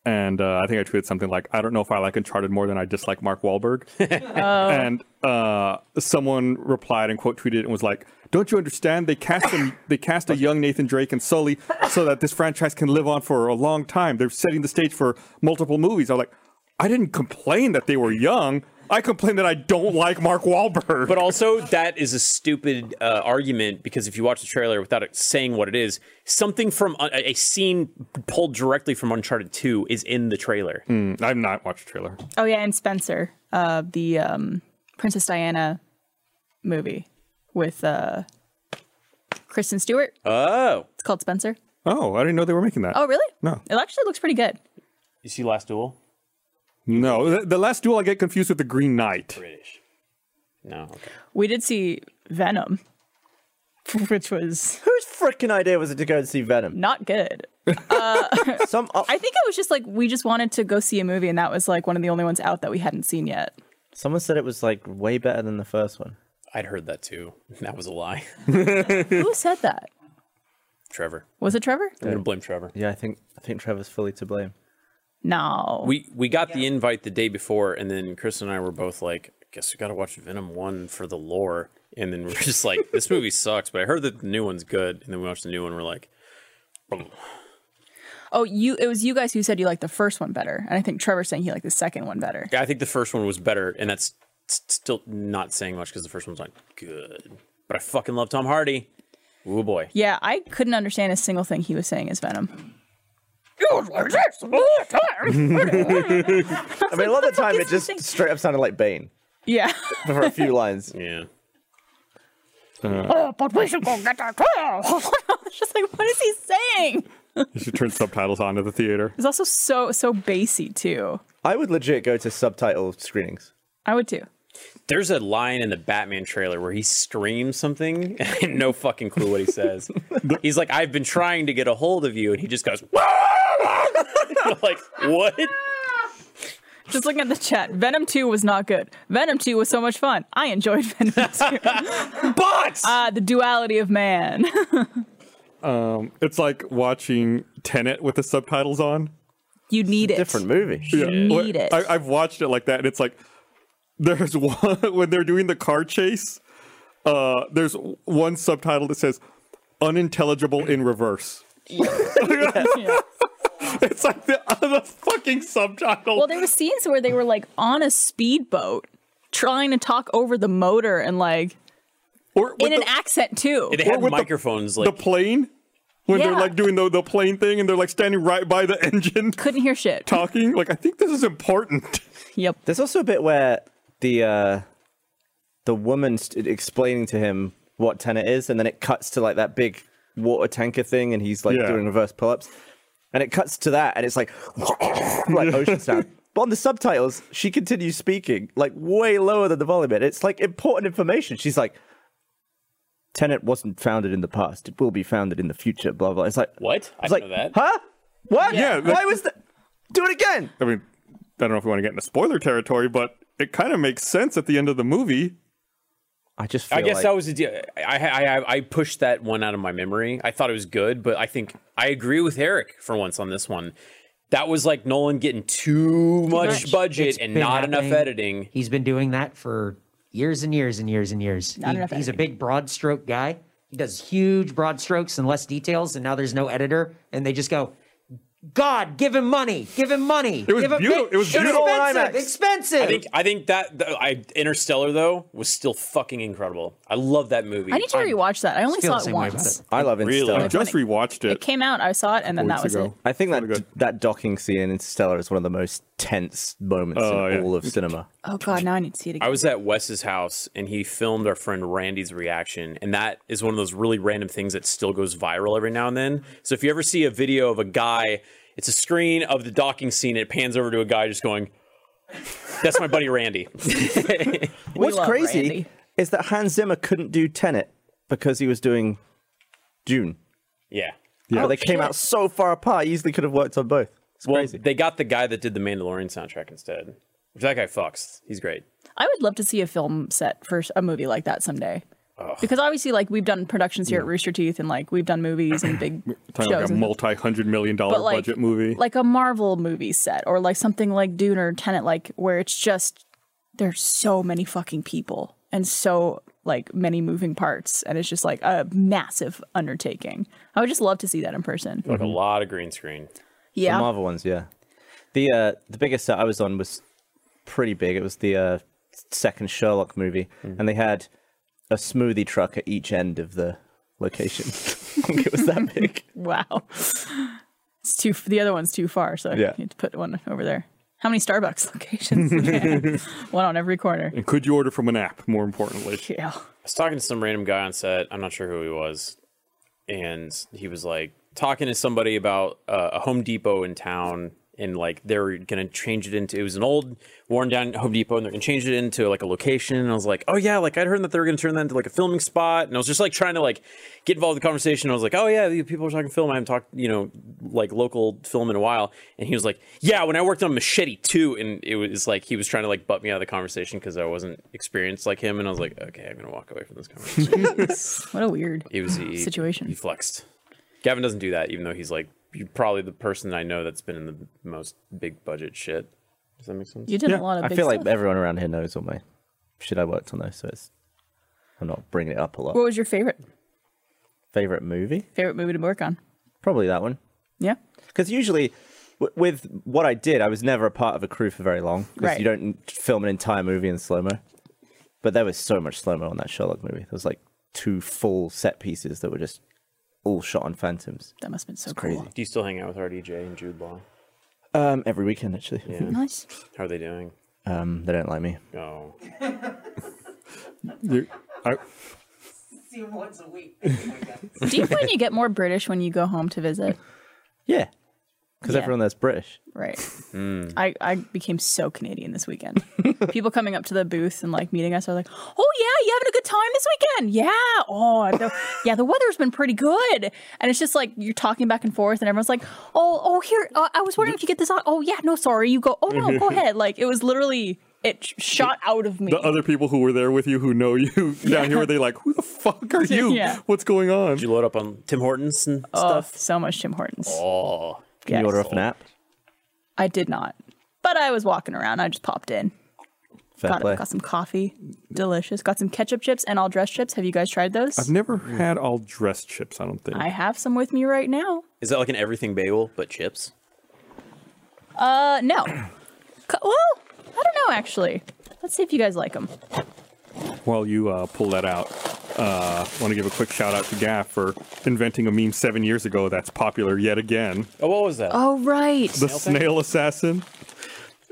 Speaker 3: and uh, I think I tweeted something like, "I don't know if I like Uncharted more than I dislike Mark Wahlberg," and uh, someone replied and quote tweeted it and was like. Don't you understand? They cast them. They cast a young Nathan Drake and Sully so that this franchise can live on for a long time. They're setting the stage for multiple movies. I'm like, I didn't complain that they were young. I complain that I don't like Mark Wahlberg.
Speaker 5: But also, that is a stupid uh, argument because if you watch the trailer without it saying what it is, something from a, a scene pulled directly from Uncharted 2 is in the trailer.
Speaker 3: I've not watched the trailer.
Speaker 4: Oh yeah, and Spencer, uh, the um, Princess Diana movie with uh, Kristen Stewart.
Speaker 5: Oh.
Speaker 4: It's called Spencer.
Speaker 3: Oh, I didn't know they were making that.
Speaker 4: Oh really?
Speaker 3: No.
Speaker 4: It actually looks pretty good.
Speaker 5: You see Last Duel?
Speaker 3: No, the, the last duel I get confused with the Green Knight.
Speaker 5: British. No. Okay.
Speaker 4: We did see Venom, which was
Speaker 2: Whose freaking idea was it to go and see Venom?
Speaker 4: not good.
Speaker 2: Some uh, up,
Speaker 4: I think it was just like we just wanted to go see a movie, and that was like one of the only ones out that we hadn't seen yet.
Speaker 2: someone said it was like way better than the first one.
Speaker 5: I'd heard that too. That was a lie.
Speaker 4: Who said that?
Speaker 5: Trevor.
Speaker 4: Was it Trevor?
Speaker 5: I'm going to blame Trevor.
Speaker 2: Yeah, I think I think Trevor's fully to blame.
Speaker 4: No.
Speaker 5: We we got the invite the day before, and then Chris and I were both like, I guess we got to watch Venom 1 for the lore. And then we're just like, this movie sucks, but I heard that the new one's good. And then we watched the new one, we're like,
Speaker 4: oh, you. It was you guys who said you liked the first one better, and I think Trevor saying he liked the second one better.
Speaker 5: Yeah, I think the first one was better, and that's s- still not saying much because the first one's not good. But I fucking love Tom Hardy. Ooh boy.
Speaker 4: Yeah, I couldn't understand a single thing he was saying as Venom.
Speaker 2: I mean, a lot of the time
Speaker 4: is
Speaker 2: it
Speaker 4: he
Speaker 2: just
Speaker 4: saying?
Speaker 2: straight up sounded like Bane
Speaker 4: Yeah.
Speaker 2: for a few lines.
Speaker 5: Yeah.
Speaker 4: It's just like, what is he saying?
Speaker 3: You should turn subtitles on at the theater.
Speaker 4: It's also so so bassy too.
Speaker 2: I would legit go to subtitle screenings.
Speaker 4: I would too.
Speaker 5: There's a line in the Batman trailer where he screams something and I have no fucking clue what he says. He's like, I've been trying to get a hold of you, and he just goes, You're like, what?
Speaker 4: Just looking at the chat, Venom 2 was not good. Venom 2 was so much fun. I enjoyed Venom 2.
Speaker 5: But
Speaker 4: Ah, the duality of man.
Speaker 3: It's like watching Tenet with the subtitles on.
Speaker 4: you need it.
Speaker 2: Different movie.
Speaker 4: You need it.
Speaker 3: I, I've watched it like that, and it's like there's one when they're doing the car chase. Uh, there's one subtitle that says "unintelligible in reverse." it's like the other fucking subtitle.
Speaker 4: well, there were scenes where they were like on a speedboat trying to talk over the motor and like
Speaker 3: or with
Speaker 4: in an
Speaker 3: the,
Speaker 4: accent too.
Speaker 5: they had
Speaker 3: with the-
Speaker 5: microphones
Speaker 3: the
Speaker 5: like
Speaker 3: plane when they're
Speaker 4: Yeah.
Speaker 3: like doing the the plane thing, and they're like standing right by the engine
Speaker 4: Couldn't hear shit.
Speaker 3: talking. Like I think this is important.
Speaker 4: Yep.
Speaker 2: There's also a bit where the uh, the woman st- explaining to him what Tenet is, and then it cuts to like that big water tanker thing, and he's like
Speaker 3: Yeah.
Speaker 2: doing reverse pull-ups, and it cuts to that, and it's like like ocean sound. But on the subtitles, she continues speaking like way lower than the volume. And It's like important information. She's like, "Tenet wasn't founded in the past. It will be founded in the future." Blah blah. It's like
Speaker 5: What? I
Speaker 2: It's
Speaker 5: didn't
Speaker 2: like
Speaker 5: know that.
Speaker 2: huh? What?
Speaker 3: Yeah, that-
Speaker 2: Why was that? Do it again.
Speaker 3: I mean, I don't know if we want to get into spoiler territory, but it kind of makes sense at the end of the movie.
Speaker 2: I just. Feel
Speaker 5: I guess
Speaker 2: like-
Speaker 5: that was a deal. I, I I I pushed that one out of my memory. I thought it was good, but I think I agree with Eric for once on this one. That was like Nolan getting too much budget
Speaker 6: It's
Speaker 5: and
Speaker 6: been
Speaker 5: not enough
Speaker 6: happening.
Speaker 5: editing.
Speaker 6: He's been doing that for years and years and years and years. He-
Speaker 4: enough
Speaker 6: he's a big broad stroke guy. He does huge broad strokes and less details, and now there's no editor, and they just go, God, give him money, give him money. It
Speaker 3: was beautiful- it was beautiful in
Speaker 6: expensive,
Speaker 3: IMAX.
Speaker 6: expensive.
Speaker 5: I think I think that the, I Interstellar though was still fucking incredible. I love that movie.
Speaker 4: I need to rewatch that. I only
Speaker 6: feel
Speaker 4: saw
Speaker 6: the
Speaker 4: it
Speaker 6: same way about
Speaker 4: once.
Speaker 6: it.
Speaker 2: I love Interstellar.
Speaker 3: I just rewatched
Speaker 4: It
Speaker 3: it.
Speaker 4: came out, I saw it, and then that was it.
Speaker 2: I think that
Speaker 3: Pretty good.
Speaker 2: that docking scene in Interstellar is one of the most tense moments
Speaker 3: Oh,
Speaker 2: in
Speaker 3: yeah.
Speaker 2: all of cinema.
Speaker 4: Oh god, now I need to see it again.
Speaker 5: I was at Wes's house and he filmed our friend Randy's reaction. And that is one of those really random things that still goes viral every now and then. So if you ever see a video of a guy, it's a screen of the docking scene, it pans over to a guy just going, That's my buddy Randy.
Speaker 2: What's
Speaker 4: love
Speaker 2: crazy
Speaker 4: Randy.
Speaker 2: is that Hans Zimmer couldn't do Tenet because he was doing June.
Speaker 5: yeah.
Speaker 2: But they came out so far apart, he easily could have worked on both. It's
Speaker 5: Well,
Speaker 2: crazy.
Speaker 5: they got the guy that did the Mandalorian soundtrack instead. Which that guy fucks. He's great.
Speaker 4: I would love to see a film set for a movie like that someday. Because obviously, like we've done productions here at Rooster Teeth, and like we've done movies and big shows,
Speaker 3: Kind of like a
Speaker 4: and-
Speaker 3: multi hundred million dollar
Speaker 4: but like
Speaker 3: budget movie.
Speaker 4: like a Marvel movie set, or like something like Dune or Tenet, like where it's just there's so many fucking people and so like many moving parts, and it's just like a massive undertaking. I would just love to see that in person.
Speaker 5: Like a lot of green screen.
Speaker 4: Yeah,
Speaker 2: The Marvel ones, yeah. The uh, the biggest set I was on was pretty big. It was the uh, second Sherlock movie,
Speaker 3: Hmm.
Speaker 2: and they had a smoothie truck at each end of the location. it was that big.
Speaker 4: Wow. It's too. The other one's too far, so
Speaker 2: Yeah.
Speaker 4: you need to put one over there. How many Starbucks locations? one on every corner.
Speaker 3: And could you order from an app, more importantly?
Speaker 4: Yeah.
Speaker 5: was talking to some random guy on set. I'm not sure who he was, and he was like talking to somebody about uh, a Home Depot in town, and like they're gonna change it into. It was an old, worn down Home Depot, and they're gonna change it into like a location. And I was like, oh yeah, like I'd heard that they were gonna turn that into like a filming spot, and I was just like trying to like get involved in the conversation. I was like, oh yeah, these people are talking film. I haven't talked, you know, like local film in a while. And he was like, yeah, when I worked on Machete too, and it was like he was trying to like butt me out of the conversation because I wasn't experienced like him. And I was like, okay, I'm gonna walk away from this conversation.
Speaker 4: What a weird
Speaker 5: It was he,
Speaker 4: Situation.
Speaker 5: He flexed. Gavin doesn't do that, even though he's like you're probably the person that I know that's been in the most big budget shit. Does that make sense?
Speaker 4: You did a lot of.
Speaker 2: I
Speaker 4: Big
Speaker 2: feel
Speaker 4: stuff.
Speaker 2: like everyone around here knows all my shit I worked on though, so it's I'm not bringing it up a lot.
Speaker 4: What was your favorite
Speaker 2: Favorite movie?
Speaker 4: favorite movie to work on?
Speaker 2: Probably that one.
Speaker 4: Yeah.
Speaker 2: because usually w- with what I did, I was never a part of a crew for very long because
Speaker 4: Right.
Speaker 2: you don't film an entire movie in slow mo. But there was so much slow mo on that Sherlock movie. There was like two full set pieces that were just all shot on phantoms.
Speaker 4: That must have been so
Speaker 2: crazy.
Speaker 4: cool.
Speaker 5: Do you still hang out with RDJ and Jude Law?
Speaker 2: Um, every weekend actually.
Speaker 4: Nice.
Speaker 5: How are they doing?
Speaker 2: Um, they don't like me.
Speaker 5: Oh,
Speaker 3: You- I,
Speaker 7: See him once a week.
Speaker 4: Do you find you get more British when you go home to visit?
Speaker 2: Yeah, because
Speaker 4: Yeah.
Speaker 2: everyone there's British.
Speaker 4: Right. I, I became so Canadian this weekend. People coming up to the booth and like meeting us are like, oh yeah, you having a good time this weekend? Yeah. Oh, the, yeah, the weather's been pretty good. And it's just like you're talking back and forth and everyone's like, oh, oh, here, uh, I was wondering if you get this on. Oh yeah, no, sorry. You go, oh no, go ahead. Like it was literally, it sh- shot out of me.
Speaker 3: the other people who were there with you who know you down here, were they like, who the fuck are you?
Speaker 4: Yeah.
Speaker 3: What's going on?
Speaker 5: did you load up on Tim Hortons and
Speaker 4: Oh,
Speaker 5: stuff?
Speaker 4: so much Tim Hortons.
Speaker 5: Oh,
Speaker 2: Can
Speaker 4: Yes.
Speaker 2: you order off an app?
Speaker 4: I did not. But I was walking around. I just popped in.
Speaker 2: Fair
Speaker 4: Got,
Speaker 2: play.
Speaker 4: got some coffee. Delicious. Got some ketchup chips and all dress chips. Have you guys tried those?
Speaker 3: I've never had all dressed chips, I don't think.
Speaker 4: I have some with me right now.
Speaker 5: is that like an everything bagel but chips?
Speaker 4: Uh, no. Co- well, I don't know actually. Let's see if you guys like them.
Speaker 3: While you uh, pull that out, uh, want to give a quick shout out to Gaff for inventing a meme seven years ago that's popular yet again.
Speaker 5: Oh, what was that?
Speaker 4: Oh right.
Speaker 3: The snail assassin.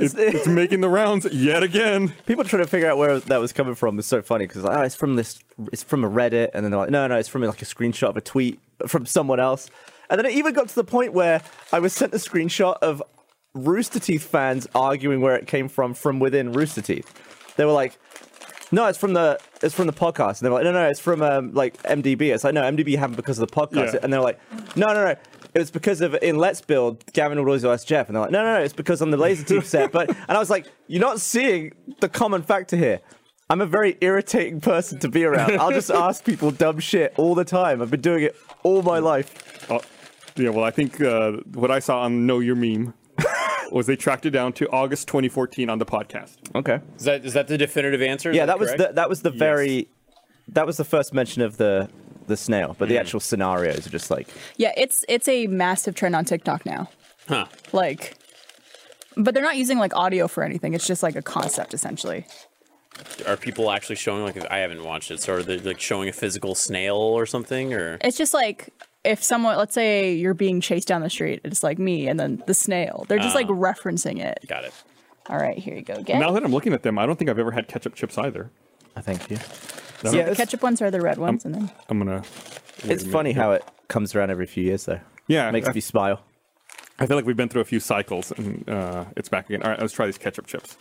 Speaker 3: It, it's making the rounds yet again.
Speaker 2: People trying to figure out where that was coming from is so funny because like, oh, it's from this, it's from a Reddit, and then they're like, no, no, it's from like a screenshot of a tweet from someone else, and then it even got to the point where I was sent a screenshot of Rooster Teeth fans arguing where it came from from within Rooster Teeth. They were like, no, it's from the it's from the podcast, and they were like, no, no, it's from um, like MDB. It's like, no, MDB happened because of the podcast,
Speaker 3: Yeah.
Speaker 2: and they're like, no, no, no. It was because of in Let's Build, Gavin would always ask Jeff, and they're like, no, no, no, it's because on the laser team set. But and I was like, you're not seeing the common factor here. I'm a very irritating person to be around. I'll just ask people dumb shit all the time. I've been doing it all my life.
Speaker 3: Oh, yeah, well, I think uh, what I saw on Know Your Meme was they tracked it down to August 2014 on the podcast.
Speaker 2: Okay.
Speaker 5: Is that is that the definitive answer? Is
Speaker 2: Yeah, that was the,
Speaker 5: correct?
Speaker 2: that was the very that was the first mention of the the snail, but the actual scenarios are just like
Speaker 4: Yeah, it's it's a massive trend on TikTok now.
Speaker 5: Huh.
Speaker 4: Like, but they're not using like audio for anything. It's just like a concept essentially.
Speaker 5: Are people actually showing like I haven't watched it, so are they like showing a physical snail or something? Or
Speaker 4: It's just like if someone, let's say you're being chased down the street, it's like me and then the snail. They're just like referencing it.
Speaker 5: got it.
Speaker 4: All right, here you
Speaker 2: Oh.
Speaker 4: go. Get
Speaker 3: Now that I'm looking at them, I don't think I've ever had ketchup chips either.
Speaker 2: I thank you.
Speaker 3: No,
Speaker 2: Yeah,
Speaker 4: the
Speaker 2: it's,
Speaker 4: ketchup ones are the red ones, and then
Speaker 3: I'm gonna.
Speaker 2: it's funny how it comes around every few years though.
Speaker 3: Yeah,
Speaker 2: Makes
Speaker 3: I-
Speaker 2: me smile.
Speaker 3: I feel like we've been through a few cycles, and uh, it's back again. All right, let's try these ketchup chips.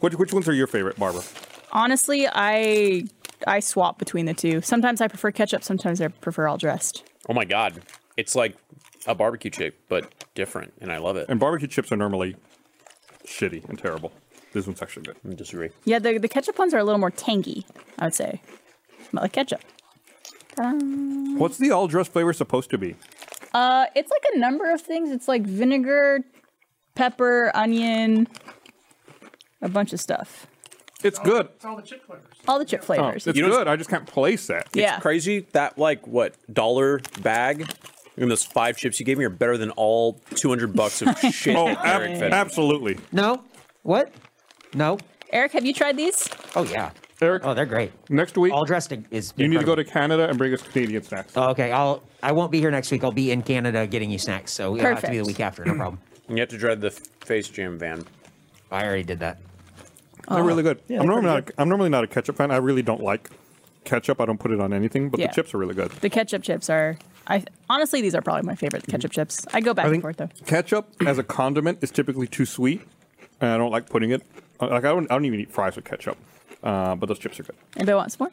Speaker 3: Which, which ones are your favorite, Barbara?
Speaker 4: honestly, I I swap between the two. Sometimes I prefer ketchup. Sometimes I prefer all dressed.
Speaker 5: Oh my god, it's like a barbecue chip, but different, and I love it.
Speaker 3: And barbecue chips are normally shitty and terrible. This one's actually good.
Speaker 5: I disagree.
Speaker 4: Yeah, the, the ketchup ones are a little more tangy. I would say, smell like ketchup.
Speaker 3: What's the all dressed flavor supposed to be?
Speaker 4: Uh, it's like a number of things. It's like vinegar, pepper, onion, a bunch of stuff.
Speaker 3: It's good.
Speaker 11: It's all the chip flavors.
Speaker 4: All the chip
Speaker 3: Oh,
Speaker 4: flavors.
Speaker 3: it's good. I just can't place that.
Speaker 4: yeah,
Speaker 5: Crazy that like what dollar bag? Even those five chips you gave me are better than all two hundred bucks of shit.
Speaker 3: Oh,
Speaker 5: that Eric
Speaker 3: ab-
Speaker 5: fed me.
Speaker 3: absolutely.
Speaker 6: No. What? No.
Speaker 4: Eric, have you tried these?
Speaker 6: Oh yeah,
Speaker 3: Eric,
Speaker 6: oh they're great.
Speaker 3: next week
Speaker 6: All dressed in- is.
Speaker 3: you need to go to Canada and bring us Canadian snacks.
Speaker 4: Uh,
Speaker 6: Oh, okay, I'll. I won't be here next week. I'll be in Canada getting you snacks, so it'll have to be the
Speaker 4: Perfect.
Speaker 6: week after. No problem.
Speaker 5: You have to dread the f- face jam van.
Speaker 6: I already did that.
Speaker 3: They're really good. I'm normally not. A, I'm normally not a ketchup fan. I really don't like ketchup. I don't put it on anything, but
Speaker 4: Yeah.
Speaker 3: the chips are really good.
Speaker 4: The ketchup chips are. I honestly, these are probably my favorite ketchup chips. I go back
Speaker 3: I
Speaker 4: and
Speaker 3: think
Speaker 4: forth though.
Speaker 3: ketchup as a condiment is typically too sweet, and I don't like putting it. Like I don't. I don't even eat fries with ketchup. Uh, but those chips are good.
Speaker 4: Anybody want some more?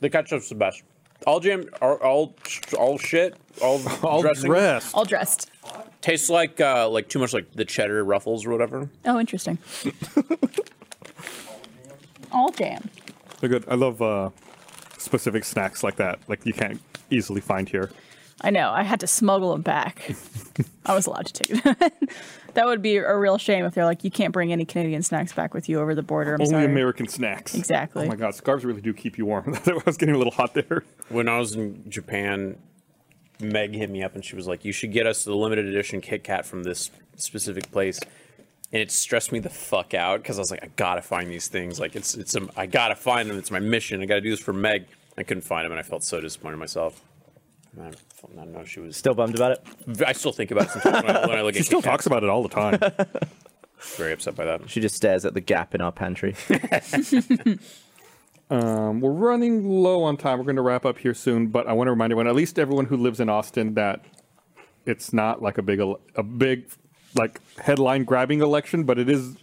Speaker 5: The ketchup's the best. All jam, all all, all shit, all,
Speaker 3: All
Speaker 5: dressing
Speaker 3: dressed.
Speaker 4: All dressed.
Speaker 5: tastes like uh, like too much like the cheddar ruffles or whatever.
Speaker 4: Oh, interesting. All jam.
Speaker 3: They're good. I love uh, specific snacks like that. Like you can't easily find here.
Speaker 4: I know. I had to smuggle them back. I was allowed to take them. that would be a real shame if they're like, you can't bring any Canadian snacks back with you over the border. I'm
Speaker 3: Only
Speaker 4: sorry.
Speaker 3: American snacks.
Speaker 4: Exactly.
Speaker 3: Oh my god, scarves really do keep you warm. I was getting a little hot there.
Speaker 5: When I was in Japan, Meg hit me up and she was like, "You should get us the limited edition Kit Kat from this specific place." And it stressed me the fuck out because I was like, "I gotta find these things. Like it's it's um, I gotta find them. It's my mission. I gotta do this for Meg." I couldn't find them, and I felt so disappointed in myself. And I, felt- I don't know. She was.
Speaker 2: Still bummed about it.
Speaker 5: I still think about it sometimes when I, when I look at.
Speaker 3: She still
Speaker 5: Kit Kat.
Speaker 3: talks about it all the time.
Speaker 5: Very upset by that.
Speaker 2: She just stares at the gap in our pantry.
Speaker 3: Um, we're running low on time. We're going to wrap up here soon, but I want to remind everyone, at least everyone who lives in Austin, that it's not like a big, el- a big, like headline grabbing election, but it is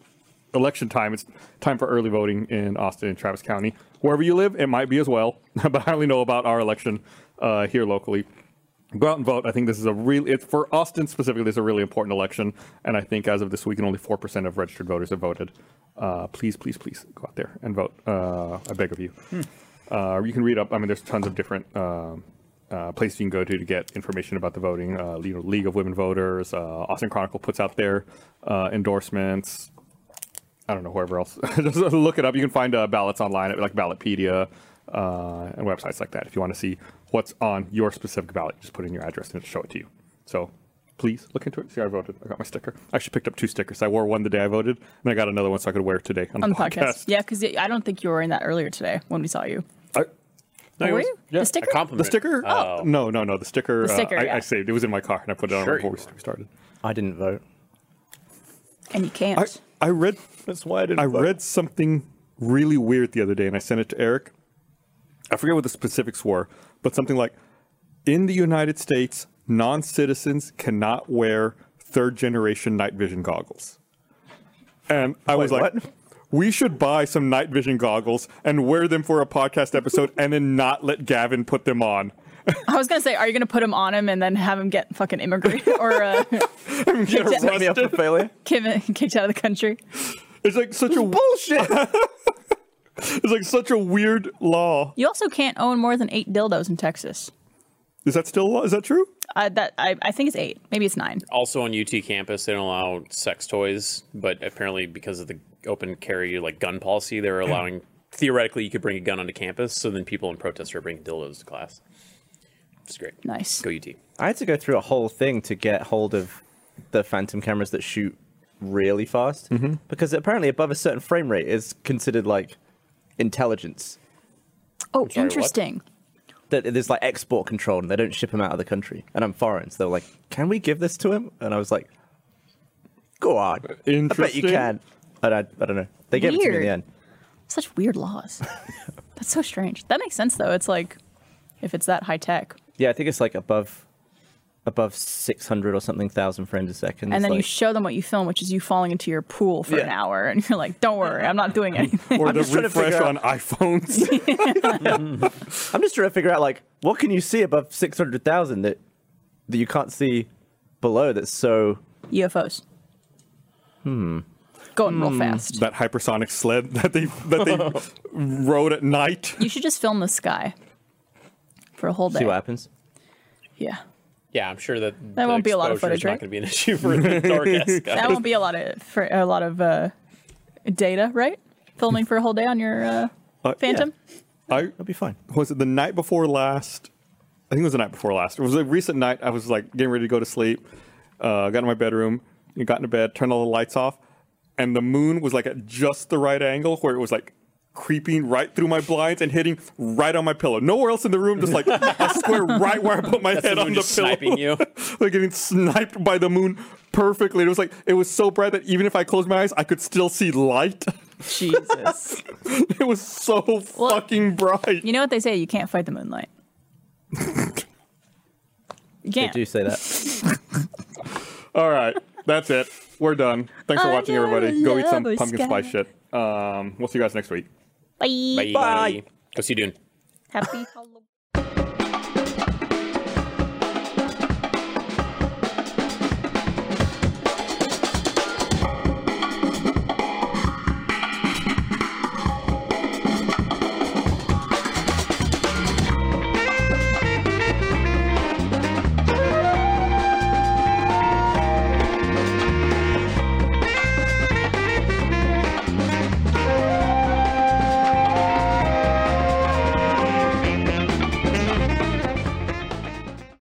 Speaker 3: election time. It's time for early voting in Austin and Travis County. Wherever you live, it might be as well, but I only know about our election uh, here locally. Go out and vote. I think this is a really, it's for Austin specifically, this is a really important election. And I think as of this weekend, only 4% of registered voters have voted. Uh, please, please, please go out there and vote. Uh, I beg of you. Uh, you can read up. I mean, there's tons of different um uh, places you can go to to get information about the voting. Uh, you know, League of Women Voters, uh, Austin Chronicle puts out their uh, endorsements. I don't know wherever else. Just look it up. You can find uh, ballots online at like Ballotpedia uh, and websites like that if you want to see what's on your specific ballot. Just put in your address and it'll show it to you. So please look into it. See, I voted. I got my sticker. I actually picked up two stickers. I wore one the day I voted, and I got another one so I could wear it today on,
Speaker 4: On the podcast. Yeah, because I don't think you were in that earlier today when we saw you.
Speaker 3: I-
Speaker 5: No,
Speaker 4: were
Speaker 5: it was-
Speaker 4: you?
Speaker 3: yeah,
Speaker 4: The sticker?
Speaker 5: A compliment.
Speaker 3: The sticker? Ah,
Speaker 5: Oh.
Speaker 3: No, no, no. The sticker.
Speaker 4: The
Speaker 3: uh,
Speaker 4: sticker,
Speaker 3: I,
Speaker 4: yeah.
Speaker 3: I saved. It was in my car, and I put it on
Speaker 5: Sure
Speaker 3: before we
Speaker 5: you were.
Speaker 3: started.
Speaker 2: I didn't vote.
Speaker 4: And you can't.
Speaker 3: I, I read.
Speaker 2: That's why I didn't
Speaker 3: I
Speaker 2: vote.
Speaker 3: read something really weird the other day, and I sent it to Eric. I forget what the specifics were, but something like, in the United States, non-citizens cannot wear third-generation night vision goggles. And I was
Speaker 2: Wait,
Speaker 3: like.
Speaker 2: what?
Speaker 3: We should buy some night vision goggles and wear them for a podcast episode and then not let Gavin put them on.
Speaker 4: I was gonna say, are you gonna put him on him and then have him get fucking immigrated or uh,
Speaker 3: Get
Speaker 4: Set
Speaker 2: Set me up for
Speaker 3: arrested.
Speaker 2: failure.
Speaker 4: kiv- kicked out of the country?
Speaker 3: It's like such a
Speaker 2: Bullshit.
Speaker 3: It's like such a weird law.
Speaker 4: You also can't own more than eight dildos in Texas.
Speaker 3: Is that still a law? Is that true?
Speaker 4: Uh, that I, I think it's eight, maybe it's nine.
Speaker 5: also on UT campus, they don't allow sex toys, but apparently because of the open carry like gun policy, they're
Speaker 4: Mm.
Speaker 5: allowing theoretically you could bring a gun onto campus. So then people in protest are bringing dildos to class. It's great.
Speaker 4: Nice.
Speaker 5: Go UT.
Speaker 2: I had to go through a whole thing to get hold of the phantom cameras that shoot really fast
Speaker 3: Mm-hmm.
Speaker 2: because apparently above a certain frame rate is considered like intelligence
Speaker 4: Oh,
Speaker 5: sorry, what?
Speaker 4: interesting.
Speaker 2: that there's like export control and they don't ship them out of the country and i'm foreign so they're like can we give this to him and i was like go on i bet you
Speaker 3: Interesting.
Speaker 2: can and i, I don't know they gave it to me in
Speaker 4: Weird.
Speaker 2: the end
Speaker 4: Such weird laws. That's so strange. That makes sense though. It's like if it's that high tech,
Speaker 2: yeah i think it's like above above 600 or something thousand frames a second
Speaker 4: and
Speaker 2: It's
Speaker 4: then you
Speaker 2: like-
Speaker 4: show them what you film, which is you falling into your pool for an
Speaker 2: Yeah.
Speaker 4: hour, and you're like, "Don't worry, I'm not doing anything."
Speaker 3: Or the
Speaker 2: just trying to
Speaker 3: refresh
Speaker 2: figure
Speaker 3: on iPhones?
Speaker 2: I'm just trying to figure out like what can you see above six hundred thousand that that you can't see below. That's so
Speaker 4: UFOs. Hmm. Going real fast.
Speaker 3: that hypersonic sled that they that they rode at night.
Speaker 4: You should just film the sky for a whole day.
Speaker 2: see what happens.
Speaker 4: Yeah.
Speaker 5: Yeah, I'm sure that
Speaker 4: That
Speaker 5: the
Speaker 4: won't be a lot of
Speaker 5: exposure's
Speaker 4: footage,
Speaker 5: Not
Speaker 4: right?
Speaker 5: going to be an issue for the dark ass
Speaker 4: That
Speaker 5: guys.
Speaker 4: won't be a lot of for a lot of uh, data, right? Filming for a whole day on your uh,
Speaker 3: Uh,
Speaker 4: Phantom.
Speaker 3: I
Speaker 2: It'll be fine.
Speaker 3: was it the night before last? I think it was the night before last. It was a recent night. I was like getting ready to go to sleep. Uh, got in my bedroom, got into bed, turned all the lights off, and the moon was like at just the right angle where it was like creeping right through my blinds and hitting right on my pillow. Nowhere else in the room, just like a square right where I put my
Speaker 12: That's
Speaker 3: head
Speaker 12: the
Speaker 3: on
Speaker 12: moon
Speaker 3: the
Speaker 12: just
Speaker 3: pillow.
Speaker 12: sniping you.
Speaker 3: like getting sniped by the moon perfectly. It was like it was so bright that even if I closed my eyes, I could still see light.
Speaker 4: Jesus.
Speaker 3: it was so fucking bright.
Speaker 4: you know what they say? You can't fight the moonlight. you
Speaker 2: They
Speaker 4: can't.
Speaker 2: do say that.
Speaker 3: All right, that's it. We're done. Thanks for
Speaker 4: I
Speaker 3: watching,
Speaker 4: don't
Speaker 3: everybody. Go eat some
Speaker 4: love
Speaker 3: pumpkin
Speaker 4: Sky.
Speaker 3: spice shit. Um, we'll see you guys next week.
Speaker 4: Bye.
Speaker 12: Bye. What's he doing?
Speaker 4: Happy Halloween.